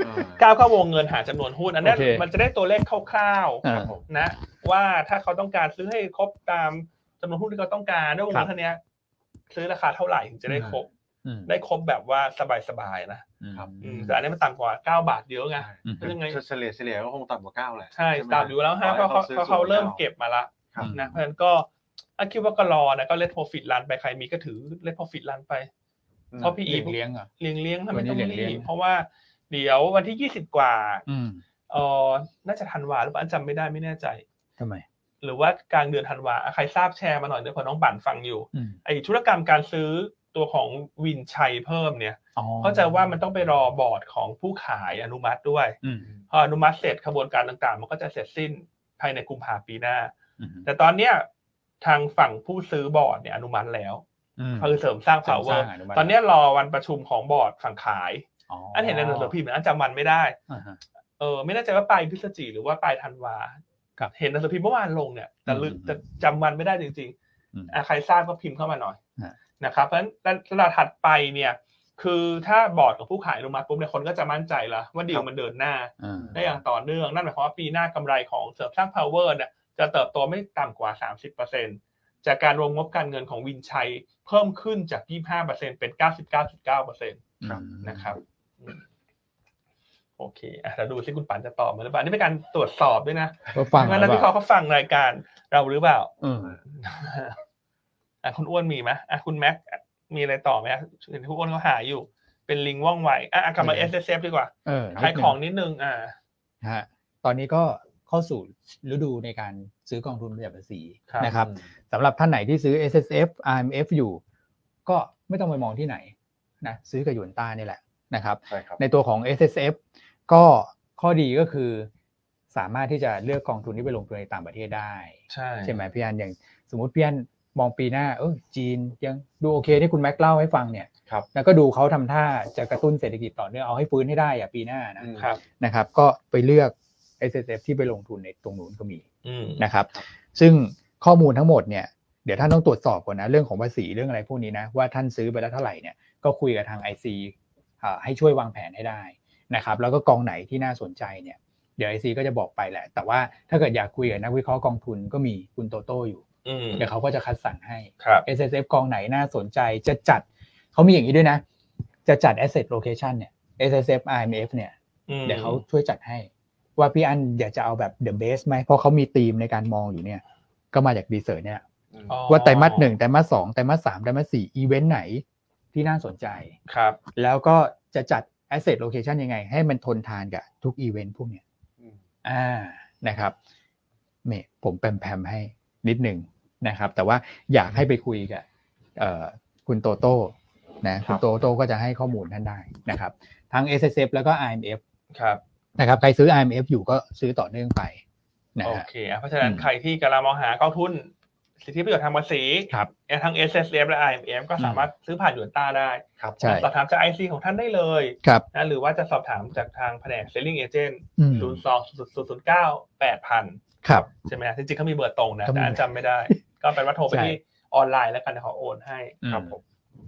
Speaker 1: 9เข้าวงเงินหารจำนวนหุ้น อันเนี้ย
Speaker 2: โอเค
Speaker 1: มันจะได้ตัวเลขคร่าวๆ
Speaker 2: อ่า
Speaker 3: ผม
Speaker 1: นะว่าถ้าเขาต้องการซื้อให้ครบตามจำนวนหุ้นที่เขาต้องการด้วยวงเงินเท่านี้ซื้อราคาเท่าไหร่ถึงจะได้ครบ
Speaker 2: อืม
Speaker 1: ได้ครบแบบว่าสบายๆนะ
Speaker 2: ครับ
Speaker 1: อืมแต่อันนี้มันต่ำกว่า 9 บาทเยอะไง
Speaker 3: ใช่
Speaker 2: อืม
Speaker 1: แล้วยังไง
Speaker 3: เฉลี่ยเฉลี่ยก็คงต่ำกว่าเก้าแหละ
Speaker 1: ใช่
Speaker 3: ไห
Speaker 1: ตามอยู่แล้วห้าเพราะเขาเขาเขาเริ่มเก็บมาละ
Speaker 3: ครับ
Speaker 1: นะเพราะฉะนั้นก็อ่ะคิดว่าก็รอนะก็เลทโปรฟิตรันไปใครมีก็ถือเลทโปรฟิตรันไปเพราะพี่
Speaker 2: ห
Speaker 1: อี
Speaker 2: ลีกเลี้ยงเหรอ่ะ
Speaker 1: เลี้ยงเลี้ยงๆทำไม
Speaker 2: วันนี้
Speaker 1: ต้อง
Speaker 2: เลี้
Speaker 1: รี
Speaker 2: ยง
Speaker 1: บ
Speaker 2: ๆ
Speaker 1: เพราะว่าเดี๋ยววันที่ 20 กว่า
Speaker 2: อืม
Speaker 1: เออน่าจะธันวาหรือเปล่าอันจำไม่ได้ไม่แน่ใจ
Speaker 2: ทำไม
Speaker 1: หรือว่ากลางเดือนธันวาอ่ะใครทราบแชร์มาหน่อยเนื่องจากน้องบั่นฟังอยู่
Speaker 2: อืม
Speaker 1: ไอธุรกรรมการซื้อตัวของวินชัยเพิ่มเนี่ย
Speaker 2: อ๋อ
Speaker 1: เข้าใจว่ามันต้องไปรอบอร์ดของผู้ขายอนุมัติด้วย
Speaker 2: อืม
Speaker 1: พออนุมัติเสร็จขบวนการต่างๆ มันก็จะเสร็จสิ้นภายในกุมภาปีหน้า
Speaker 2: อืม
Speaker 1: แต่ตอนเนี้ยทางฝั่งผู้ซื้อบอร์ดเนี่ยอนุมัติแล้ว
Speaker 2: ม
Speaker 1: คือเสริมสร้าง
Speaker 2: เสริมสร้าง
Speaker 1: power
Speaker 2: อนุมัติ
Speaker 1: ตอนเนี้ยรอวันประชุมของบอร์ดฝั่งขาย อันเห็นในหนังสือพิมพ์นะอันจำวันไม่ได้
Speaker 2: อ่าฮะ
Speaker 1: เออไม่แน่ใจว่าปลายพฤศจิหรือว่าปลายธันวา
Speaker 2: ครับ
Speaker 1: เห็นหนังสือพิมพ์เมื่อวานลงเนี่ยแต่ลึก
Speaker 2: อืม
Speaker 1: แต่จำวันไม่ได้จริง
Speaker 2: อืม
Speaker 1: ๆอ่ะใครทราบก็พิมพ์เข้ามาหน่อย
Speaker 2: ฮะ
Speaker 1: นะครับเพราะฉะนั้นระดับถัดไปเนี่ย คือถ้าบอร์ดกับผู้ขายลงมาปุ๊บเนี่ยคนก็จะมั่นใจละว่าดีลมันเดินหน้า
Speaker 2: อ่า
Speaker 1: ได้อย่างต่อเนื่อง นั่นหมายความว่าปีหน้ากำไรของเสริมสร้าง power เนี่ยจะเติบโตไม่ต่ำกว่า 30%จากการรวมงบการเงินของวินชัยเพิ่มขึ้นจาก 25%เป็น 99.9%
Speaker 3: ครับ
Speaker 1: นะครับอืมโอเคอ่ะเราดูซิคุณปันจะตอบมาหรือเปล่าอันนี่เป็นการตรวจสอบด้วยนะ
Speaker 2: ก็ฟัง
Speaker 1: งั้นนักวิเคราะห์เขาฟังรายการเราหรือเปล่า
Speaker 2: อืม
Speaker 1: อ่ะคุณอ้วนมีไหมอ่ะคุณแม็กอ่ะมีอะไรต่อไหมอ่ะเห็นคุณอ้วนเขาหาอยู่ เป็นลิงว่องไวอ่ะอ่ะกลับมาเอสเซฟดีกว่า
Speaker 2: เออ
Speaker 1: ขายของนิดนึง อ่า
Speaker 2: ฮะตอนนี้ก็เข้าสู่ฤดูในการซื้อกองทุนประหยัดภาษี
Speaker 1: ครับ
Speaker 2: นะครับสำหรับท่านไหนที่ซื้อ S S F R M F อยู่ ก็ไม่ต้องไปมองที่ไหนนะซื้อกับหยวนต้านี่แหละนะครับ
Speaker 3: ใช่ครับ
Speaker 2: ในตัวของ S S F ก็ข้อดีก็คือ สามารถที่จะเลือกกองทุนที่ไปลงทุนในต่างประเทศได้
Speaker 1: ใช่
Speaker 2: ใช่ไหมพี่อันอย่างสมมติพี่อันมองปีหน้าเออจีนยังดูโอเคที่คุณแม็กเล่าให้ฟังเนี่ย
Speaker 3: ครับ
Speaker 2: แล้วก็ดูเขาทำท่าจะกระตุ้นเศรษฐกิจต่อเนื่องเอาให้ฟื้นให้ได้อะปีหน้านะ
Speaker 3: อืม
Speaker 1: ครับ
Speaker 2: นะครับก็ไปเลือก s s f ที่ไปลงทุนในตรงนู้นก็มี
Speaker 1: อืม
Speaker 2: นะครับซึ่งข้อมูลทั้งหมดเนี่ยเดี๋ยวท่านต้องตรวจสอบก่อนนะเรื่องของภาษีเรื่องอะไรพวกนี้นะว่าท่านซื้อไปแล้วเท่าไหร่เนี่ยก็คุยกับทาง IC อ่าให้ช่วยวางแผนให้ได้นะครับแล้วก็กองไหนที่น่าสนใจเนี่ยเดี๋ยว IC ก็จะบอกไปแหละ แต่ว่าถ้าเกิดอยากคุยกับนักวิเคราะห์กองทุนก็มีคุณโตโต้อยู่
Speaker 1: อืม
Speaker 2: เดี๋ยวเขาก็จะคัดสรรให้
Speaker 1: ครับ
Speaker 2: S S F กองไหนน่าสนใจจะจัด เขามีอย่างนี้ด้วยนะ จะจัด asset location เนี่ย S S F I M F เนี่ย
Speaker 1: อืม
Speaker 2: เดี๋ยวเขาช่วยจัดให้ ว่าพี่อันอยากจะเอาแบบ the best ไหม เพราะเขามีธีมในการมองอยู่เนี่ย ก็มาจากดีเซอร์เนี่ย
Speaker 3: อืม
Speaker 1: อ๋อ
Speaker 2: ว่าไตรมาสหนึ่งไตรมาสสองไตรมาสสามไตรมาสสี่อีเวนต์ไหนที่น่าสนใจ
Speaker 1: ครับ
Speaker 2: แล้วก็จะจัด asset location ยังไง ให้มันทนทานกับทุกอีเวนต์พวกเนี้ย
Speaker 3: อืม
Speaker 2: อ่า นะครับเมผมแปมแปมให้นิดหนึ่งนะครับ แต่ว่าอยากให้ไปคุยกับเอ่อคุณโตโต้นะคุณโตโต้ก็จะให้ข้อมูลท่านได้นะครับ ทั้ง s s f แล้วก็ IMF
Speaker 1: ครับ
Speaker 2: นะครับ ใครซื้อ IMF อยู่ก็ซื้อต่อเนื่องไปนะ
Speaker 1: โอ
Speaker 2: ฮะ
Speaker 1: เคอ่ะเพราะฉะนั้น
Speaker 2: อืม
Speaker 1: ใครที่กำลังมองหากองทุน สิทธิประโยชน์ทางภาษี
Speaker 2: ครับ
Speaker 1: ทั้ง S S F และ I M F ก็สามารถซื้อผ่านหยวนต้าได้
Speaker 3: ครับ
Speaker 2: ใช่
Speaker 1: สอบถามจาก I C ของท่านได้เลย
Speaker 2: ครับ
Speaker 1: นะหรือว่าจะสอบถามจากทางแผนก Selling Agent
Speaker 2: อืม
Speaker 1: 0 2 0 0 9 8 0 0
Speaker 2: ครับ
Speaker 1: 0 ใช่ไหมฮะจริงๆเขามีเบอร์ตรงนะ
Speaker 2: ก็มี
Speaker 1: แต่อันจำ ไม่ได้ ก็เป็นว่าโทรไป
Speaker 2: ใช่
Speaker 1: ที่ออนไลน์แล้วกันเดี๋ยวเขาโอนให้
Speaker 3: ครับผม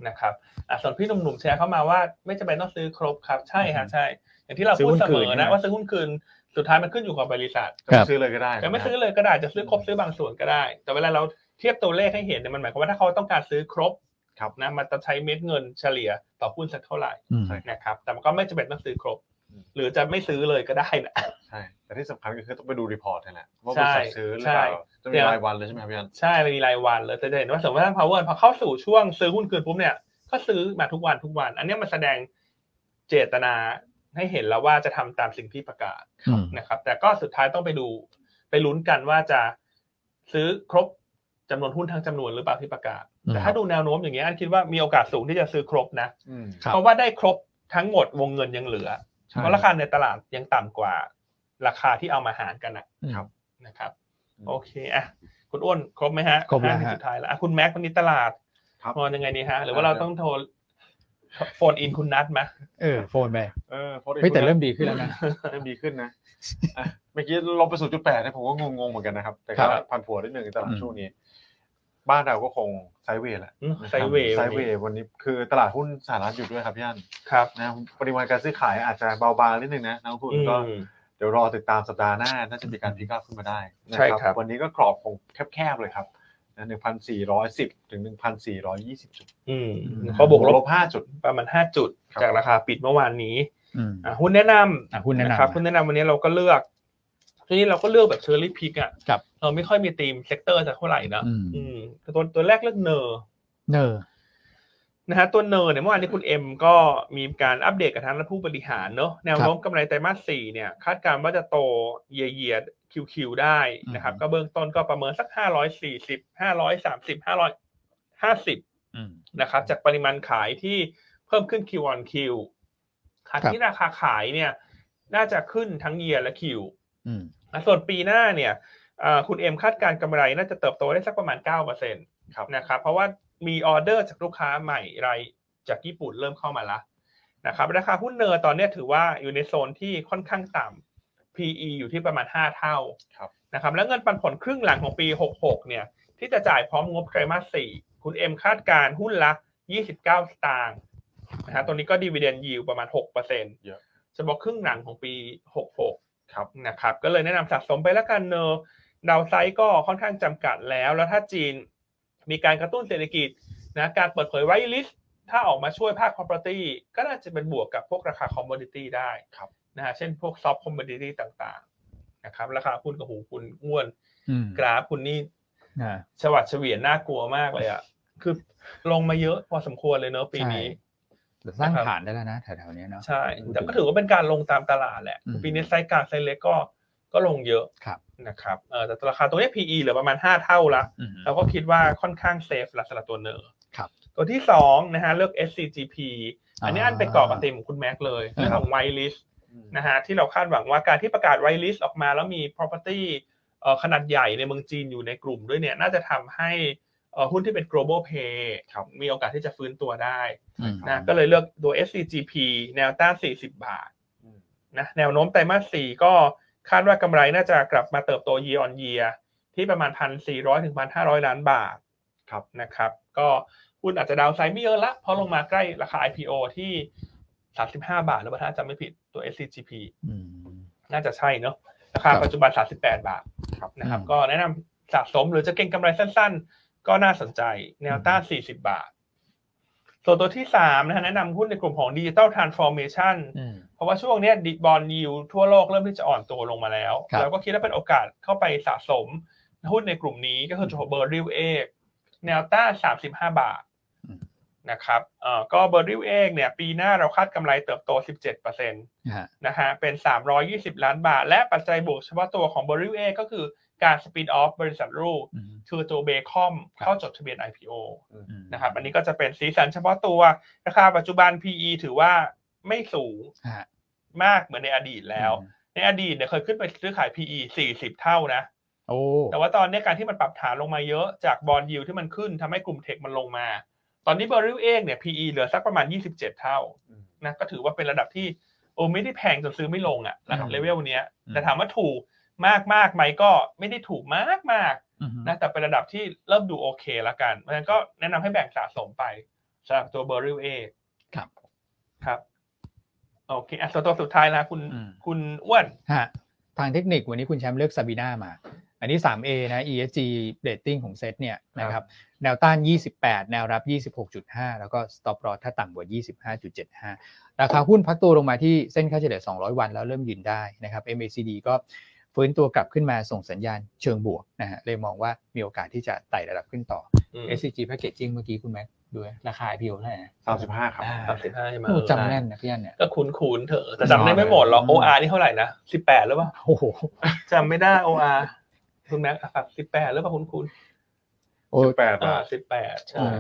Speaker 1: นะครับอ่ะส่วนพี่หนุ่มๆแชร์เข้ามาว่าไม่จำเป็นต้องซื้อครบครับ ใช่ฮะใช่ อย่างที่เราพูดเสมอนะว่าซื้อหุ้นคืนสุดท้ายมันขึ้นอยู่กับบริษัท
Speaker 2: ครับ
Speaker 3: ซื้อเลยก็ได้
Speaker 1: แต่ไม่ซื้อเลยก็ได้จะซื้อครบซื้อบางส่วนก็ได้ แต่เวลาเราเทียบตัวเลขให้เห็นเนี่ยมันหมายความว่าถ้าเขาต้องการซื้อครบ
Speaker 3: ครับ
Speaker 1: นะมันจะใช้เม็ดเงินเฉลี่ยต่อหุ้นสักเท่าไหร่
Speaker 2: อืม
Speaker 3: ใช่
Speaker 1: นะครับ แต่มันก็ไม่จำเป็นต้องซื้อครบ หรือจะไม่ซื้อเลยก็ได้นะ
Speaker 3: ใช่แต่ที่สำคัญก็คือต้องไปดูรีพอร์ตนั่นแหละว่าบริษัทซื้อหรือเปล่าจะมีรายวันเลยใช่ไหมครับพี่อัน
Speaker 1: ใช่มันมีรายวันเลยแต่จะเห็นว่าสมมติว่า power พอเข้าสู่ช่วงซื้อหุ้นคืนปุ๊บเนี่ย ก็ซื้อมาทุกวันทุกวัน อันเนี้ยมันแสดงเจตนาให้เห็นแล้วว่าจะทำตามสิ่งที่ประกาศ
Speaker 2: อืม
Speaker 1: นะครับ แต่ก็สุดท้ายต้องไปดู ไปลุ้นกันว่าจะซื้อครบจำนวนหุ้นทั้งจำนวนหรือเปล่าที่ประกาศ แต่ถ้าดูแนวโน้มอย่างเงี้ยอันคิดว่ามีโอกาสสูงที่จะซื้อครบนะ
Speaker 3: อืม
Speaker 2: ครับ
Speaker 1: เพราะว่าได้ครบทั้งหมดวงเงินยังเหลือ
Speaker 3: ใช่
Speaker 1: เพราะราคาในตลาดยังต่ำกว่า ราคาที่เอามาหารกันนะ
Speaker 3: ครับ
Speaker 1: นะครับ
Speaker 3: อืม
Speaker 1: โอเคอ่ะคุณอ้วนครบไหมฮะ
Speaker 2: ครบแล้ว
Speaker 1: ห้านาที
Speaker 2: ฮะ
Speaker 1: สุดท้ายแล้วอ่ะคุณแม็กซ์วันนี้ตลาด
Speaker 3: ครับ
Speaker 1: มองยังไงดีฮะ หรือว่าเราต้องโทรโฟนอินคุณนัทไหม
Speaker 2: เออโฟนไป
Speaker 3: เออพอดี
Speaker 2: เฮ้ยแต่เริ่มดีขึ้นแล้วนะ
Speaker 3: เริ่มดีขึ้นนะอ่ะเมื่อกี้ลบไปศูนย์จุดแปดนะผมก็งงๆเหมือนกันนะครับ แต่
Speaker 2: ครั
Speaker 3: ก็
Speaker 2: บ
Speaker 3: พันผัวนิดหนึ่งในตลาดช่วงนี้ บ้านเราก็คงไซด์เวย์แหละ
Speaker 1: อืมไซด์เวย์
Speaker 3: ไซด์เวย์วันนี้คือตลาดหุ้นสหรัฐหยุดด้วยครับพี่อัน
Speaker 1: ครับ
Speaker 3: นะปริมาณการซื้อขายอาจจะเบาบางนิดนึงนะนักลงทุน
Speaker 1: อืม
Speaker 3: ก็ เดี๋ยวรอติดตามสัปดาห์หน้า น่าจะมีการพลิกอัพขึ้นมาได้นะ
Speaker 1: ใช่ครับ
Speaker 3: วันนี้ก็กรอบคงแคบๆเลยครับหนึ่งพันสี่ร้อยสิบถึงหนึ่งพันสี่ร้อยยี่สิบจุด
Speaker 1: อืม
Speaker 2: อืม
Speaker 1: เขาบวกล
Speaker 3: ล
Speaker 1: บบ
Speaker 3: ห้าจุด
Speaker 1: ประมาณห้าจุด
Speaker 3: ครับ
Speaker 1: จากราคาปิดเมื่อวานนี้
Speaker 2: อืม
Speaker 1: อ่ะหุ้นแนะนำ
Speaker 2: อ่ะหุ้นแนะ
Speaker 1: นะ
Speaker 2: นำ
Speaker 1: ครับหุ้นแนะนำวันนี้เราก็เลือกทีนี้เราก็เลือกแบบเชอร์รี่พิกอ่ะ
Speaker 2: ครับ
Speaker 1: เราไม่ค่อยมีธีมเซกเตอร์สักเท่าไหร่นะ
Speaker 2: อืม
Speaker 1: อืมตัวตัวแรกเลือกเนอร์
Speaker 2: เนอร์
Speaker 1: นะฮะตัวเนอร์เนี่ยเมื่อวานนี้คุณเอ็มก็มีการอัปเดตกับทางผู้บริหารเนอะแนวโน้มกำไรไตรมาสสี่เนี่ย คาดการณ์ว่าจะโตเยียดคิวคิวได้นะครับ ก็เบื้องต้นก็ประเมินสักห้าร้อยสี่สิบห้าร้อยสามสิบห้าร้อยห้าสิบ
Speaker 2: อืม
Speaker 1: นะครับ จากปริมาณขายที่เพิ่มขึ้นคิวออนคิวขาดที่ราคาขายเนี่ย น่าจะขึ้นทั้งเยียและคิว
Speaker 2: อืม
Speaker 1: อ่ะส่วนปีหน้าเนี่ยอ่าคุณเอ็มคาดการณ์กำไรน่าจะเติบโตได้สักประมาณ9%น
Speaker 3: ครับ
Speaker 1: ะครับ เพราะว่ามีออเดอร์จากลูกค้าใหม่รายจากญี่ปุ่นเริ่มเข้ามาละนะครับราคาหุ้นเนอร์ตอนเนี้ยถือว่าอยู่ในโซนที่ค่อนข้างต่ำ PE อยู่ที่ประมาณ 5 เท่านะครับแล้วเงินปันผลครึ่งหลังของปี 66 เนี่ย ที่จะจ่ายพร้อมงบไตรมาส 4 คุณเอ็มคาดการณ์หุ้นละ 29 สตางค์นะฮะตัวนี้ก็ดีเวเดนยิวประมาณ6%เ
Speaker 3: เยอะ
Speaker 1: ฉพาะครึ่งหลังของปี 66
Speaker 3: ครับ
Speaker 1: นะครับก็เลยแนะนำสะสมไปแล้วกันเนอะดาวไซด์ก็ค่อนข้างจำกัดแล้ว แล้วถ้าจีนมีการกระตุ้นเศรษฐกิจนะการเปิดเผยไว้ลิสถ้าออกมาช่วยภาค property ก็น่าจะเป็นบวกกับพวกราคา commodity ได้
Speaker 3: ครับ
Speaker 1: นะฮะเช่นพวก soft commodity ต่างๆนะครับราคาหุ้นกับหูคุณอ้วน
Speaker 2: อืม
Speaker 1: กราฟคุณนี่
Speaker 2: อ่า
Speaker 1: ฉวัดเฉวียนน่ากลัวมากเลยอะคือลงมาเยอะพอสมควรเลยเนอะปีนี้
Speaker 2: ใช่ สร้างฐานได้แล้วนะแถวๆเนี้ยเนาะ
Speaker 1: ใช่ แต่ก็ถือว่าเป็นการลงตามตลาดแหละ
Speaker 2: อืม
Speaker 1: ปีนี้ไซส์กลางไซส์เล็กก็ก็ลงเยอะ
Speaker 2: ครับ
Speaker 1: นะครับเออแต่ราคาตัวนี้ PE เหลือประมาณ 5 เท่าละ
Speaker 2: อืม
Speaker 1: เราก็คิดว่าค่อนข้างเซฟละสำหรับตัวเนอร์
Speaker 2: ครับ
Speaker 1: ตัวที่สองนะฮะเลือก SCGP อันนี้อันเป็นกรอบกับธีมของคุณแม็กซ์เลยเรื่องของไวลิสนะฮะที่เราคาดหวังว่าการที่ประกาศไวลิสออกมาแล้วมี property เอ่อขนาดใหญ่ในเมืองจีนอยู่ในกลุ่มด้วยเนี่ยน่าจะทำให้เอ่อหุ้นที่เป็น global play
Speaker 3: ครับ
Speaker 1: มีโอกาสที่จะฟื้นตัวได้
Speaker 2: อืม
Speaker 1: นะก็เลยเลือกตัว SCGP แนวต้าน 40 บาท
Speaker 3: อืม
Speaker 1: นะแนวโน้มไตรมาส 4 ก็คาดว่ากำไรน่าจะกลับมาเติบโต year on year ที่ประมาณ 1,400 ถึง 1,500 ล้านบาท
Speaker 3: ครับ
Speaker 1: นะครับ ก็หุ้นอาจจะดาวไซด์ไม่เยอะละ เพราะลงมาใกล้ราคา IPO ที่ 35 บาท แล้วถ้าจำไม่ผิดตัว SCGP
Speaker 2: อืม
Speaker 1: น่าจะใช่เนอะราคา
Speaker 2: ครับ
Speaker 1: ปัจจุบัน 38 บาท
Speaker 3: ครับ
Speaker 1: นะครับ
Speaker 2: อืม
Speaker 1: ก็แนะนำสะสมหรือจะเก็งกำไรสั้นๆ ก็น่าสนใจ แนวต้าน 40 บาท ส่วนตัวที่สามนะฮะแนะนำหุ้นในกลุ่มของดิจิ t a ลทรานส์ฟอร์เมชันเพราะว่าช่วงเนี้ดิบอลยูทั่วโลกเริ่มที่จะอ่อนตัวลงมาแล้ว
Speaker 2: ครับ
Speaker 1: เราก็คิดว่าเป็นโอกาสเข้าไปสะสม หุ้นในกลุ่มนี้ก็คือตัวเบอร์ริวเอกแนวต้าน 35 บาทนะครับเอ่อก็เบอร์ริวเอกเนี่ย ปีหน้าเราคาดกำไรเติบโต 17เปอร์เซ็นต์
Speaker 2: ฮะ
Speaker 1: นะฮะเป็น 320 ล้านบาท และปัจจัยบวกเฉพาะตัวของบริวเอก็คือการสปินออฟบริษัทรูป
Speaker 2: อืม
Speaker 1: คือตัวเบคอม
Speaker 2: ครับ
Speaker 1: เข้าจดทะเบียน IPO
Speaker 2: อืม
Speaker 1: นะครับอันนี้ก็จะเป็นสีสันเฉพาะตัวราคาปัจจุบัน PE ถือว่าไม่สูง
Speaker 2: ฮะ
Speaker 1: มากเหมือนในอดีตแล้ว ในอดีตเนี่ยเคยขึ้นไปซื้อขาย PE 40 เท่านะ
Speaker 2: โอ้
Speaker 1: แต่ว่าตอนนี้การที่มันปรับฐานลงมาเยอะจากบอลยิวที่มันขึ้นทำให้กลุ่มเทคมันลงมา ตอนนี้บริวเองเนี่ย PE เหลือสักประมาณ 27 เท่า นะก็ถือว่าเป็นระดับที่โอ้ไม่ได้แพงจนซื้อไม่ลงอะ่ะระดับ
Speaker 2: อืม
Speaker 1: เลเวลเนี้ย
Speaker 2: อืม
Speaker 1: แต่ถามว่าถูกมากมากๆไหมก็ไม่ได้ถูกมากมาก
Speaker 2: อืม
Speaker 1: ๆนะแต่เป็นระดับที่เริ่มดูโอเคละกันเพราะฉะนั้นก็แนะนำให้แบ่งสะสมไปสำหรับตัวเบอร์ริวเอ
Speaker 2: ครับ
Speaker 1: ครับโอเคอ่ะส่วนตัวสุดท้ายนะคุณ
Speaker 2: อืม
Speaker 1: คุณอ้วน
Speaker 2: ฮะ ทางเทคนิควันนี้คุณแชมป์เลือกซาบีนามา อันนี้ 3A นะ ESG rating ของเซ็ตเนี่ยนะครับแนวต้าน 28 แนวรับ 26.5 แล้วก็ stop loss ถ้าต่ำกว่า 25.75 ราคาหุ้นพักตัวลงมาที่เส้นค่าเฉลี่ย 200 วันแล้วเริ่มยืนได้นะครับ MACD ก็ฟื้นตัวกลับขึ้นมาส่งสัญญาณเชิงบวกนะฮะเลยมองว่ามีโอกาสที่จะไต่ระดับขึ้นต่อ
Speaker 1: อืม
Speaker 2: SCG Packaging เมื่อกี้คุณแม็กดูนะราคา IPO เท่าไหร่นะ
Speaker 3: สามสิบห้าครับ
Speaker 2: อ่า
Speaker 1: สามสิบห้าใช่ไหม
Speaker 2: โอ้จำแน่นนะพี่อันเนี่ย
Speaker 1: ก็คุ้นๆเถอะแต่จำได้ไม่หมดหรอก OR นี่เท่าไหร่นะสิบแปดหรือเปล่า
Speaker 2: โอ้โห
Speaker 1: จำไม่ได้ OR คุณแม็กซ์อ่ะครับสิบแปดหรือเปล่าคุ้นๆ
Speaker 2: โอ้
Speaker 3: แปด
Speaker 1: อ่า
Speaker 3: บาท
Speaker 1: สิบแปดใช่
Speaker 2: อ่า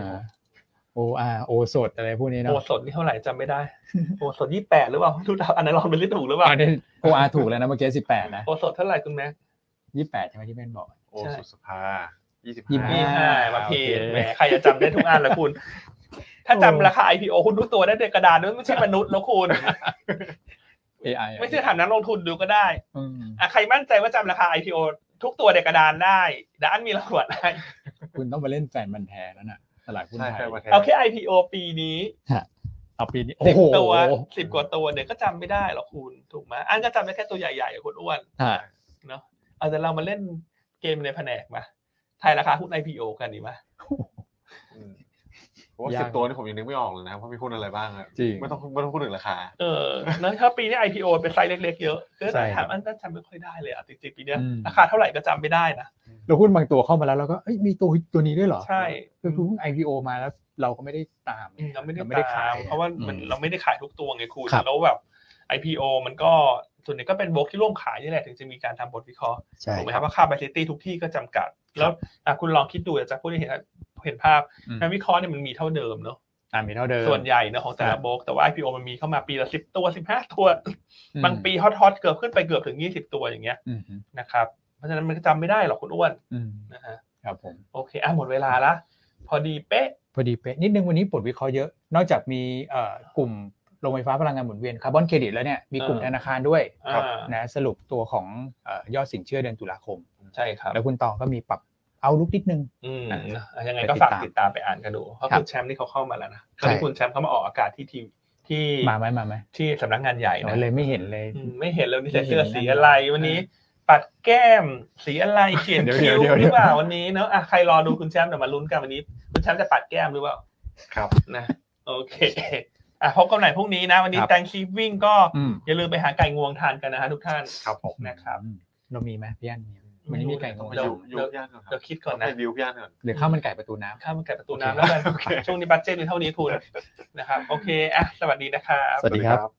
Speaker 2: โออาโอสดอะไรพวกนี้เนาะ
Speaker 1: โอสดนี่เท่าไหร่จำไม่ได้ โอสดยี่แปดหรือเปล่าไม่รู้นะอันนั้นลองเป็นลิตรถูกหรือเปล่า
Speaker 2: อันนี้โออาถูกแล้วนะเมื่อกี้สิบแปดนะ
Speaker 1: โอสดเท่าไหร่คุณแม่
Speaker 2: ยี่แปดใช่ไหมที่เม่นบอก
Speaker 3: โอ้สุดสภายี่สิบ
Speaker 2: ยี่สิบ
Speaker 3: ห้า
Speaker 1: นี่
Speaker 2: อ่า
Speaker 1: ห้ามาพี
Speaker 2: โอเค
Speaker 1: แหมใครจะจำได้ทุกอันละคุณ ถ้าจำราคา IPO คุณรู้ตัวได้ในกระดาษด้วยไม่ใช่มนุษย์นะคุณ
Speaker 2: AI อะ
Speaker 1: ไม่ใช่ถามนักลงทุนดูก็ได้
Speaker 2: อืม
Speaker 1: อะใครมั่นใจว่าจำราคา IPO ทุกตัวในกระดานได้ด้านมีรางวัลได้
Speaker 2: คุณต้องมาเล่นแฟนมันธุ์แท้แล้วน่ะตลาดหุ้น
Speaker 3: ใช่
Speaker 2: ไทย
Speaker 3: ใช่มาแทน
Speaker 1: เอาแค่ IPO ปีนี้
Speaker 2: เอาปีนี้
Speaker 1: สิ
Speaker 2: โอ้
Speaker 1: บ
Speaker 2: โห
Speaker 1: ตัวสิบกว่าตัวเนี่ยก็จำไม่ได้หรอกคุณถูกไหมอันก็จำได้แค่ตัวใหญ่ๆอะคุณอ้วน
Speaker 2: ฮะ
Speaker 1: เอาแต่เรามาเล่นเกมในแผนกมาทายราคาหุ้น IPO กันดีไหม
Speaker 3: อืมผมว่าสิบตัวนี่ผมยังนึกไม่ออกเลยนะว่ามีหุ้นอะไรบ้างอะ
Speaker 2: จริง
Speaker 3: ไม่ต้องไม่ต้องพูดถึงราคา
Speaker 1: เออเนอะถ้าปีนี้ IPO เป็นไซส์เล็กๆเยอะก็
Speaker 2: ใช่ครั
Speaker 1: ถา
Speaker 2: บ
Speaker 1: มอันนั้นจำไม่ค่อยได้เลยอ่ะจริงๆปีเนี้ย
Speaker 2: อืม
Speaker 1: ราคาเท่าไหร่ก็จำไม่ได้นะ
Speaker 2: แล้วหุ้นบางตัวเข้ามาแล้วเราก็เอ้ยมีตัวตัวนี้ด้วยเหรอ
Speaker 1: ใช่
Speaker 2: คือคือหุ้น IPO มาแล้วเราก็ไม่ได้ตาม
Speaker 1: อืมเราไม่ได้
Speaker 2: ข
Speaker 1: ตาม
Speaker 2: ย
Speaker 1: เพราะว่ามันเราไม่ได้ขายทุกตัวไงคุณ
Speaker 2: ครับ
Speaker 1: แล้วแบบ IPO มันก็ส่วนใหญ่ก็เป็นบล็อกที่ร่วมขายนี่แหละถึงจะมีการทำบทวิเคราะห์
Speaker 2: ใช่
Speaker 1: ถูกไหม
Speaker 2: ค
Speaker 1: ค
Speaker 2: รั
Speaker 1: รับ บว่าค่า capacity ทุกที่ก็จำกัด แล้วอ่ะคุณลองคิดดูอยากจะพูดให้เห็นเห็นภาพ
Speaker 2: อืม
Speaker 1: การวิเคราะห์เนี่ยมันมีเท่าเดิมเนอะ
Speaker 2: ตามมีเท่าเดิม
Speaker 1: ส่วนใหญ่เนอะของแต่
Speaker 2: ครั
Speaker 1: ละ
Speaker 2: บ
Speaker 1: โบรกแต่ว่า IPO มันมีเข้ามาปีละสิบตัวสิบห้าตัว
Speaker 2: อืม
Speaker 1: บางปีฮอตฮอตๆเกือบขึ้นไปเกือบถึงยี่สิบตัวอย่างเงี้ย
Speaker 2: อืมอืม
Speaker 1: นะครับเพราะฉะนั้นมันก็จำไม่ได้หรอกคุณอ้วน
Speaker 2: อืม
Speaker 1: นะฮะ
Speaker 2: ครับผม
Speaker 1: โอเคอ่ะหมดเวลาละพอดีเป๊ะ
Speaker 2: พอดีเป๊ะนิดนึงวันนี้บทวิเคราะห์เยอะ นอกจากมีเอ่อกลุ่มโรงไฟฟ้าพลังงานหมุนเวียนคาร์บอนเครดิตแล้วเนี่ยมีกลุ่มธนาคารด้วย
Speaker 1: อ่า
Speaker 3: ครับ
Speaker 2: นะสรุปตัวของเออยอดสินเชื่อเดือนตุลาคม
Speaker 1: ใช่ครับ
Speaker 2: แล้วคุณตองก็มีปรับเอาลุกนิดนึง
Speaker 1: อืม
Speaker 2: นะ
Speaker 1: อ่ะยังไงก็ฝากติดตามไปอ่านกันดูเพราะ
Speaker 2: ครับ
Speaker 1: คุณแชมป์นี่เขาเข้ามาแล้วนะ
Speaker 2: ใช่
Speaker 1: ตอนนี้คุณแชมป์เขามาออกอากาศที่ทีวีที่
Speaker 2: มาไหมมาไหม
Speaker 1: ที่สำนักงานใหญ่นะ
Speaker 2: เราเลยไม่เห็นเลย
Speaker 1: อืมไม่เห็นแล้วนี่ใส่
Speaker 2: ไม่เห็น
Speaker 1: เสื้อสีอะไรวันนี้ ปัดแก้มสีอะไรเขียน
Speaker 2: เดี๋ยว
Speaker 1: คิ้ว
Speaker 2: เดี๋ยว
Speaker 1: ห
Speaker 2: เดี๋ยว
Speaker 1: รือเปล่าวันนี้เนาะอ่ะใครรอดูคุณแชมป์เดี๋ยวมาลุ้นกันวันนี้ คุณแชมป์จะปัดแก้มหรือเปล่า
Speaker 3: ครับ
Speaker 1: นะโอเคอ่ะพบกันใหม่พรุ่งนี้นะวันนี้
Speaker 2: ครับ
Speaker 1: แตงคีวิ่งก็
Speaker 2: อืม
Speaker 1: อย่าลืมไปหาไก่งวงทานกันนะฮะทุกท่าน
Speaker 3: ครับผม
Speaker 1: นะครับ
Speaker 2: อืมเรามีไหมพี่อันมีไหมวันนี้มีไก่ง
Speaker 3: ต้อง
Speaker 2: วง
Speaker 3: ไป
Speaker 1: เดี๋ยว
Speaker 3: ยุยุบย่านก่อนครั
Speaker 1: เดี๋ย
Speaker 3: บ
Speaker 1: วคิดก่
Speaker 3: ต้
Speaker 1: อ
Speaker 3: อน ง
Speaker 1: นะ
Speaker 3: ไปบิวย่านก่อน
Speaker 2: หรือข้าวมันไก่ประตูน้ำ
Speaker 1: ข้ามไก่ประตูน้ำแล้วกัน
Speaker 3: โอเค
Speaker 1: ช่วงนี้บัตเจ็ตมีเท่านี้คุณนะครับโอเคอ่ะสวัสดีนะครับ
Speaker 2: สวัสดีครับ